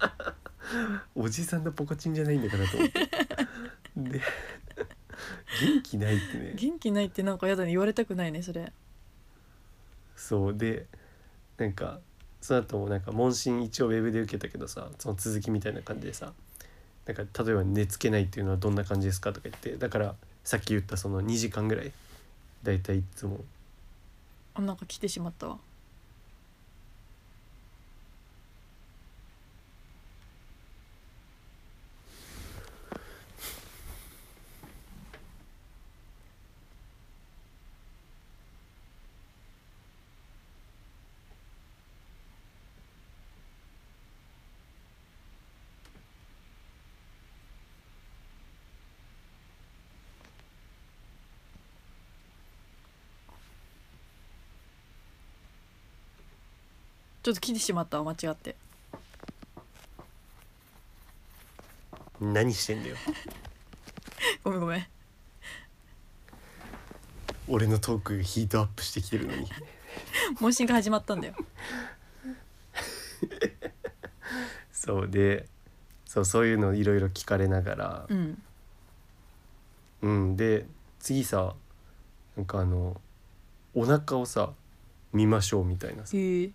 Speaker 1: おじさんのポカチンじゃないんだからと思ってで元気ないってね
Speaker 2: 元気ないってなんかやだね言われたくないねそれ
Speaker 1: そうでなんかその後もなんか問診一応ウェブで受けたけどさその続きみたいな感じでさなんか例えば寝つけないっていうのはどんな感じですかとか言ってだからさっき言ったその2時間ぐらいだいたいいつも
Speaker 2: あなんか来てしまったわちょっと来てしまったわ間違って
Speaker 1: 何してんだよ
Speaker 2: ごめんごめん
Speaker 1: 俺のトークがヒートアップしてきてるのに
Speaker 2: 問診が始まったんだよ
Speaker 1: そうでそうそういうのいろいろ聞かれながら
Speaker 2: うん
Speaker 1: うん、で次さなんかあのお腹をさ見ましょうみたいなさ
Speaker 2: えー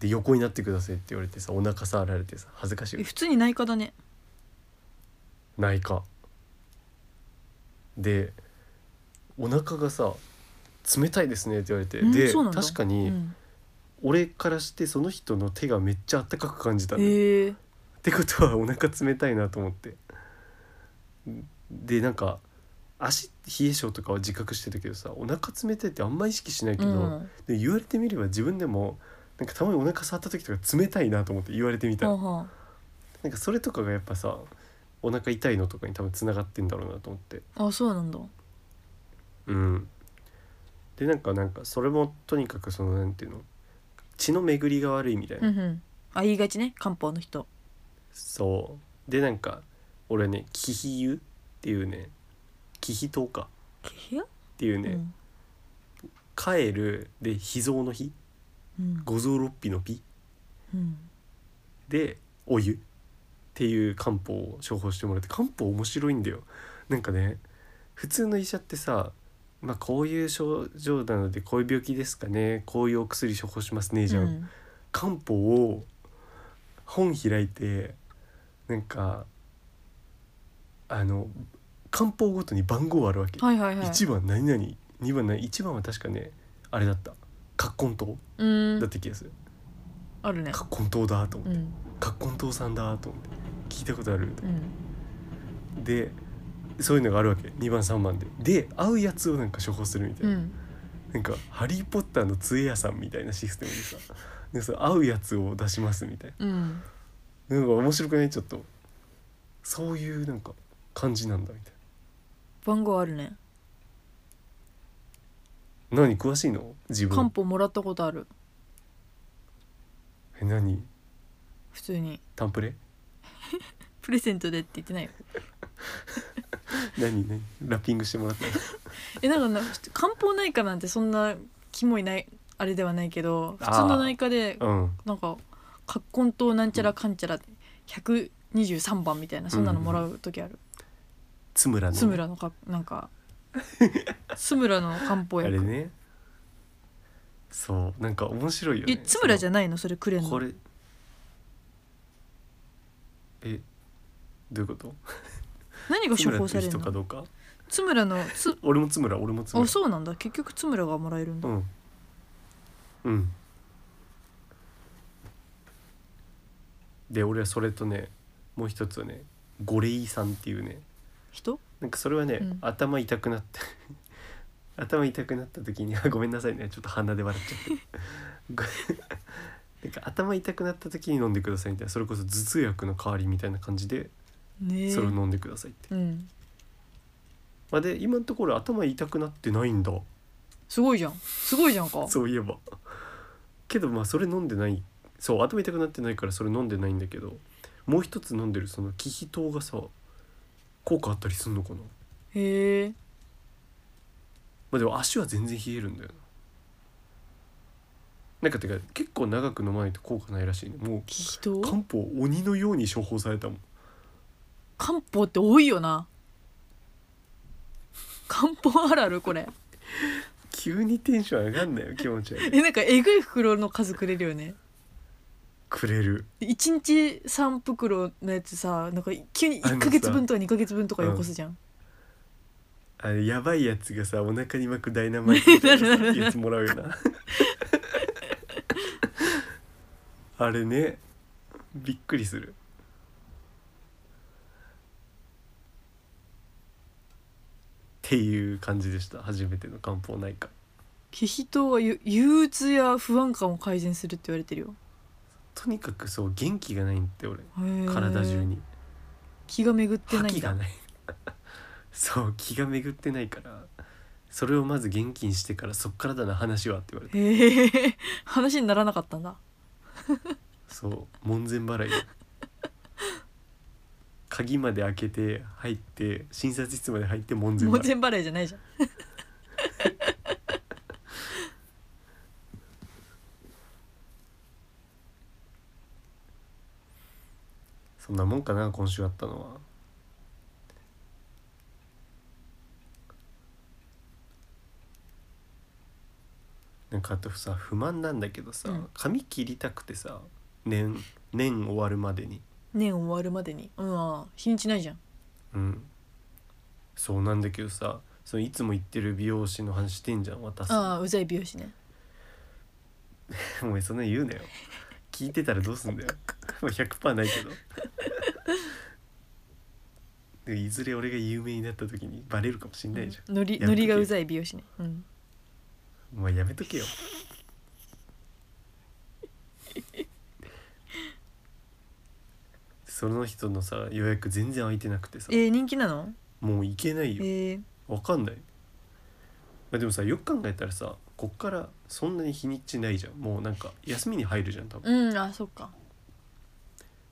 Speaker 1: で横になってくださいって言われてさお腹触られてさ恥ずかし
Speaker 2: え
Speaker 1: い
Speaker 2: 普通に内科だね
Speaker 1: 内科でお腹がさ冷たいですねって言われて
Speaker 2: うん
Speaker 1: で
Speaker 2: そうなんだ
Speaker 1: 確か
Speaker 2: う
Speaker 1: に
Speaker 2: ん
Speaker 1: 俺からしてその人の手がめっちゃあったかく感じた
Speaker 2: え
Speaker 1: のよ
Speaker 2: ー
Speaker 1: ってことはお腹冷たいなと思ってでなんか足冷え性とかは自覚してたけどさお腹冷たいってあんま意識しないけ
Speaker 2: う
Speaker 1: ど、
Speaker 2: ん
Speaker 1: で言われてみれば自分でもなんかたまにお腹触った時とか冷たいなと思って言われてみた
Speaker 2: は
Speaker 1: ら
Speaker 2: あは
Speaker 1: なんかそれとかがやっぱさお腹痛いのとかに多分つながってんだろうなと思って
Speaker 2: ああそうなんだ
Speaker 1: うんでなんかなんかそれもとにかくそのなんていうの血の巡りが悪いみたいな、
Speaker 2: うんうんあ言いがちね漢方の人
Speaker 1: そうでなんか俺ね気比湯っていうね気比湯か
Speaker 2: 部屋
Speaker 1: っていう
Speaker 2: う
Speaker 1: ね、
Speaker 2: ん
Speaker 1: 帰るで秘蔵の日
Speaker 2: うん
Speaker 1: 五臓六腑のピ
Speaker 2: うん
Speaker 1: でお湯っていう漢方を処方してもらって漢方面白いんだよなんかね普通の医者ってさまあこういう症状なのでこういう病気ですかねこういうお薬処方しますねじゃん、
Speaker 2: うん
Speaker 1: 漢方を本開いてなんかあの漢方ごとに番号あるわけ、
Speaker 2: はいはいはい
Speaker 1: 1番何々2番何1番は確かねあれだった葛根湯
Speaker 2: う
Speaker 1: だっ
Speaker 2: ん
Speaker 1: た気がする
Speaker 2: あるね
Speaker 1: 葛根湯だと思
Speaker 2: う
Speaker 1: って
Speaker 2: ん
Speaker 1: 葛根湯さんだと思って聞いたことあると思って
Speaker 2: うん
Speaker 1: でそういうのがあるわけ2番3番でで合うやつをなんか処方するみたいうな、
Speaker 2: ん
Speaker 1: なんか「ハリー・ポッターの杖屋さん」みたいなシステムでさでその合うやつを出しますみたい
Speaker 2: うん
Speaker 1: ななんか面白くないちょっとそういうなんか感じなんだみたい
Speaker 2: 番号あるね
Speaker 1: な何詳しいの自
Speaker 2: 漢
Speaker 1: 分
Speaker 2: 方もらったことある
Speaker 1: え何
Speaker 2: 普通に
Speaker 1: タンプレ
Speaker 2: プレゼントでって言ってないよ
Speaker 1: 何何ラッピングしてもらったの
Speaker 2: えなんかな普通漢方内科なんてそんなキモいないあれではないけど普
Speaker 1: あー
Speaker 2: 通の内科で
Speaker 1: うん
Speaker 2: なんか葛根となんちゃらかんちゃら123番みたいなそんなのもらう時ある、
Speaker 1: 津村のね
Speaker 2: 津村のかなんか津村の漢方
Speaker 1: あれ
Speaker 2: 薬、
Speaker 1: ねそうなんか面白いよ
Speaker 2: え
Speaker 1: ね
Speaker 2: 津村じゃ
Speaker 1: ゃ
Speaker 2: ないのそれくれんの
Speaker 1: これえどういうこと
Speaker 2: 何が
Speaker 1: 津
Speaker 2: 処
Speaker 1: 村
Speaker 2: 方
Speaker 1: っ
Speaker 2: さ
Speaker 1: て
Speaker 2: れる
Speaker 1: 人か
Speaker 2: の
Speaker 1: どうか
Speaker 2: 津村の つ
Speaker 1: 俺も津村俺も津村
Speaker 2: あそうなんだ結局津村がもらえるんだ、
Speaker 1: うんうんで俺はそれとねもう一つはねゴレイさんっていうね
Speaker 2: 人
Speaker 1: なんかそれはね、
Speaker 2: うん
Speaker 1: 頭痛くなった 頭痛くなった時にあごめんなさいねちょっと鼻で笑っちゃって なんか頭痛くなった時に飲んでくださいみたいなそれこそ頭痛薬の代わりみたいな感じで
Speaker 2: ねえ
Speaker 1: それを飲んでくださいって、
Speaker 2: うん
Speaker 1: まあ、で今のところ頭痛くなってないんだ
Speaker 2: すごいじゃんすごいじゃんか
Speaker 1: そういえばけどまあそれ飲んでないそう頭痛くなってないからそれ飲んでないんだけどもう一つ飲んでるそのキヒトウがさ効果あったりすんのかな
Speaker 2: へえ
Speaker 1: まあでも足は全然冷えるんだよななんかてか結構長く飲まないと効果ないらしいねも
Speaker 2: 聞きと
Speaker 1: う漢方鬼のように処方されたもん
Speaker 2: 漢方って多いよな漢方あるあるこれ
Speaker 1: 急にテンション上がんなよ気持ち 悪い
Speaker 2: えなんかえぐい袋の数くれるよね
Speaker 1: くれる
Speaker 2: 1日3袋のやつさなんか急に1ヶ月分とか2ヶ月分とかよこすじゃん
Speaker 1: あれやばいやつがさお腹に巻くダイナマイトみたい なさやつもらうよなあれねびっくりするっていう感じでした初めての漢方内科
Speaker 2: 気ヒトはゆ憂鬱や不安感を改善するって言われてるよ
Speaker 1: とにかくそう元気がないんだって俺
Speaker 2: へー
Speaker 1: 体中に
Speaker 2: 気が巡ってない
Speaker 1: 覇
Speaker 2: ん
Speaker 1: 気が
Speaker 2: だ
Speaker 1: ない そう気が巡ってないからそれをまず元気にしてからそっからだな話はって言われて
Speaker 2: へえ話にならなかったんだ
Speaker 1: そう門前払 い鍵まで開けて入って診察室まで入って門前
Speaker 2: 門
Speaker 1: 払い
Speaker 2: 前払いじゃないじゃん
Speaker 1: そんなもんかな今週あったのはなんかあとさ不満なんだけどさ、
Speaker 2: うん
Speaker 1: 髪切りたくてさ年年終わるまでに
Speaker 2: 年終わるまでにうんあー日にちないじゃん
Speaker 1: うんそうなんだけどさそのいつも行ってる美容師の話してんじゃん私
Speaker 2: ああうざい美容師ね
Speaker 1: お前そんな言うなよ聞いてたらどうすんだよまあ100%ないけどでもいずれ俺が有名になった時にバレるかもしんないじゃん、
Speaker 2: ノリ
Speaker 1: やめと
Speaker 2: ノ
Speaker 1: け
Speaker 2: リがうざい美容師ねうん
Speaker 1: お前やめとけよその人のさ予約全然空いてなくてさ
Speaker 2: えー、人気なの
Speaker 1: もう行けないよ
Speaker 2: えー、
Speaker 1: わかんない、まあ、でもさよく考えたらさこっからそんなに日にちないじゃんもうなんか休みに入るじゃん多分
Speaker 2: うんあそっか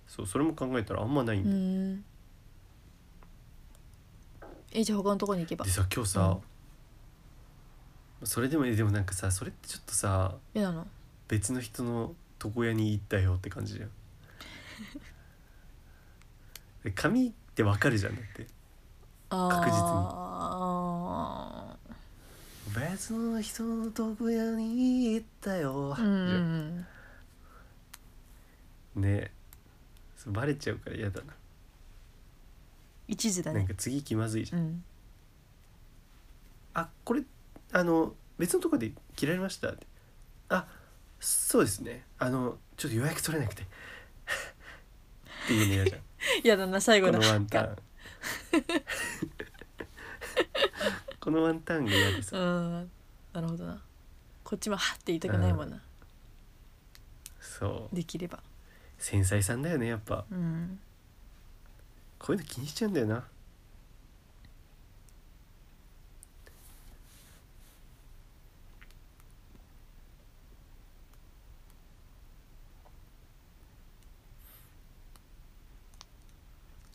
Speaker 1: そうそれも考えたらあんまないんだよ
Speaker 2: うんえじゃあ他のとこに行けば
Speaker 1: でさ今日さ、それでもねでもなんかさそれってちょっとさ
Speaker 2: 嫌なの
Speaker 1: 別の人の床屋に行ったよって感じじゃ んで髪ってわかるじゃんだって
Speaker 2: あー
Speaker 1: 確実に
Speaker 2: あ
Speaker 1: 別の人の床屋に行ったよ、
Speaker 2: ーうんう
Speaker 1: じゃん
Speaker 2: ん
Speaker 1: ねそうバレちゃうから嫌だな、
Speaker 2: 一時だ
Speaker 1: なん
Speaker 2: ね
Speaker 1: か次気まずいじゃん、
Speaker 2: うん
Speaker 1: あこれあの別のとこで切られましたってあそうですねあのちょっと予約取れなくて っていうの嫌じゃん
Speaker 2: 嫌だな最後
Speaker 1: こ
Speaker 2: の
Speaker 1: のワンタンこのワンタンが嫌でさ
Speaker 2: うんなるほどなこっちもはって言いたくないもんな、
Speaker 1: そう
Speaker 2: できれば
Speaker 1: 繊細さんだよねやっぱ
Speaker 2: うん
Speaker 1: こういうの気にしちゃうんだよな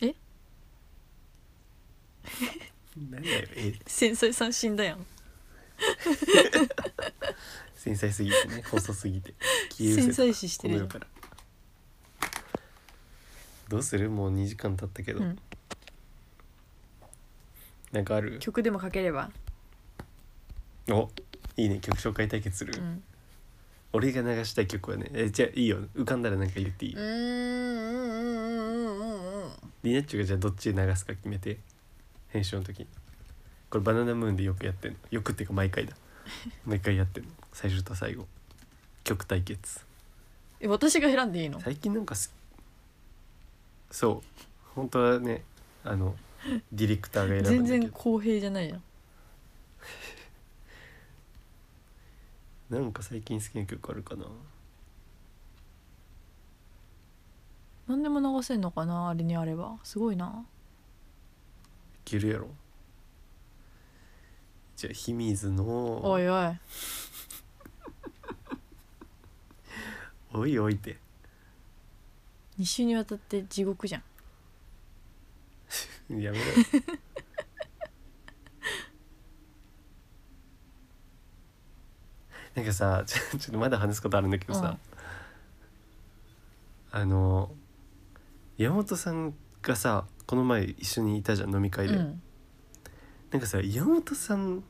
Speaker 2: え
Speaker 1: なんだよえ
Speaker 2: 繊細さん死んだやん
Speaker 1: 繊細すぎてね細すぎて消え失せ
Speaker 2: 繊
Speaker 1: た
Speaker 2: 細視し
Speaker 1: こ
Speaker 2: て
Speaker 1: の
Speaker 2: る
Speaker 1: 世からどうするもう2時間経ったけ
Speaker 2: じゃ
Speaker 1: ど、
Speaker 2: ん、うん、
Speaker 1: なんかある
Speaker 2: 曲でもかければ、
Speaker 1: おいいね曲紹介対決する、
Speaker 2: うん、
Speaker 1: 俺が流したい曲はねえじゃあいいよ浮かんだらなんか言っていい、
Speaker 2: うんうんうんうんうん
Speaker 1: リナッチョがじゃあどっちで流すか決めて編集の時にこれバナナムーンでよくやってんのよくっていうか毎回 だ毎回やってんの最初と最後曲対決
Speaker 2: え私が選んでいいの
Speaker 1: 最近なんかすそう本当はねあの
Speaker 3: ディレクターが選ぶん
Speaker 2: 全
Speaker 3: だけ
Speaker 2: 然
Speaker 3: ど
Speaker 2: 公平じゃないじゃん
Speaker 1: なんか最近好きな曲あるかな
Speaker 2: 何でも流せんのかなあれにあればすごいない
Speaker 1: けるやろじゃあヒミズの
Speaker 2: おいおい
Speaker 1: おいおいって
Speaker 2: 2週にわたって地獄じゃん
Speaker 1: やめろ よなんかさちょちょっとまだ話すことあるんだけどさ、あの山本さんがさこの前一緒にいたじゃん飲み
Speaker 2: う
Speaker 1: 会で、
Speaker 2: ん
Speaker 1: なんかさ山本さん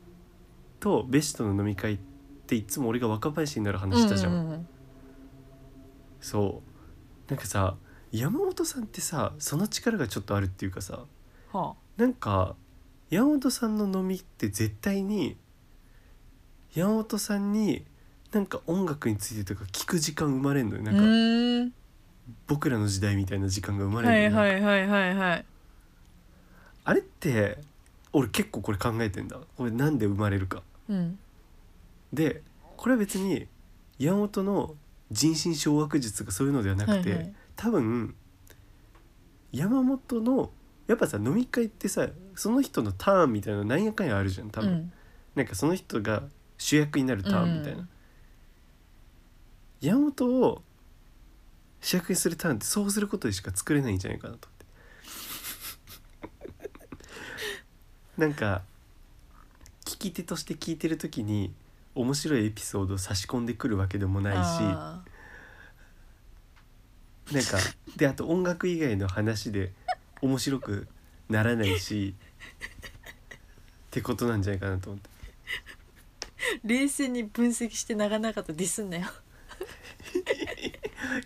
Speaker 1: とベストの飲み会っていつも俺が若林になる話したじゃん,、
Speaker 2: うんうんうん
Speaker 1: そうなんかさ山本さんってさその力がちょっとあるっていうかさ、
Speaker 2: は
Speaker 1: なんか山本さんの飲みって絶対に山本さんになんか音楽についてとか聞く時間生まれんのよ
Speaker 2: あ
Speaker 1: な
Speaker 2: うん
Speaker 1: か
Speaker 2: ーん
Speaker 1: 僕らの時代みたいな時間が生まれ
Speaker 2: はい
Speaker 1: るのよ、
Speaker 2: はいはいはいはい
Speaker 1: あれって俺結構これ考えてんだこれなんで生まれるか
Speaker 2: うん
Speaker 1: でこれは別に山本の人心掌握術がそういうのではな
Speaker 2: は
Speaker 1: く
Speaker 2: い
Speaker 1: て、
Speaker 2: はい
Speaker 1: 多分山本のやっぱさ飲み会ってさその人のターンみたいなのなんやかんやあるじゃん多
Speaker 2: う
Speaker 1: 分、
Speaker 2: ん
Speaker 1: なんかその人が主役になるターンみたいな、
Speaker 2: うん
Speaker 1: 山本を主役にするターンってそうすることでしか作れないんじゃないかなと思って なんか聞き手として聞いてる時に面白いエピソードを差し込んでくるわけでもないしな
Speaker 2: あ
Speaker 1: んかであと音楽以外の話で面白くならないしってことなんじゃないかなと思って。
Speaker 2: ー冷静に分析して長々とディスんなよ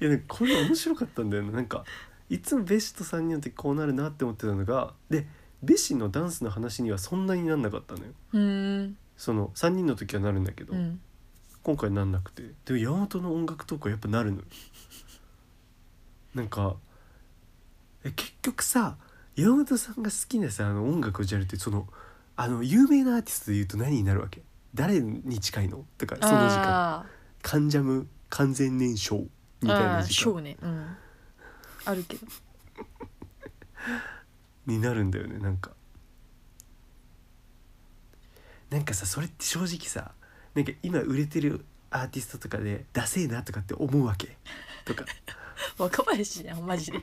Speaker 1: いやでもこれ面白かったんだよななんかいつもベシと3人の時こうなるなって思ってたのがでベシのダンスの話にはそんなになんなかったのよ
Speaker 2: うーん
Speaker 1: その3人の時はなるんだけど、
Speaker 2: うん
Speaker 1: 今回なんなくてでも山本の音楽トークはやっぱなるのよなんかえ結局さ山本さんが好きなさあの音楽のジャンルってそのあの有名なアーティストで言うと何になるわけ誰に近いのとかその時間
Speaker 2: あ
Speaker 1: 「カンジャム完全燃焼」み
Speaker 2: ー
Speaker 1: たい
Speaker 2: あ
Speaker 1: な
Speaker 2: ー
Speaker 1: 時
Speaker 2: シ
Speaker 1: 間
Speaker 2: ョーねうんあるけど
Speaker 1: になるんだよねなんかなんかさそれって正直さなんか今売れてるアーティストとかでダセえなとかって思うわけとかい
Speaker 2: 若林じゃんマジで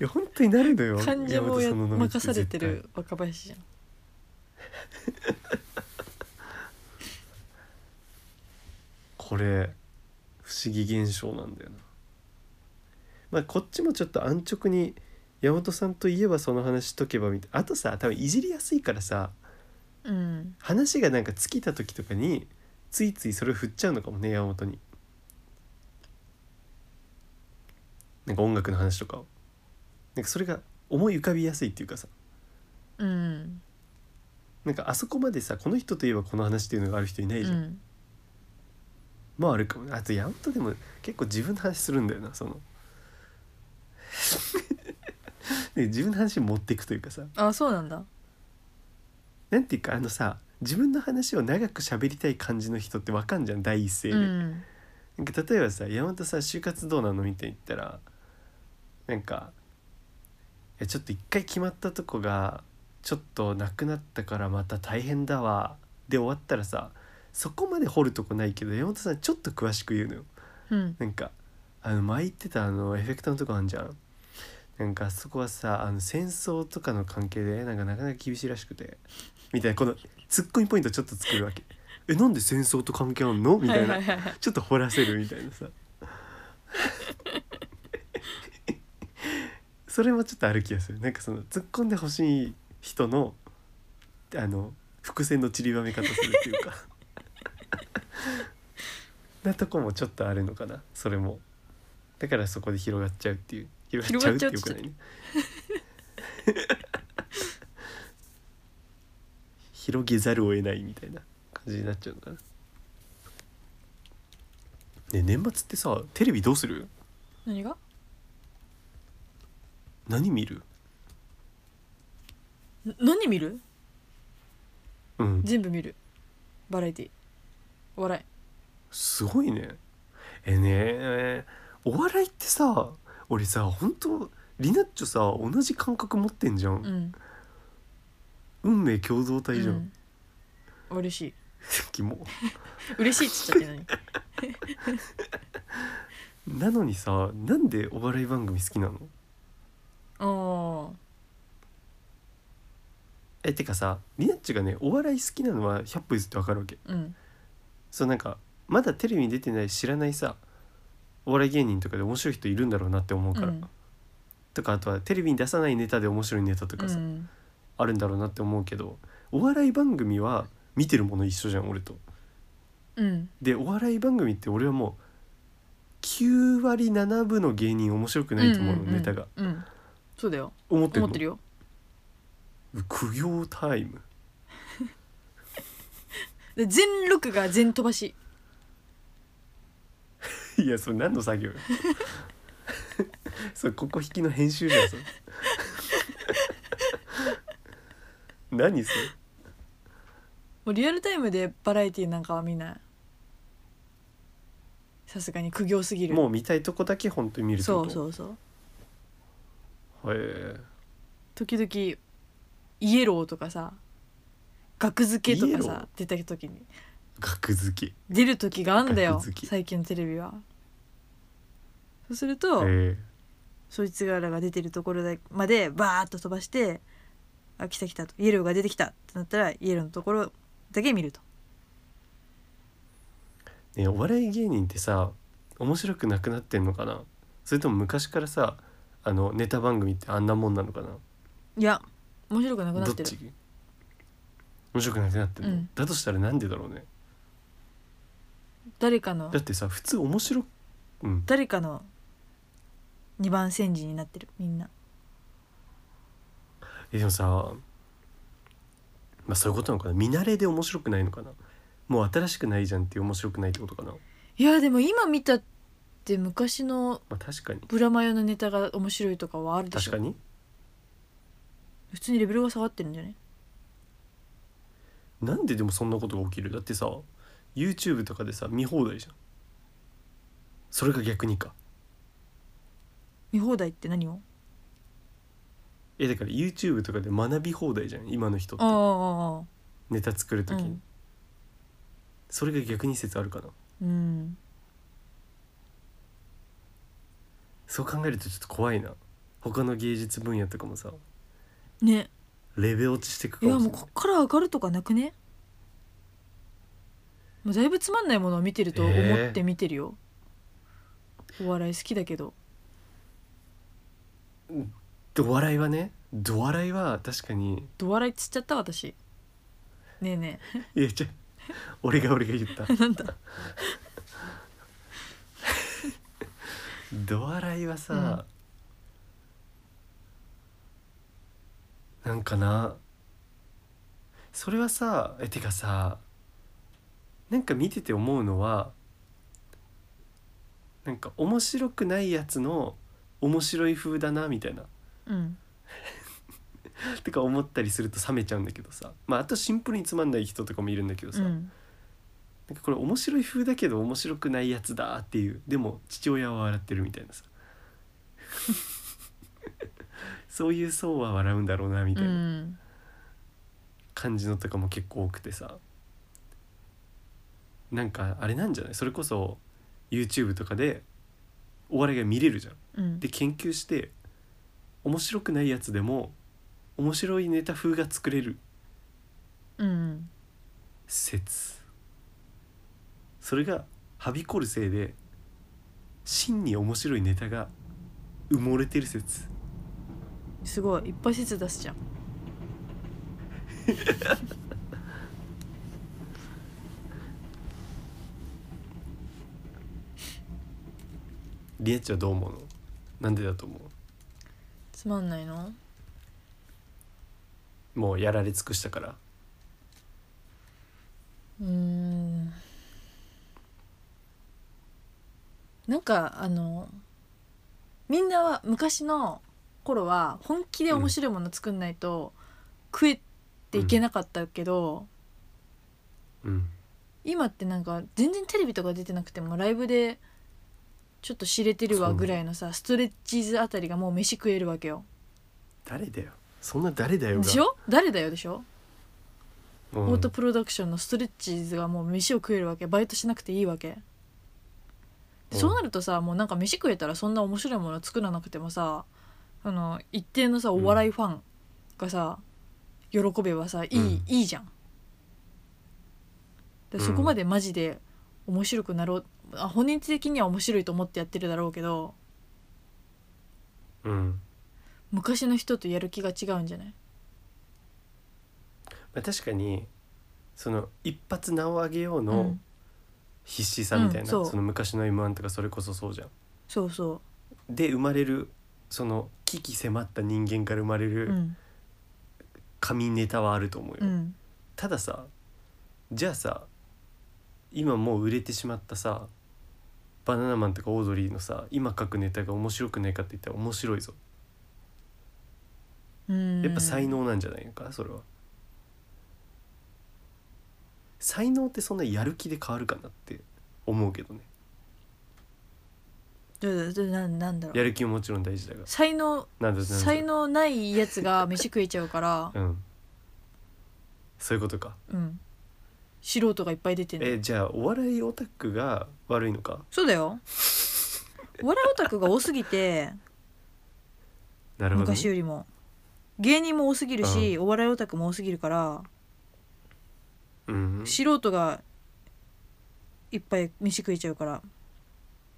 Speaker 1: や本当になるのよ
Speaker 2: 患者もや
Speaker 1: 山本さんの飲みって
Speaker 2: 任され
Speaker 1: 絶
Speaker 2: て
Speaker 1: 対
Speaker 2: る若林じゃん
Speaker 1: これ不思議現象なんだよなまあこっちもちょっと安直に山本さんといえばその話しとけばみたいなあとさ多分いじりやすいからさ
Speaker 2: うん
Speaker 1: 話がなんか尽きた時とかについついそれを振っちゃうのかもね山本になんか音楽の話とかをなんかそれが思い浮かびやすいっていうかさ
Speaker 2: うん
Speaker 1: なんかあそこまでさこの人といえばこの話っていうのがある人いな
Speaker 2: う
Speaker 1: いじゃん、
Speaker 2: ん
Speaker 1: まああるかもねあと山本でも結構自分の話するんだよなそ ので自分の話持っていくというかさ
Speaker 2: あそうなんだ
Speaker 1: なんていうかあのさ自分の話を長く喋りたい感じの人ってわかんじゃん第一声
Speaker 2: う
Speaker 1: で、
Speaker 2: ん
Speaker 1: なんか例えばさ山本さん就活どうなのみたいに言ったらなんか「いやちょっと一回決まったとこがちょっとなくなったからまた大変だわ」で終わったらさそこまで掘るとこないけど山本さんちょっと詳しく言うのよ。
Speaker 2: うん
Speaker 1: なんかあの前言ってたあのエフェクトのとこあんじゃんなんかあそこはさあの戦争とかの関係でなんかなかなか厳しいらしくてみたいなこのツッコミポイントちょっと作るわけえなんで戦争と関係あんのみたいな
Speaker 2: はいはいはいはい
Speaker 1: ちょっと掘らせるみたいなさそれもちょっとある気がするなんかその突っ込んでほしい人のあの伏線の散りばめ方するっていう かなとこもちょっとあるのかなそれもだからそこで広がっちゃうっていう広がっちゃうっていうくらいね広げざるを得ないみたいな感じになっちゃうのかなね年末ってさテレビどうする
Speaker 2: 何が
Speaker 1: 何見る
Speaker 2: 何見る
Speaker 1: うん
Speaker 2: 全部見るバラエティお笑い
Speaker 1: すごいねえねえお笑いってさ俺さ本当リナッチョさ同じ感覚持ってんじゃん、
Speaker 2: うん
Speaker 1: 運命共同体じゃん、
Speaker 2: うん嬉しい
Speaker 1: キモ
Speaker 2: 嬉しいって言っちゃって何
Speaker 1: なのにさなんでお笑い番組好きなの
Speaker 2: あ
Speaker 1: えてかさリナッチがねお笑い好きなのは100歩譲ってわかるわけ
Speaker 2: あうん
Speaker 1: そうなんかまだテレビに出てない知らないさお笑い芸人とかで面白い人いるんだろうなって思うから、
Speaker 2: うん
Speaker 1: とかあとはテレビに出さないネタで面白いネタと
Speaker 2: う
Speaker 1: かさ、
Speaker 2: ん
Speaker 1: あるんだろうなって思うけどお笑い番組は見てるもの一緒じゃん俺と。
Speaker 2: うん
Speaker 1: でお笑い番組って俺はもう9割7分の芸人面白くないと思うの、
Speaker 2: んんん
Speaker 1: ネタが
Speaker 2: うんそうだよ
Speaker 1: 思ってる
Speaker 2: 思
Speaker 1: の
Speaker 2: ってるよ
Speaker 1: 苦行タイム
Speaker 2: で全録が全飛ばし
Speaker 1: いやそれ何の作業よ それここ引きの編集じゃんそれ 何それ
Speaker 2: もうリアルタイムでバラエティなんかは見ないさすがに苦行すぎる
Speaker 1: もう見たいとこだけ本当に見るって
Speaker 2: そ
Speaker 1: こ
Speaker 2: う
Speaker 1: と
Speaker 2: そうそう
Speaker 1: へえ
Speaker 2: 時々イエローとかさ額付けとか
Speaker 1: イエロ
Speaker 2: さ出た時に
Speaker 1: 額付け
Speaker 2: 出る時があんだよ
Speaker 1: 額付け
Speaker 2: 最近のテレビはそうすると、
Speaker 1: へえ
Speaker 2: そいつらが出てるところだまでバーッと飛ばして「あ来た来た」と「イエローが出てきた」ってなったらイエローのところだけ見ると
Speaker 1: ねお笑い芸人ってさ面白くなくなってんのかなそれとも昔からさあのネタ番組ってあんなもんなのかない
Speaker 2: や面白くなくな
Speaker 1: ど
Speaker 2: っ
Speaker 1: って
Speaker 2: る
Speaker 1: ち面白くなくなってるの、
Speaker 2: うん
Speaker 1: だとしたらなんでだろうね
Speaker 2: 誰かの
Speaker 1: だってさ普通面白うん
Speaker 2: 誰かの二番煎じになってるみんな
Speaker 1: えでもさまあそういうことなのかな見慣れで面白くないのかなもう新しくないじゃんっていう面白くないってことかなま
Speaker 2: いやでも今見たって昔の
Speaker 1: あ確かに
Speaker 2: ブラマヨのネタが面白いとかはあるでし
Speaker 1: 確か
Speaker 2: ょ
Speaker 1: に
Speaker 2: 普通にレベルが下がってるんじゃない
Speaker 1: なんででもそんなことが起きるだってさ YouTube とかでさ見放題じゃんそれが逆にか
Speaker 2: 見放題って何を
Speaker 1: えだから YouTube とかで学び放題じゃん今の人っ
Speaker 2: ああ
Speaker 1: て
Speaker 2: ああああ
Speaker 1: ネタ作る時に、
Speaker 2: うん
Speaker 1: それが逆に説あるかな
Speaker 2: うん
Speaker 1: そう考えるとちょっと怖いな他の芸術分野とかもさ
Speaker 2: ね
Speaker 1: レベル落ちしていく
Speaker 2: い
Speaker 1: か
Speaker 2: や
Speaker 1: もし
Speaker 2: も
Speaker 1: れ
Speaker 2: う
Speaker 1: ない
Speaker 2: こっから上がるとかなくねもうだいぶつまんないものを見てると思って見てるよ、お笑い好きだけど
Speaker 1: でお笑いはねド笑いは確かに
Speaker 2: ド笑いっつっちゃった私ねえね
Speaker 1: いやじゃ俺が俺が言った
Speaker 2: え なんだ
Speaker 1: ド笑いはさ、なんかなそれはさえてかさなんか見てて思うのはなんか面白くないやつの面白い風だなみたいな
Speaker 2: うん
Speaker 1: てか思ったりすると冷めちゃうんだけどさまああとシンプルにつまんない人とかもいるんだけど
Speaker 2: う
Speaker 1: さ、
Speaker 2: ん
Speaker 1: なんかこれ面白い風だけど面白くないやつだっていうでも父親は笑ってるみたいなさ そういう層は笑うんだろうなみ
Speaker 2: う
Speaker 1: たいなん感じのとかも結構多くてさなんかあれなんじゃないそれこそ YouTube とかでお笑いが見れるじゃん。
Speaker 2: うん
Speaker 1: で研究して面白くないやつでも面白いネタ風が作れる
Speaker 2: うん
Speaker 1: 説それがはびこるせいで真に面白いネタが埋もれてる説
Speaker 2: すごいいっぱい説出すじゃん
Speaker 1: リエッチはどう思うのなんでだと思
Speaker 2: つまんないの
Speaker 1: うもうやられ尽くしたから
Speaker 2: うーんなんかあのみんなは昔の頃は本気で面白いもの作んないと、食えていけなかったけど、
Speaker 1: うん
Speaker 2: 今ってなんか全然テレビとか出てなくてもライブでちょっと知れてるわぐらいのさストレッチーズあたりがもう飯食えるわけよ。
Speaker 1: 誰だよそんな誰だよ
Speaker 2: で
Speaker 1: が
Speaker 2: しょ誰だよでしょ、
Speaker 1: うん
Speaker 2: オートプロダクションのストレッチーズがもう飯を食えるわけバイトしなくていいわけ。で
Speaker 1: うん
Speaker 2: そうなるとさもうなんか飯食えたらそんな面白いもの作らなくてもさあの一定のさお笑いファンがさ、喜べばさいい,、
Speaker 1: うん
Speaker 2: いいじゃん。で
Speaker 1: うん
Speaker 2: そこまでマジで面白くなろうあ本人的には面白いと思ってやってるだろうけど
Speaker 1: うん
Speaker 2: 昔の人とやる気が違うんじゃない
Speaker 1: まあ、確かにその一発名を上げよう
Speaker 2: う
Speaker 1: の
Speaker 2: ん
Speaker 1: 必死さみたいな、
Speaker 2: うんそう
Speaker 1: その昔の m 1とかそれこそそうじゃん。
Speaker 2: そうそ
Speaker 1: で生まれるその危機迫った人間から生まれ
Speaker 2: う、
Speaker 1: る
Speaker 2: うん
Speaker 1: 神ネタはあると思うよ。
Speaker 2: うん
Speaker 1: たださじゃあさ今もう売れてしまったさバナナマンとかオードリーのさ今書くネタが面白くないかって言ったら面白いぞ
Speaker 2: うん、
Speaker 1: やっぱ才能なんじゃないのか、それは才能ってそんなやる気で変わるかなって思うけどね
Speaker 2: どうどうななんだろう
Speaker 1: やる気ももちろん大事だが
Speaker 2: 才能
Speaker 1: なんだなんだ
Speaker 2: 才能ないやつが飯食えちゃうから、
Speaker 1: うんそう いうことか
Speaker 2: うん、素人がいっぱい出てんの
Speaker 1: えじゃあお笑いオタクが悪いのか
Speaker 2: そうだよお笑いオタクが多すぎて
Speaker 1: なるほどね、
Speaker 2: 昔よりも芸人も多すぎるし、お笑いオタクも多すぎるから、
Speaker 1: うん
Speaker 2: 素人がいっぱい飯食えちゃうから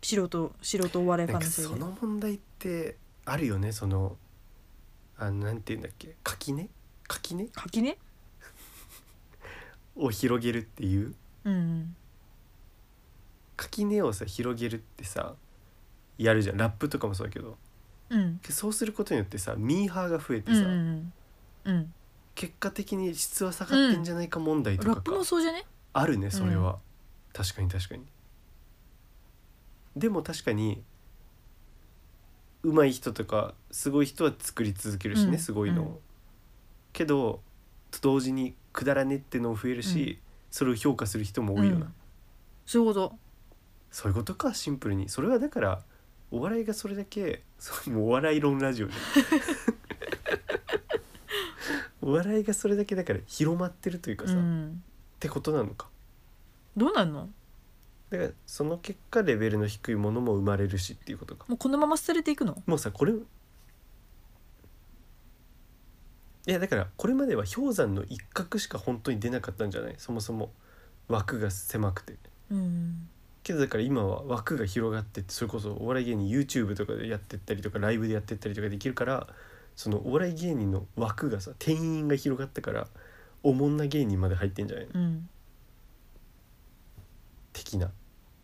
Speaker 2: 素人素人お笑いフ
Speaker 1: な
Speaker 2: ァ
Speaker 1: ん
Speaker 2: ン
Speaker 1: か
Speaker 2: のせい
Speaker 1: そ
Speaker 2: で
Speaker 1: の問題ってあるよねそのあなんて言うんだっけ垣根垣根
Speaker 2: 垣根
Speaker 1: を広げるっていう
Speaker 2: うん
Speaker 1: 垣根をさ広げるってさやるじゃんラップとかもそうだけど
Speaker 2: うん
Speaker 1: そうすることによってさミーハーが増えて
Speaker 2: うんう
Speaker 1: さ、
Speaker 2: んうんうん
Speaker 1: 結果的に質は下がってんじゃないか問題と
Speaker 2: ラ
Speaker 1: かが、
Speaker 2: ップもそうじゃね
Speaker 1: あるねそれは、確かに確かにでも確かに上手い人とかすごい人は作り続けるしね、
Speaker 2: うん
Speaker 1: すごいのを、
Speaker 2: うん
Speaker 1: けどと同時にくだらねってのも増えるし、それを評価する人も多いよな、
Speaker 2: うんそういうこと
Speaker 1: そういうことかシンプルにそれはだからお笑いがそれだけ そうもうお笑い論ラ ジオでお笑いがそれだけだから広まってるというかさ、
Speaker 2: う
Speaker 1: っ
Speaker 2: ん、
Speaker 1: てことなのか
Speaker 2: どうなんの
Speaker 1: だからその結果レベルの低いものも生まれるしっていうことか
Speaker 2: もうこのまま廃れていくの
Speaker 1: もうさこれいやだからこれまでは氷山の一角しか本当に出なかったんじゃないそもそも枠が狭くて
Speaker 2: うん
Speaker 1: けどだから今は枠が広がってってそれこそお笑い芸人 YouTube とかでやってったりとかライブでやってったりとかできるからそのお笑い芸人の枠がさ定員が広がったからおもんな芸人まで入ってんじゃないの
Speaker 2: うん
Speaker 1: 的な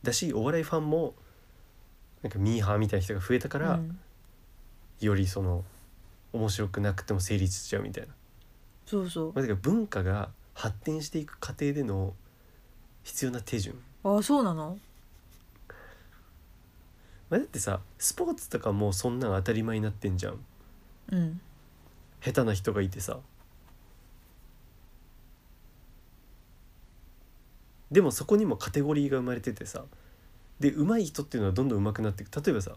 Speaker 1: だしお笑いファンもなんかミーハーみたいな人が増えたから、
Speaker 2: うん
Speaker 1: よりその面白くなくても成立しちゃうみたいな、
Speaker 2: そうそう
Speaker 1: まあ、だから文化が発展していく過程での必要な手順、
Speaker 2: あそうなの
Speaker 1: まあ、だってさスポーツとかもうそんなん当たり前になってんじゃん
Speaker 2: うん
Speaker 1: 下手な人がいてさでもそこにもカテゴリーが生まれててさで上手い人っていうのはどんどん上手くなっていく例えばさ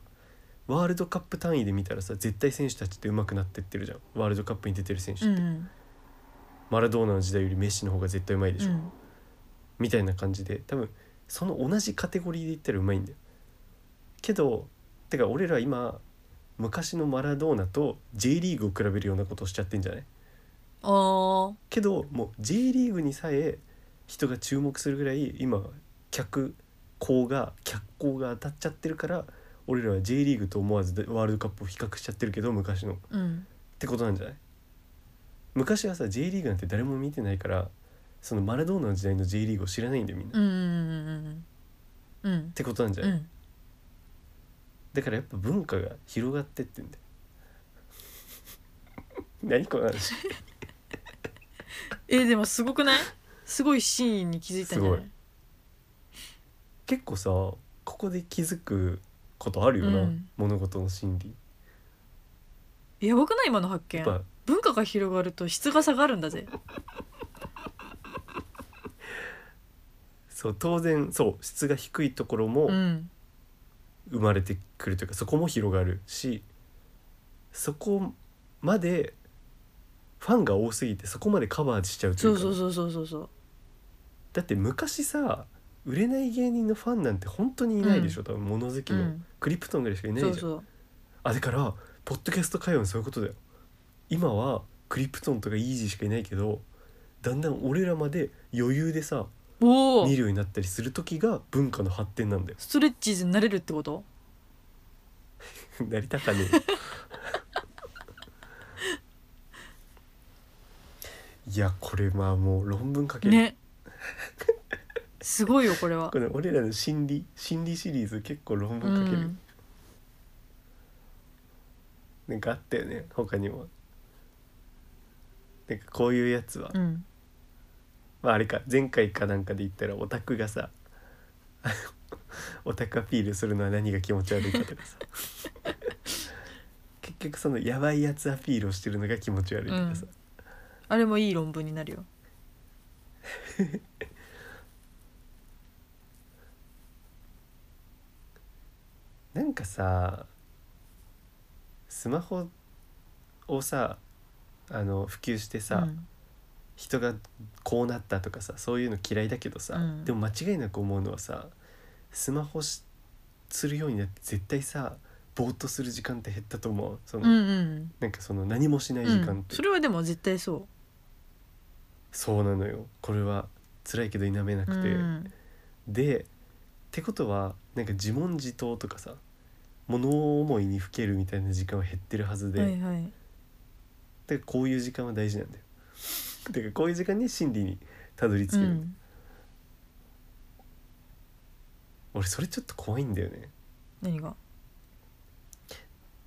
Speaker 1: ワールドカップ単位で見たらさ絶対選手たちって上手くなってってるじゃんワールドカップに出てる選手っ
Speaker 2: う
Speaker 1: て、
Speaker 2: んうん
Speaker 1: マラドーナの時代よりメッシの方が絶対上手いでしょ、
Speaker 2: うん
Speaker 1: みたいな感じで多分その同じカテゴリーで言ったらうまいんだよけどてか俺ら今昔のマラドーナと J リーグを比べるようなことをしちゃってんじゃない
Speaker 2: あー
Speaker 1: けどもう J リーグにさえ人が注目するぐらい今客光が脚光が当たっちゃってるから俺らは J リーグと思わずでワールドカップを比較しちゃってるけど昔のっ
Speaker 2: うん
Speaker 1: てことなんじゃない昔はさ J リーグなんて誰も見てないからそのマラドーナの時代の J リーグを知らないんだよみんな、
Speaker 2: う
Speaker 1: っ
Speaker 2: んうんうん
Speaker 1: てことなんじゃ
Speaker 2: う
Speaker 1: ない、
Speaker 2: ん
Speaker 1: だからやっぱ文化が広がってってんだよ 何この話
Speaker 2: えーでもすごくないすごいシーンに気づいたんじゃない
Speaker 1: 結構さここで気づくことあるよな、
Speaker 2: うん
Speaker 1: 物事の真理
Speaker 2: やばくない今の発見
Speaker 1: やっぱ
Speaker 2: 文下が広がると質が下がるんだぜ
Speaker 1: そう当然そう質が低いところも
Speaker 2: うん
Speaker 1: 生まれてくるというか、そこも広がるしそこまでファンが多すぎてそこまでカバーしちゃうとい
Speaker 2: そうう
Speaker 1: か
Speaker 2: そうそうそうそうそう
Speaker 1: だって昔さ売れない芸人のファンなんて本当にいないでしょ、多分物好きの、
Speaker 2: うん
Speaker 1: クリプトンぐらいしかいないじゃ
Speaker 2: そ
Speaker 1: ん
Speaker 2: うそう
Speaker 1: あだからポッドキャスト界隈もそういうことだよ今はクリプトンとかイージーしかいないけどだんだん俺らまで余裕でさ
Speaker 2: おお
Speaker 1: 見るようになったりする時が文化の発展なんだよ
Speaker 2: ストレッチーズになれるってこと
Speaker 1: なりたかねえよ いやこれまあもう論文書ける、
Speaker 2: ねすごいよこれは
Speaker 1: これ俺らの心理心理シリーズ結構論
Speaker 2: う
Speaker 1: 文書ける、
Speaker 2: ん
Speaker 1: なんかあったよね他にもなんかこういうやつは、
Speaker 2: うん
Speaker 1: まああれか前回かなんかで言ったらオタクがさ あのオタクアピールするのは何が気持ち悪いかとかさ結局そのやばいやつアピールをしてるのが気持ち悪いとかさ、
Speaker 2: あれもいい論文になるよ
Speaker 1: なんかさスマホをさあの普及してさ、
Speaker 2: うん
Speaker 1: 人がこうなったとかさそういうの嫌いだけどさ、
Speaker 2: うん
Speaker 1: でも間違いなく思うのはさスマホしするようになって絶対さぼーっとする時間って減ったと思うその、
Speaker 2: うんうん
Speaker 1: なんかその何もしない時
Speaker 2: う
Speaker 1: 間っ
Speaker 2: ん
Speaker 1: て、
Speaker 2: それはでも絶対そう
Speaker 1: そうなのよこれは辛いけど否めなくて、
Speaker 2: うん
Speaker 1: でってことはなんか自問自答とかさ物思いにふけるみたいな時間は減ってるはずで、
Speaker 2: はいはい
Speaker 1: だからこういう時間は大事なんだよ だからこういう時間に真理にたどり着
Speaker 2: う
Speaker 1: ける、
Speaker 2: ん
Speaker 1: 俺それちょっと怖いんだよね
Speaker 2: 何が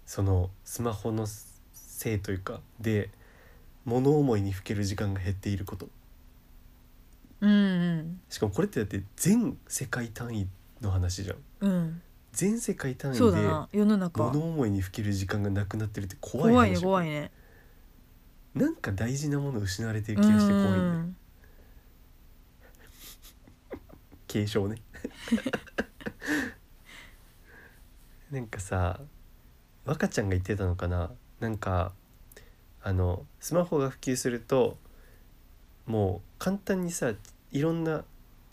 Speaker 1: そのスマホのせいというかで物思いにふける時間が減っていること
Speaker 2: うんうん
Speaker 1: しかもこれってだって全世界単位の話じゃん
Speaker 2: うん
Speaker 1: 全世界単位で
Speaker 2: そうだな世の中
Speaker 1: 物思いにふける時間がなくなってるって怖い話
Speaker 2: 怖いね怖いね
Speaker 1: なんか大事なものを失われてる
Speaker 2: う
Speaker 1: 気がして怖いんだよ
Speaker 2: ん
Speaker 1: 継承ねなんかさ若ちゃんが言ってたのかななんかあのスマホが普及するともう簡単にさいろんな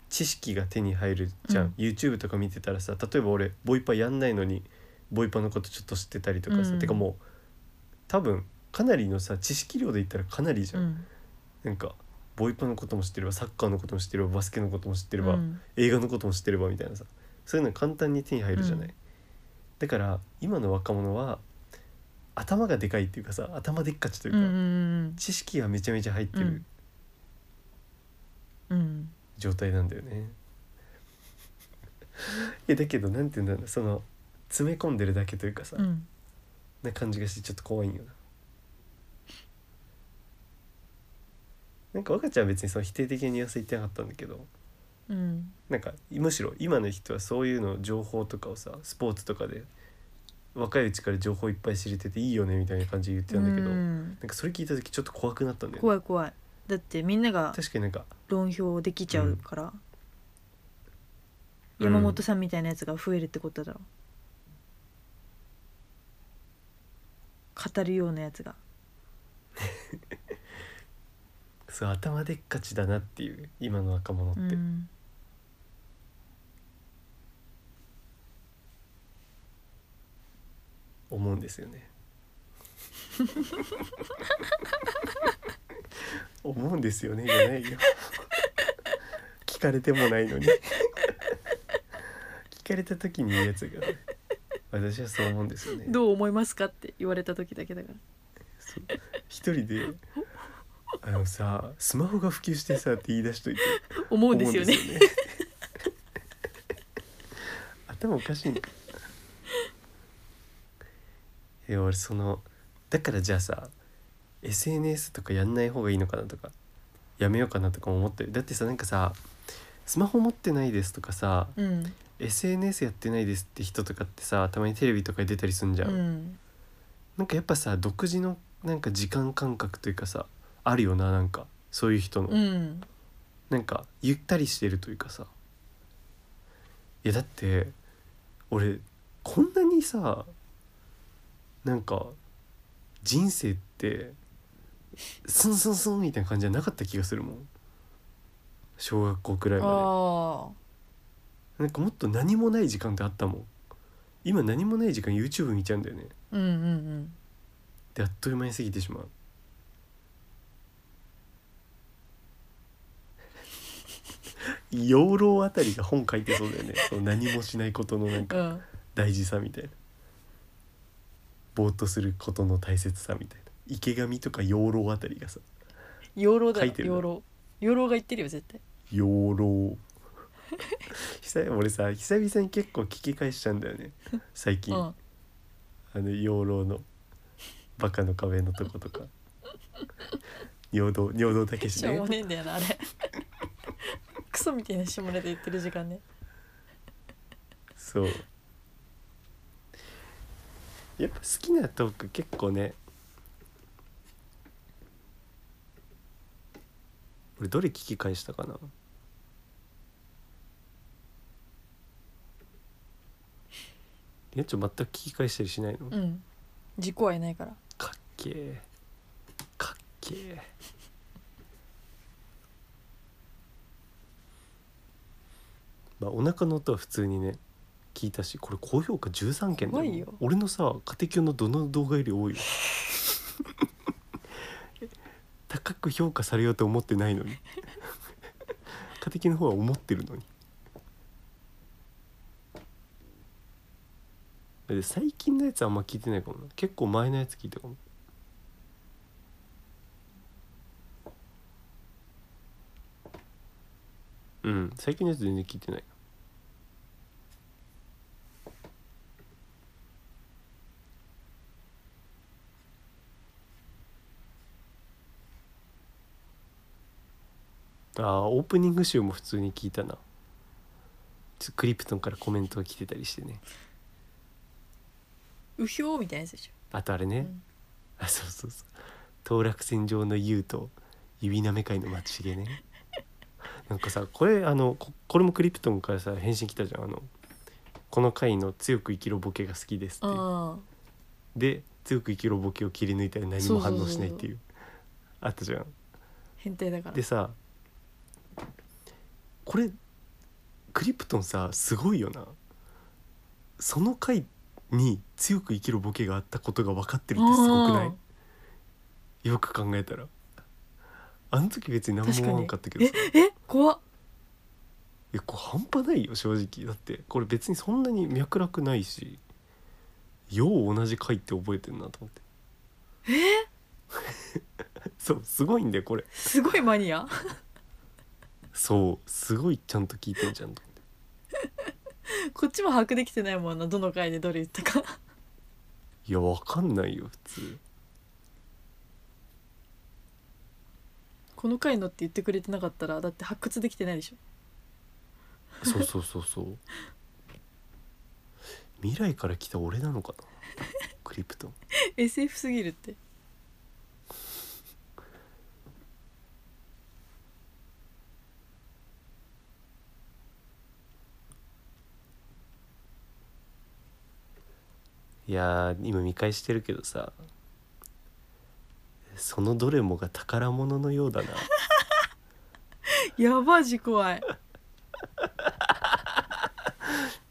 Speaker 1: 知識が手に入るじゃん、
Speaker 2: うん
Speaker 1: YouTube とか見てたらさ例えば俺ボイパやんないのにボイパのことちょっと知ってたりとかさ、
Speaker 2: うん
Speaker 1: てかもう多分かなりのさ知識量で言ったらかなりじゃ、
Speaker 2: うんん
Speaker 1: なんかボイパのことも知ってればサッカーのことも知ってればバスケのことも知ってれば、
Speaker 2: うん
Speaker 1: 映画のことも知ってればみたいなさそういうの簡単に手に入るじゃない、
Speaker 2: うん
Speaker 1: だから今の若者は頭がでかいっていうかさ頭でっかちという
Speaker 2: う
Speaker 1: か、
Speaker 2: んうん
Speaker 1: 知識がめちゃめちゃ入って
Speaker 2: う
Speaker 1: る
Speaker 2: んうん
Speaker 1: 状態なんだよね、 いやだけどなんて言うんだろうなその詰め込んでるだけというかさ、
Speaker 2: うん
Speaker 1: な感じがしてちょっと怖いんよななんか若ちゃんは別にその否定的なニュアンス言ってなかったんだけど
Speaker 2: うん
Speaker 1: なんかむしろ今の人はそういうの情報とかをさスポーツとかで若いうちから情報いっぱい知れてていいよねみたいな感じで言ってたんだけど、な
Speaker 2: う
Speaker 1: ん
Speaker 2: ん
Speaker 1: かそれ聞いた時ちょっと怖くなったんだよね
Speaker 2: 怖い怖いだってみんなが
Speaker 1: 確かになんか
Speaker 2: 論評できちゃうから、
Speaker 1: うん
Speaker 2: 山本さんみたいなやつが増えるってことだろ語るようなやつが
Speaker 1: そう頭でっかちだなっていう今の若者って、
Speaker 2: うん
Speaker 1: 思うんですよ ね思うんですよねじゃないよ聞かれてもないの に聞かれた時に言うやつが私はそう思うんですよね
Speaker 2: どう思いますかって言われた時だけだから
Speaker 1: そう一人で「あのさスマホが普及してさ」って言い出しといて
Speaker 2: 思うんですよね
Speaker 1: 思うんですよね 頭おかしいんかいや俺そのだからじゃあさ SNS とかやんない方がいいのかなとかやめようかなとかも思ってるだってさなんかさスマホ持ってないですとかさ
Speaker 2: うん
Speaker 1: SNS やってないですって人とかってさたまにテレビとかに出たりすんじゃ
Speaker 2: うん
Speaker 1: なんかやっぱさ独自のなんか時間感覚というかさあるよななんかそういう人の、
Speaker 2: うん
Speaker 1: なんかゆったりしてるというかさいやだって俺こんなにさなんか人生ってスンスンスンみたいな感じじゃなかった気がするもん小学校くらいま
Speaker 2: ああ
Speaker 1: でなんかもっと何もない時間ってあったもん今何もない時間 YouTube 見ちゃうんだよね
Speaker 2: うんうんうん
Speaker 1: であっという間に過ぎてしまう養老あたりが本書いてそうだよねその何もしないことのなん
Speaker 2: う
Speaker 1: か
Speaker 2: ん
Speaker 1: 大事さみたいなぼーっとすることの大切さみたいな池上とか養老あたりがさ
Speaker 2: 養老だ
Speaker 1: 書
Speaker 2: よ
Speaker 1: いてるな
Speaker 2: 養老養老が言ってるよ絶対
Speaker 1: 養老久々俺さ久々に結構聞き返しちゃうんだよね最近、
Speaker 2: うん
Speaker 1: あの養老のバカの壁のとことか尿道尿道たけし
Speaker 2: しょう
Speaker 1: ね
Speaker 2: もねえんだよなあれクソみたいな下ネタ言ってる時間ね
Speaker 1: そうやっぱ好きなトーク結構ね俺どれ聞き返したかなやっちょ全く聞き返したりしないの、
Speaker 2: うん事故はいないから
Speaker 1: かっけえかっけえまあお腹の音は普通にね聞いたしこれ高評価13件だ
Speaker 2: すごいよ
Speaker 1: 俺のさ家庭教のどの動画より多いよ 高く評価されようと思ってない のに家庭教の方は思ってるのにで最近のやつあんま聞いてないかもな結構前のやつ聞いたかもうん最近のやつ全然聞いてないあーオープニング集も普通に聞いたなちょクリプトンからコメントが来てたりしてね
Speaker 2: うひょーみたいなやつでし
Speaker 1: あとあれね、
Speaker 2: うん
Speaker 1: あそうそうそう当落線上の優と指なめ会の松重 ねなんかさこれあのここれもクリプトンからさ返信来たじゃんあのこの回の「強く生きろボケが好きです」
Speaker 2: ょ
Speaker 1: って
Speaker 2: あ
Speaker 1: で強く生きろボケを切り抜いたら何も反応しないっていうあったじゃん
Speaker 2: 変態だから
Speaker 1: でさこれクリプトンさすごいよなその回に強く生きるボケがあったことが分かってるってすごくないよく考えたらあの時別に何も
Speaker 2: 確か
Speaker 1: 思
Speaker 2: に
Speaker 1: わんかったけどさ
Speaker 2: あーえ怖っ
Speaker 1: いやこれ半端ないよ正直だってこれ別にそんなに脈絡ないしよう同じ回って覚えてんなと思ってえ そうすごいんだよこれ
Speaker 2: すごいマニア
Speaker 1: そうすごいちゃんと聞いてんじゃんと思って
Speaker 2: こっちも把握できてないもんなどの回でどれ言ったか
Speaker 1: いやわかんないよ普通
Speaker 2: この回のって言ってくれてなかったらだって発掘できてないでしょ
Speaker 1: そうそうそうそう 未来から来た俺なのかなクリプトン
Speaker 2: SF すぎるって
Speaker 1: いやー今見返してるけどさそのどれもが宝物のようだな
Speaker 2: やばじ怖い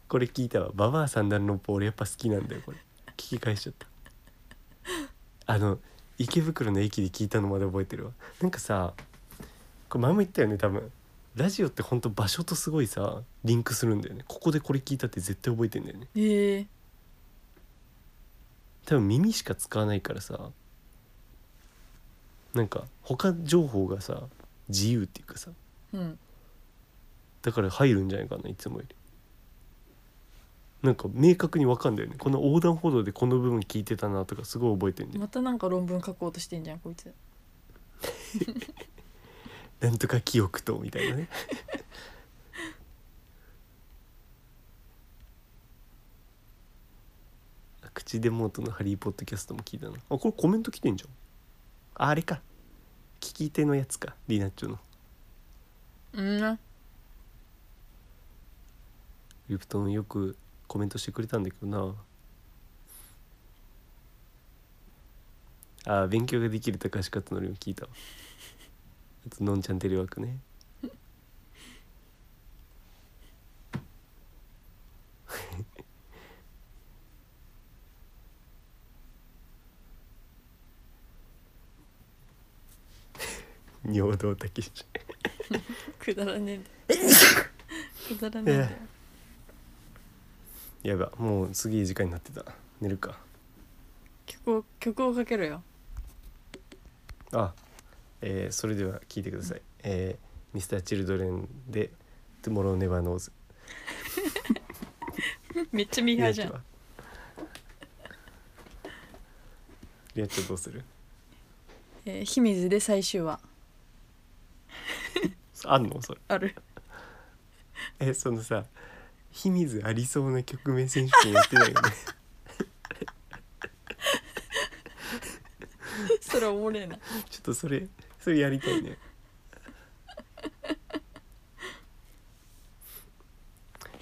Speaker 1: これ聞いたわババアさんなるのっぽ俺やっぱ好きなんだよこれ聞き返しちゃったあの池袋の駅で聞いたのまで覚えてるわなんかさこれ前も言ったよね多分ラジオってほんと場所とすごいさリンクするんだよねここでこれ聞いたって絶対覚えてんだよね
Speaker 2: ええ
Speaker 1: 多分耳しか使わないからさなんか他情報がさ自由っていうかさ
Speaker 2: うん
Speaker 1: だから入るんじゃないかないつもよりなんか明確に分かんだよねこの横断歩道でこの部分聞いてたなとかすごい覚えてんだよ
Speaker 2: またなんか論文書こうとしてんじゃんこいつ
Speaker 1: なんとか記憶とみたいなね口デモートのハリー・ポッドキャストも聞いたなあこれコメント来てんじゃんああれか聞き手のやつかリナッチョの
Speaker 2: うん
Speaker 1: リプトンよくコメントしてくれたんだけどなあー勉強ができる高橋克典も聞いたわあとのんちゃんテレワークね尿道たけし
Speaker 2: くだらねえ んだくだらね
Speaker 1: ね
Speaker 2: え
Speaker 1: え
Speaker 2: んだよ
Speaker 1: やばもうすげえ時間になってた寝るか
Speaker 2: 曲を曲をかけろよ
Speaker 1: あ、えーそれでは聞いてください。えー、ミスターチルドレンで Tomorrow Never Knows。
Speaker 2: めっちゃミーハーじゃん
Speaker 1: は。リアちゃんどうする？
Speaker 2: えー清水で最終話
Speaker 1: あんのそれ？
Speaker 2: ある
Speaker 1: えーそのさ、秘密ありそうな曲名選手権やってない よね。
Speaker 2: それおもれえな
Speaker 1: ちょっとそれそれやりたいね。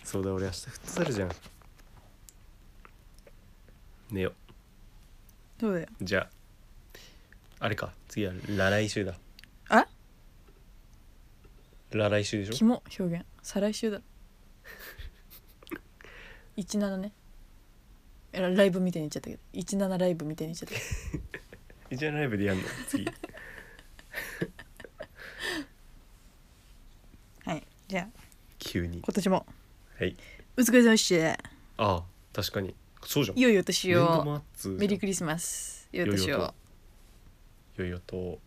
Speaker 1: そうだ俺明日フットサルじゃん。寝よう。
Speaker 2: どうだよ
Speaker 1: じゃああれか次はラ来週だ
Speaker 2: あ
Speaker 1: ラ来週でし
Speaker 2: キ
Speaker 1: ょ
Speaker 2: モ表現再来週だ17ねえらライブみたいに言っちゃったけど17ライブみたいに言っちゃったけど
Speaker 1: じゃあライブでやんの次
Speaker 2: はいじゃあ
Speaker 1: 急に
Speaker 2: 今年も
Speaker 1: はい
Speaker 2: お疲れ様でした
Speaker 1: ああ確かにそうじゃん
Speaker 2: いよいよ年
Speaker 1: 年度
Speaker 2: を
Speaker 1: 末
Speaker 2: メリーク
Speaker 1: リ
Speaker 2: リスマスいよいよ年
Speaker 1: 良いお
Speaker 2: を
Speaker 1: 年いよいよと